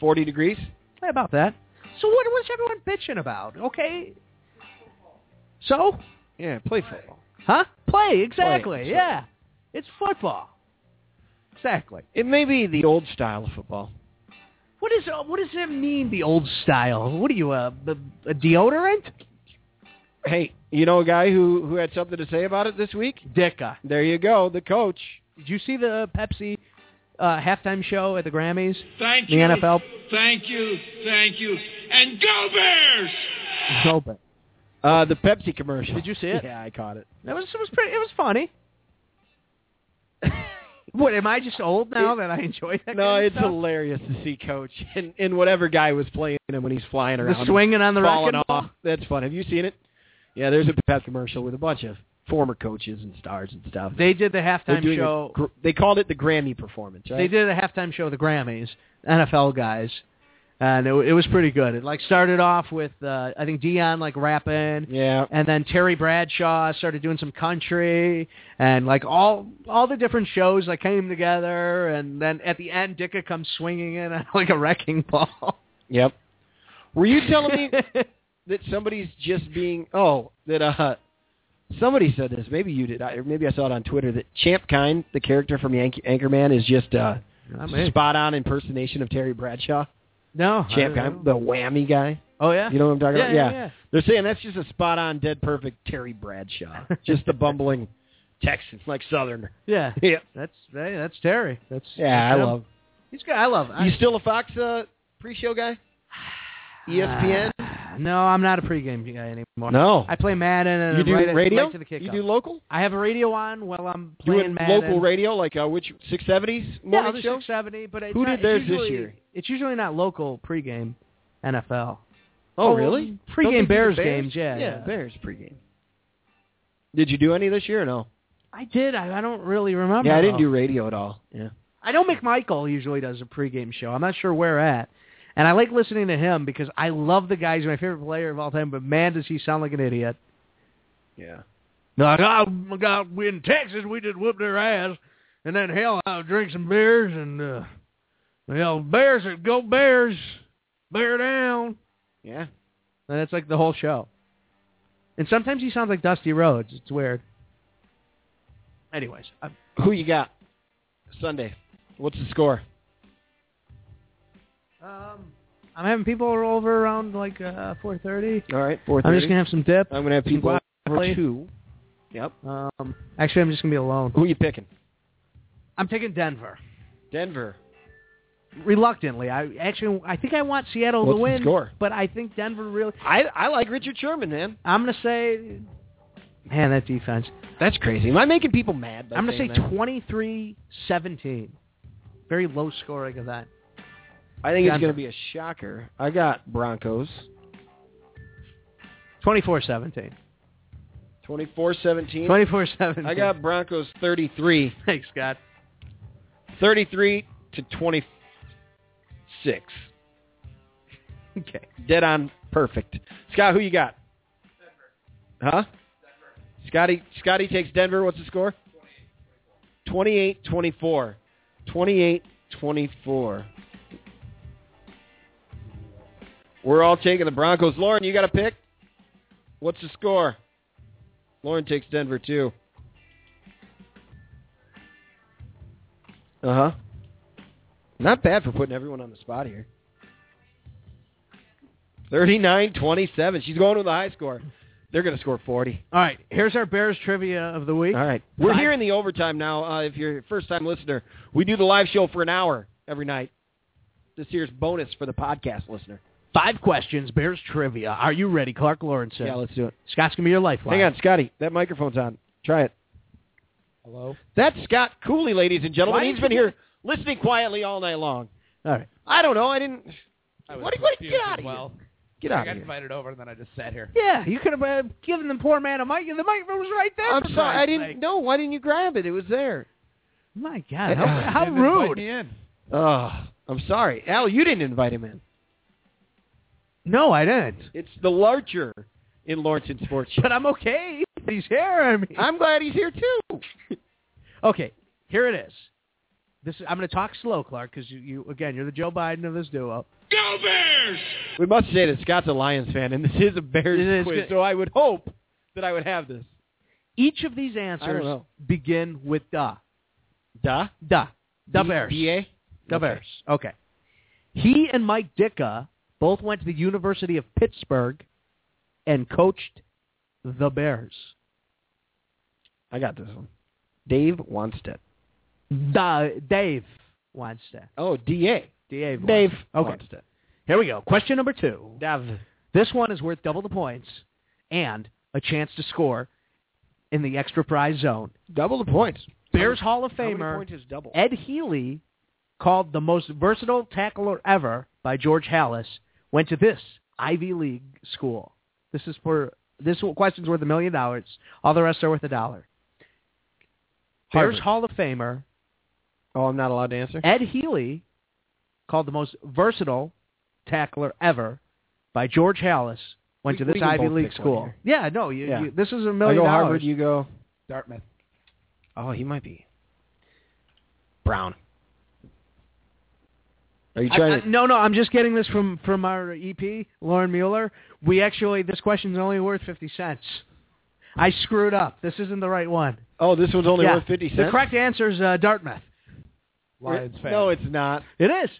[SPEAKER 2] Forty degrees.
[SPEAKER 3] Hey, about that. So what was everyone bitching about? Okay. So?
[SPEAKER 2] Yeah, play football.
[SPEAKER 3] Huh? Play, exactly.
[SPEAKER 2] Play, so-
[SPEAKER 3] yeah. It's football. Exactly.
[SPEAKER 2] It may be the old style of football.
[SPEAKER 3] What is uh, what does that mean? The old style. What are you a, a deodorant?
[SPEAKER 2] Hey, you know a guy who who had something to say about it this week?
[SPEAKER 3] Dicka.
[SPEAKER 2] There you go, the coach.
[SPEAKER 3] Did you see the Pepsi uh, halftime show at the Grammys?
[SPEAKER 6] Thank
[SPEAKER 3] The
[SPEAKER 6] you.
[SPEAKER 3] NFL.
[SPEAKER 6] Thank you. Thank you. And go Bears!
[SPEAKER 3] No, but
[SPEAKER 2] Uh, the Pepsi commercial.
[SPEAKER 3] Did you see it?
[SPEAKER 2] Yeah, I caught it.
[SPEAKER 3] that was it was pretty. It was funny. What am I just old now that I enjoy that?
[SPEAKER 2] no,
[SPEAKER 3] kind of
[SPEAKER 2] it's
[SPEAKER 3] stuff?
[SPEAKER 2] hilarious to see Coach and, and whatever guy was playing him when he's flying around.
[SPEAKER 3] the swinging on the
[SPEAKER 2] falling
[SPEAKER 3] wrecking ball.
[SPEAKER 2] off. That's fun. Have you seen it? Yeah, there's a Pepsi commercial with a bunch of former coaches and stars and stuff.
[SPEAKER 3] They did the
[SPEAKER 2] They're
[SPEAKER 3] halftime
[SPEAKER 2] doing a
[SPEAKER 3] show.
[SPEAKER 2] gr- they called it the Grammy performance, right?
[SPEAKER 3] They did a halftime show of the Grammys, NFL guys, and it, it was pretty good. It like started off with uh, I think Dion like rapping,
[SPEAKER 2] Yeah.
[SPEAKER 3] and then Terry Bradshaw started doing some country, and like all all the different shows like came together, and then at the end Dicka comes swinging in on, like a wrecking ball.
[SPEAKER 2] Yep. Were you telling me that somebody's just being oh that uh somebody said this maybe you did I, or maybe I saw it on Twitter that Champ Kind the character from Yankee Anchorman is just uh
[SPEAKER 3] Not me.
[SPEAKER 2] spot on impersonation of Terry Bradshaw
[SPEAKER 3] no, I
[SPEAKER 2] Champ
[SPEAKER 3] don't
[SPEAKER 2] Kind
[SPEAKER 3] know.
[SPEAKER 2] the whammy guy
[SPEAKER 3] Oh yeah,
[SPEAKER 2] you know what I'm talking
[SPEAKER 3] yeah,
[SPEAKER 2] about
[SPEAKER 3] yeah,
[SPEAKER 2] They're saying that's just a spot on dead perfect Terry Bradshaw. Just the bumbling Texan, like Southerner.
[SPEAKER 3] yeah. Yeah.
[SPEAKER 2] Yeah.
[SPEAKER 3] That's hey, that's Terry. That's
[SPEAKER 2] Yeah, I
[SPEAKER 3] that's him.
[SPEAKER 2] love.
[SPEAKER 3] He's good. I love. I,
[SPEAKER 2] You still a Fox uh, pre-show guy? E ESPN?
[SPEAKER 3] Ah, no, I'm not a pregame guy anymore.
[SPEAKER 2] No.
[SPEAKER 3] I play Madden and
[SPEAKER 2] you do
[SPEAKER 3] right at-
[SPEAKER 2] radio?
[SPEAKER 3] right to the kickoff.
[SPEAKER 2] you do local?
[SPEAKER 3] I have a radio on while I'm
[SPEAKER 2] You
[SPEAKER 3] playing
[SPEAKER 2] Doing
[SPEAKER 3] Madden.
[SPEAKER 2] local radio like uh, which 670s
[SPEAKER 3] yeah,
[SPEAKER 2] morning
[SPEAKER 3] the
[SPEAKER 2] show?
[SPEAKER 3] 670, but it's
[SPEAKER 2] Who
[SPEAKER 3] not-
[SPEAKER 2] did
[SPEAKER 3] it's
[SPEAKER 2] theirs this
[SPEAKER 3] usually-
[SPEAKER 2] year?
[SPEAKER 3] It's usually not local pregame NFL.
[SPEAKER 2] Oh,
[SPEAKER 3] Oh,
[SPEAKER 2] really? Don't
[SPEAKER 3] pregame
[SPEAKER 2] they do the
[SPEAKER 3] Bears
[SPEAKER 2] Bears
[SPEAKER 3] games, yeah,
[SPEAKER 2] Yeah,
[SPEAKER 3] yeah.
[SPEAKER 2] Bears pregame. Did you do any this year or no?
[SPEAKER 3] I did. I, I don't really remember.
[SPEAKER 2] yeah, I didn't
[SPEAKER 3] though.
[SPEAKER 2] do radio at all. Yeah.
[SPEAKER 3] I know McMichael usually does a pregame show. I'm not sure where at. And I like listening to him because I love the guy. He's my favorite player of all time, but man, does he sound like an idiot.
[SPEAKER 2] Yeah.
[SPEAKER 3] Like, oh, God, in Texas, we just whooped their ass. And then, hell, I'll drink some beers and, uh, hell, bears, go bears, bear down.
[SPEAKER 2] Yeah.
[SPEAKER 3] And it's like the whole show. And sometimes he sounds like Dusty Rhodes. It's weird. Anyways, I,
[SPEAKER 2] Who you got? Sunday. What's the score?
[SPEAKER 3] um, I'm having people over around like uh, 4.30.
[SPEAKER 2] All right, 4:30.
[SPEAKER 3] I'm just going to have some dip.
[SPEAKER 2] I'm gonna have
[SPEAKER 3] some
[SPEAKER 2] people over
[SPEAKER 3] guacamole.
[SPEAKER 2] two. Yep.
[SPEAKER 3] Um, actually, I'm just going to be alone.
[SPEAKER 2] Who you picking?
[SPEAKER 3] I'm taking Denver.
[SPEAKER 2] Denver.
[SPEAKER 3] Reluctantly. I actually, I think I want Seattle
[SPEAKER 2] What's
[SPEAKER 3] to
[SPEAKER 2] the
[SPEAKER 3] win.
[SPEAKER 2] score?
[SPEAKER 3] But I think Denver really...
[SPEAKER 2] I I like Richard Sherman, man.
[SPEAKER 3] I'm gonna say, man, that defense.
[SPEAKER 2] That's crazy. Am I making people mad? By
[SPEAKER 3] I'm gonna
[SPEAKER 2] saying
[SPEAKER 3] say
[SPEAKER 2] that?
[SPEAKER 3] 23-17. Very low scoring of that.
[SPEAKER 2] I think it's
[SPEAKER 3] Denver.
[SPEAKER 2] gonna be a shocker. I got Broncos.
[SPEAKER 3] 24 17.
[SPEAKER 2] 24-17.
[SPEAKER 3] 24 17.
[SPEAKER 2] I got Broncos 33.
[SPEAKER 3] Thanks, Scott.
[SPEAKER 2] 33 to 26.
[SPEAKER 3] Okay.
[SPEAKER 2] Dead on perfect. Scott, who you got? Denver. Huh? Scotty Scotty takes Denver. What's the score? 28-24. 28-24. We're all taking the Broncos. Lauren, you got a pick? What's the score? Lauren takes Denver too. Uh huh. Not bad for putting everyone on the spot here. 39-27. She's going with a high score. They're going to score 40.
[SPEAKER 3] All right. Here's our Bears trivia of the week.
[SPEAKER 2] All right. We're
[SPEAKER 3] Five-
[SPEAKER 2] here in the overtime now. Uh, if you're a first-time listener, we do the live show for an hour every night. This here's bonus for the podcast listener.
[SPEAKER 3] Five questions, Bears trivia. Are you ready, Clark Lawrence?
[SPEAKER 2] Yeah, let's do it.
[SPEAKER 3] Scott's going to be your lifeline.
[SPEAKER 2] Hang on, Scotty. That microphone's on. Try it.
[SPEAKER 3] Hello?
[SPEAKER 2] That's Scott Cooley, ladies and gentlemen.
[SPEAKER 3] Why
[SPEAKER 2] He's
[SPEAKER 3] did
[SPEAKER 2] been
[SPEAKER 3] you-
[SPEAKER 2] here listening quietly all night long.
[SPEAKER 3] All right.
[SPEAKER 2] I don't know. I didn't.
[SPEAKER 7] I was
[SPEAKER 2] What do you- what do you-
[SPEAKER 7] confused
[SPEAKER 2] get
[SPEAKER 7] as
[SPEAKER 2] out of here.
[SPEAKER 7] well.
[SPEAKER 2] Get
[SPEAKER 7] I
[SPEAKER 2] out
[SPEAKER 7] got
[SPEAKER 2] of here.
[SPEAKER 7] invited over and then I just sat here.
[SPEAKER 3] Yeah, you could have uh, given the poor man a mic. The microphone was right there.
[SPEAKER 2] I'm
[SPEAKER 3] for
[SPEAKER 2] sorry.
[SPEAKER 3] Christ's
[SPEAKER 2] I didn't
[SPEAKER 3] sake.
[SPEAKER 2] know. Why didn't you grab it? It was there.
[SPEAKER 3] My God,
[SPEAKER 2] Yeah,
[SPEAKER 3] how, how
[SPEAKER 7] Didn't invite
[SPEAKER 3] rude.
[SPEAKER 7] me in.
[SPEAKER 2] Oh, I'm sorry. Al, you didn't invite him in.
[SPEAKER 3] No, I didn't.
[SPEAKER 2] It's the larger in Lawrence and Sports. Show.
[SPEAKER 3] But I'm okay. He's here. I mean.
[SPEAKER 2] I'm glad he's here, too.
[SPEAKER 3] Okay, here it is. This is, I'm going to talk slow, Clark, because you, you again you're the Joe Biden of this duo.
[SPEAKER 6] Go Bears!
[SPEAKER 2] We must say that Scott's a Lions fan, and this is a Bears
[SPEAKER 3] It is
[SPEAKER 2] quiz,
[SPEAKER 3] good.
[SPEAKER 2] so I would hope that I would have this.
[SPEAKER 3] Each of these
[SPEAKER 2] I don't
[SPEAKER 3] answers
[SPEAKER 2] know.
[SPEAKER 3] begin with da
[SPEAKER 2] Da?
[SPEAKER 3] da da Bears
[SPEAKER 2] D-A?
[SPEAKER 3] da
[SPEAKER 2] Okay.
[SPEAKER 3] Bears. Okay. He and Mike Ditka both went to the University of Pittsburgh and coached the Bears.
[SPEAKER 2] I got this one. Dave Wanstead.
[SPEAKER 3] Da, Dave wants that.
[SPEAKER 2] Oh, D-A.
[SPEAKER 3] Dave. wants
[SPEAKER 2] Dave
[SPEAKER 3] that. Okay.
[SPEAKER 2] Wanstead.
[SPEAKER 3] Here we go. Question number two.
[SPEAKER 2] Dav.
[SPEAKER 3] This one is worth double the points and a chance to score in the extra prize zone.
[SPEAKER 2] Double the points.
[SPEAKER 3] Bears Hall of
[SPEAKER 2] How many
[SPEAKER 3] Famer
[SPEAKER 2] points is double?
[SPEAKER 3] Ed Healy, called the most versatile tackler ever by George Hallis, went to this Ivy League school. This is for this question's worth a million dollars. All the rest are worth a dollar.
[SPEAKER 2] Harvard.
[SPEAKER 3] Bears Hall of Famer
[SPEAKER 2] Oh, I'm not allowed to answer?
[SPEAKER 3] Ed Healy, called the most versatile tackler ever by George Hallis, went
[SPEAKER 2] We-
[SPEAKER 3] to
[SPEAKER 2] we
[SPEAKER 3] this
[SPEAKER 2] can
[SPEAKER 3] Ivy
[SPEAKER 2] both
[SPEAKER 3] League
[SPEAKER 2] pick one
[SPEAKER 3] school.
[SPEAKER 2] here.
[SPEAKER 3] Yeah, no, you,
[SPEAKER 2] Yeah.
[SPEAKER 3] you- this is a
[SPEAKER 2] I
[SPEAKER 3] million
[SPEAKER 2] go
[SPEAKER 3] dollars.
[SPEAKER 2] Harvard, you go...
[SPEAKER 7] Dartmouth.
[SPEAKER 2] Oh, he might be. Brown. Are you
[SPEAKER 3] I-
[SPEAKER 2] trying
[SPEAKER 3] I-
[SPEAKER 2] to...
[SPEAKER 3] no, no, I'm just getting this from from our EP, Lauren Mueller. We actually this question's only worth fifty cents. I screwed up. This isn't the right one.
[SPEAKER 2] Oh, this one's only
[SPEAKER 3] Yeah.
[SPEAKER 2] worth 50 cents?
[SPEAKER 3] The correct answer is uh, Dartmouth.
[SPEAKER 7] Lions fan.
[SPEAKER 2] No, it's not.
[SPEAKER 3] It is.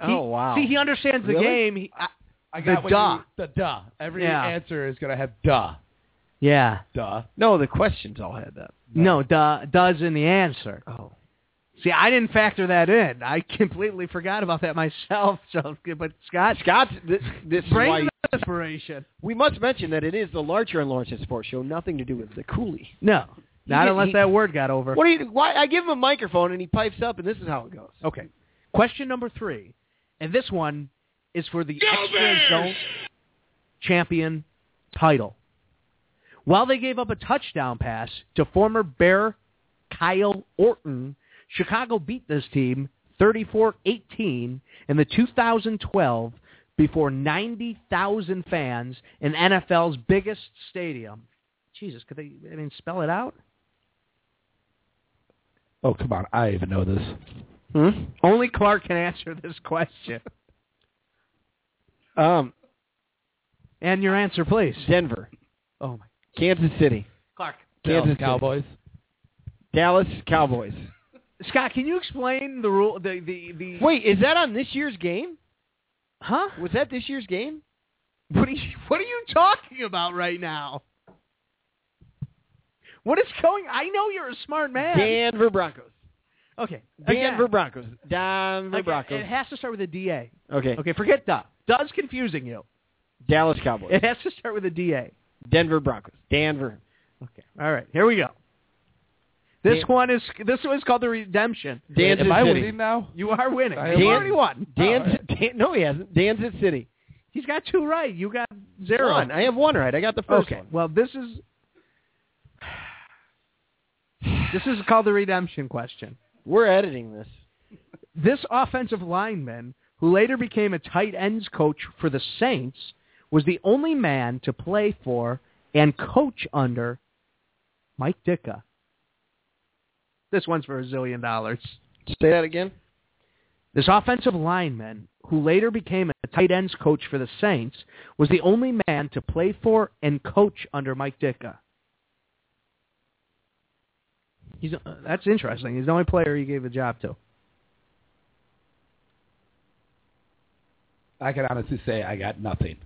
[SPEAKER 3] He-
[SPEAKER 2] oh, wow.
[SPEAKER 3] See, he understands the
[SPEAKER 2] Really?
[SPEAKER 3] game. He, I,
[SPEAKER 7] I
[SPEAKER 3] the
[SPEAKER 7] got what
[SPEAKER 3] duh.
[SPEAKER 7] You, the duh. Every
[SPEAKER 3] Yeah.
[SPEAKER 7] answer is gonna have duh.
[SPEAKER 3] yeah.
[SPEAKER 7] Duh.
[SPEAKER 2] no, the questions all had that.
[SPEAKER 3] No, duh, does in the answer.
[SPEAKER 2] Oh.
[SPEAKER 3] See, I didn't factor that in. I completely forgot about that myself. So, but Scott,
[SPEAKER 2] Scott, this, this is
[SPEAKER 3] brain
[SPEAKER 2] why...
[SPEAKER 3] inspiration.
[SPEAKER 2] We must mention that it is the Larcher and Lawrence Sports Show, nothing to do with the Cooley.
[SPEAKER 3] No, not
[SPEAKER 2] did-
[SPEAKER 3] unless
[SPEAKER 2] he-
[SPEAKER 3] that word got over.
[SPEAKER 2] What do you? Why I give him a microphone and he pipes up, and this is how it goes.
[SPEAKER 3] Okay. Question number three, and this one is for the
[SPEAKER 6] Go
[SPEAKER 3] extra
[SPEAKER 6] Bears!
[SPEAKER 3] zone champion title. While they gave up a touchdown pass to former Bear Kyle Orton, Chicago beat this team 34-18 in the 2012 before 90,000 fans in NFL's biggest stadium. Jesus, could they? I mean, spell it out.
[SPEAKER 7] Oh come on, I even know this.
[SPEAKER 3] Only Clark can answer this question.
[SPEAKER 2] Um,
[SPEAKER 3] And your answer, please.
[SPEAKER 2] Denver,
[SPEAKER 3] Oh my,
[SPEAKER 2] Kansas City,
[SPEAKER 3] Clark.
[SPEAKER 2] Kansas City,
[SPEAKER 7] Cowboys.
[SPEAKER 2] Dallas Cowboys.
[SPEAKER 3] Scott, can you explain the rule? The the the.
[SPEAKER 2] Wait, is that on this year's game?
[SPEAKER 3] huh?
[SPEAKER 2] Was that this year's game?
[SPEAKER 3] What are you What are you talking about right now? What is going? I know you're a smart man.
[SPEAKER 2] Denver Broncos.
[SPEAKER 3] okay. again,
[SPEAKER 2] Denver Broncos. Denver
[SPEAKER 3] again,
[SPEAKER 2] Broncos.
[SPEAKER 3] It has to start with a DA.
[SPEAKER 2] Okay.
[SPEAKER 3] Okay, forget duh. Duh's confusing you.
[SPEAKER 2] Dallas Cowboys.
[SPEAKER 3] It has to start with a DA.
[SPEAKER 2] Denver Broncos. Denver.
[SPEAKER 3] Okay. All right. Here we go. This
[SPEAKER 2] Dan-
[SPEAKER 3] one is this one is called the redemption.
[SPEAKER 2] Kansas
[SPEAKER 7] Am I
[SPEAKER 2] City.
[SPEAKER 7] winning now?
[SPEAKER 3] You are winning.
[SPEAKER 7] I
[SPEAKER 3] You
[SPEAKER 2] Dan-
[SPEAKER 3] already won.
[SPEAKER 2] Dan- Dan- no, he hasn't. Danzig City.
[SPEAKER 3] He's got two right. You got zero.
[SPEAKER 2] One. I have one right. I got the first
[SPEAKER 3] Okay.
[SPEAKER 2] one.
[SPEAKER 3] Well, this is this is called the redemption question.
[SPEAKER 2] We're editing this.
[SPEAKER 3] This offensive lineman, who later became a tight ends coach for the Saints, was the only man to play for and coach under Mike Ditka. This one's for a zillion dollars.
[SPEAKER 2] Say that again.
[SPEAKER 3] This offensive lineman, who later became a tight ends coach for the Saints, was the only man to play for and coach under Mike Ditka. He's, uh, that's interesting. He's the only player he gave a job to.
[SPEAKER 7] I can honestly say I got nothing.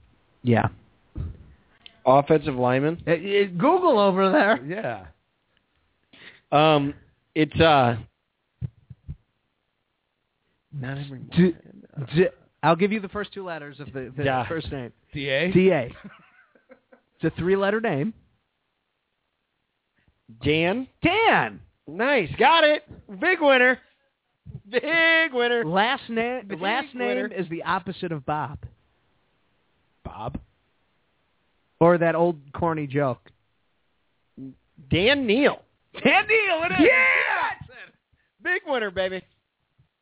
[SPEAKER 3] Yeah.
[SPEAKER 2] Offensive lineman.
[SPEAKER 3] Uh, Google over there.
[SPEAKER 7] Yeah.
[SPEAKER 2] Um, it's uh. Not every uh,
[SPEAKER 3] D- D- I'll give you the first two letters of the, the
[SPEAKER 2] Yeah.
[SPEAKER 3] first name.
[SPEAKER 7] DA?
[SPEAKER 3] D-A. it's a three-letter name.
[SPEAKER 2] Dan.
[SPEAKER 3] Dan.
[SPEAKER 2] Nice, got it. Big winner. Big winner.
[SPEAKER 3] Last, na- last
[SPEAKER 2] winner.
[SPEAKER 3] name is the opposite of Bob.
[SPEAKER 7] Bob?
[SPEAKER 3] Or that old corny joke.
[SPEAKER 2] Dan Neal.
[SPEAKER 3] Dan Neal, it is.
[SPEAKER 2] Big winner, baby.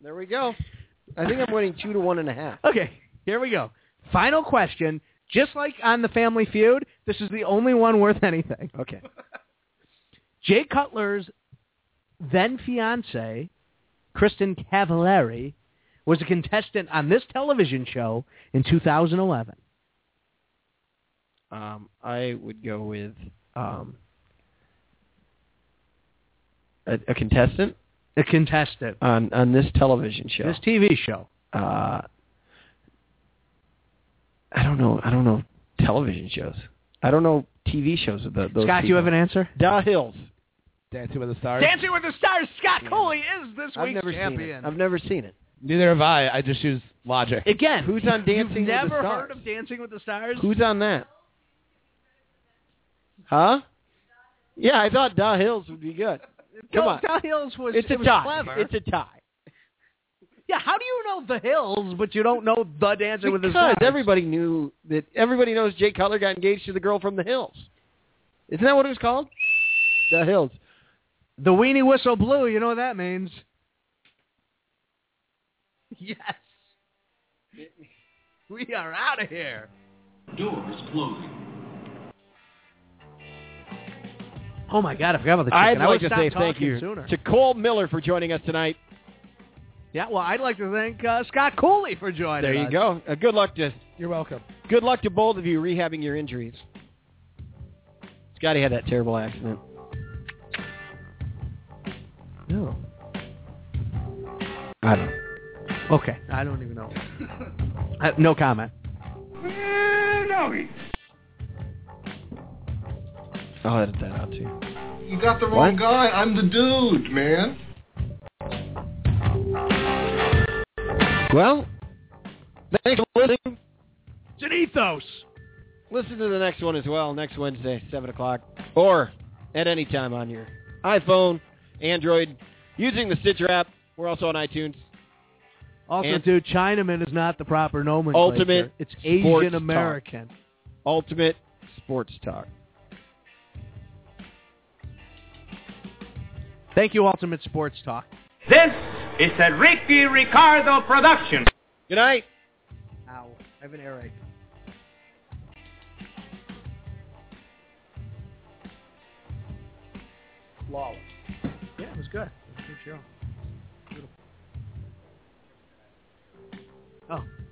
[SPEAKER 2] There we go. I think I'm winning two to one and a half.
[SPEAKER 3] Okay, here we go. Final question. Just like on the Family Feud, this is the only one worth anything.
[SPEAKER 2] Okay.
[SPEAKER 3] Jay Cutler's then fiance, Kristen Cavallari, was a contestant on this television show in 2011.
[SPEAKER 2] Um, I would go with um, a, a contestant
[SPEAKER 3] A contestant.
[SPEAKER 2] on on this television show.
[SPEAKER 3] This TV show.
[SPEAKER 2] uh, I don't know. I don't know television shows. I don't know TV shows with the, those.
[SPEAKER 3] Scott, you have
[SPEAKER 2] people.
[SPEAKER 3] an answer?
[SPEAKER 2] Da Hills.
[SPEAKER 7] Dancing with the Stars?
[SPEAKER 3] Dancing with the Stars, Scott Coley is this
[SPEAKER 2] I've
[SPEAKER 3] week's
[SPEAKER 2] never seen it.
[SPEAKER 3] champion.
[SPEAKER 2] I've never seen it.
[SPEAKER 7] Neither have I. I just use logic.
[SPEAKER 3] Again,
[SPEAKER 2] Who's on Dancing
[SPEAKER 3] you've
[SPEAKER 2] with the
[SPEAKER 3] never
[SPEAKER 2] Stars?
[SPEAKER 3] heard of Dancing with the Stars?
[SPEAKER 2] Who's on that? Huh? Yeah, I thought Da Hills would be good.
[SPEAKER 3] No,
[SPEAKER 2] Come on.
[SPEAKER 3] Don Hills was
[SPEAKER 2] It's
[SPEAKER 3] it
[SPEAKER 2] a
[SPEAKER 3] was
[SPEAKER 2] tie.
[SPEAKER 3] clever.
[SPEAKER 2] It's a tie.
[SPEAKER 3] Yeah, how do you know the hills, but you don't know the Dancing with the
[SPEAKER 2] Because
[SPEAKER 3] Stars?
[SPEAKER 2] everybody knew that everybody knows Jay Cutler got engaged to the girl from the Hills. Isn't that what it was called? The Hills.
[SPEAKER 3] The weenie whistle blew. You know what that means? Yes. We are out of here.
[SPEAKER 6] Door is closing.
[SPEAKER 3] Oh my God! I forgot about the chicken.
[SPEAKER 2] I'd
[SPEAKER 3] I
[SPEAKER 2] like
[SPEAKER 3] would
[SPEAKER 2] to
[SPEAKER 3] stop
[SPEAKER 2] say
[SPEAKER 3] talking
[SPEAKER 2] thank you
[SPEAKER 3] sooner.
[SPEAKER 2] to Cole Miller for joining us tonight.
[SPEAKER 3] yeah, well, I'd like to thank uh, Scott Cooley for joining.
[SPEAKER 2] There you
[SPEAKER 3] us.
[SPEAKER 2] go. Uh, good luck to
[SPEAKER 7] You're welcome.
[SPEAKER 2] good luck to both of you rehabbing your injuries. Scotty had that terrible accident. No. I don't.
[SPEAKER 3] Okay, I don't even know. I, no comment.
[SPEAKER 2] I'll edit that out too.
[SPEAKER 8] You got the wrong guy. I'm the dude, man.
[SPEAKER 2] Well, thanks for listening.
[SPEAKER 3] It's an ethos.
[SPEAKER 2] Listen to the next one as well next Wednesday, 7 o'clock, or at any time on your iPhone, Android, using the Stitcher app. We're also on iTunes.
[SPEAKER 3] Also,
[SPEAKER 2] And-
[SPEAKER 3] dude, Chinaman is not the proper nomenclature.
[SPEAKER 2] Ultimate
[SPEAKER 3] It's
[SPEAKER 2] sports
[SPEAKER 3] Asian American.
[SPEAKER 2] Ultimate Sports Talk.
[SPEAKER 3] Thank you, Ultimate Sports Talk.
[SPEAKER 9] This is a Ricky Ricardo production.
[SPEAKER 2] Good night.
[SPEAKER 3] Ow, I have an earache. Flawless. Yeah, it was good. It was a good show. Beautiful. Oh.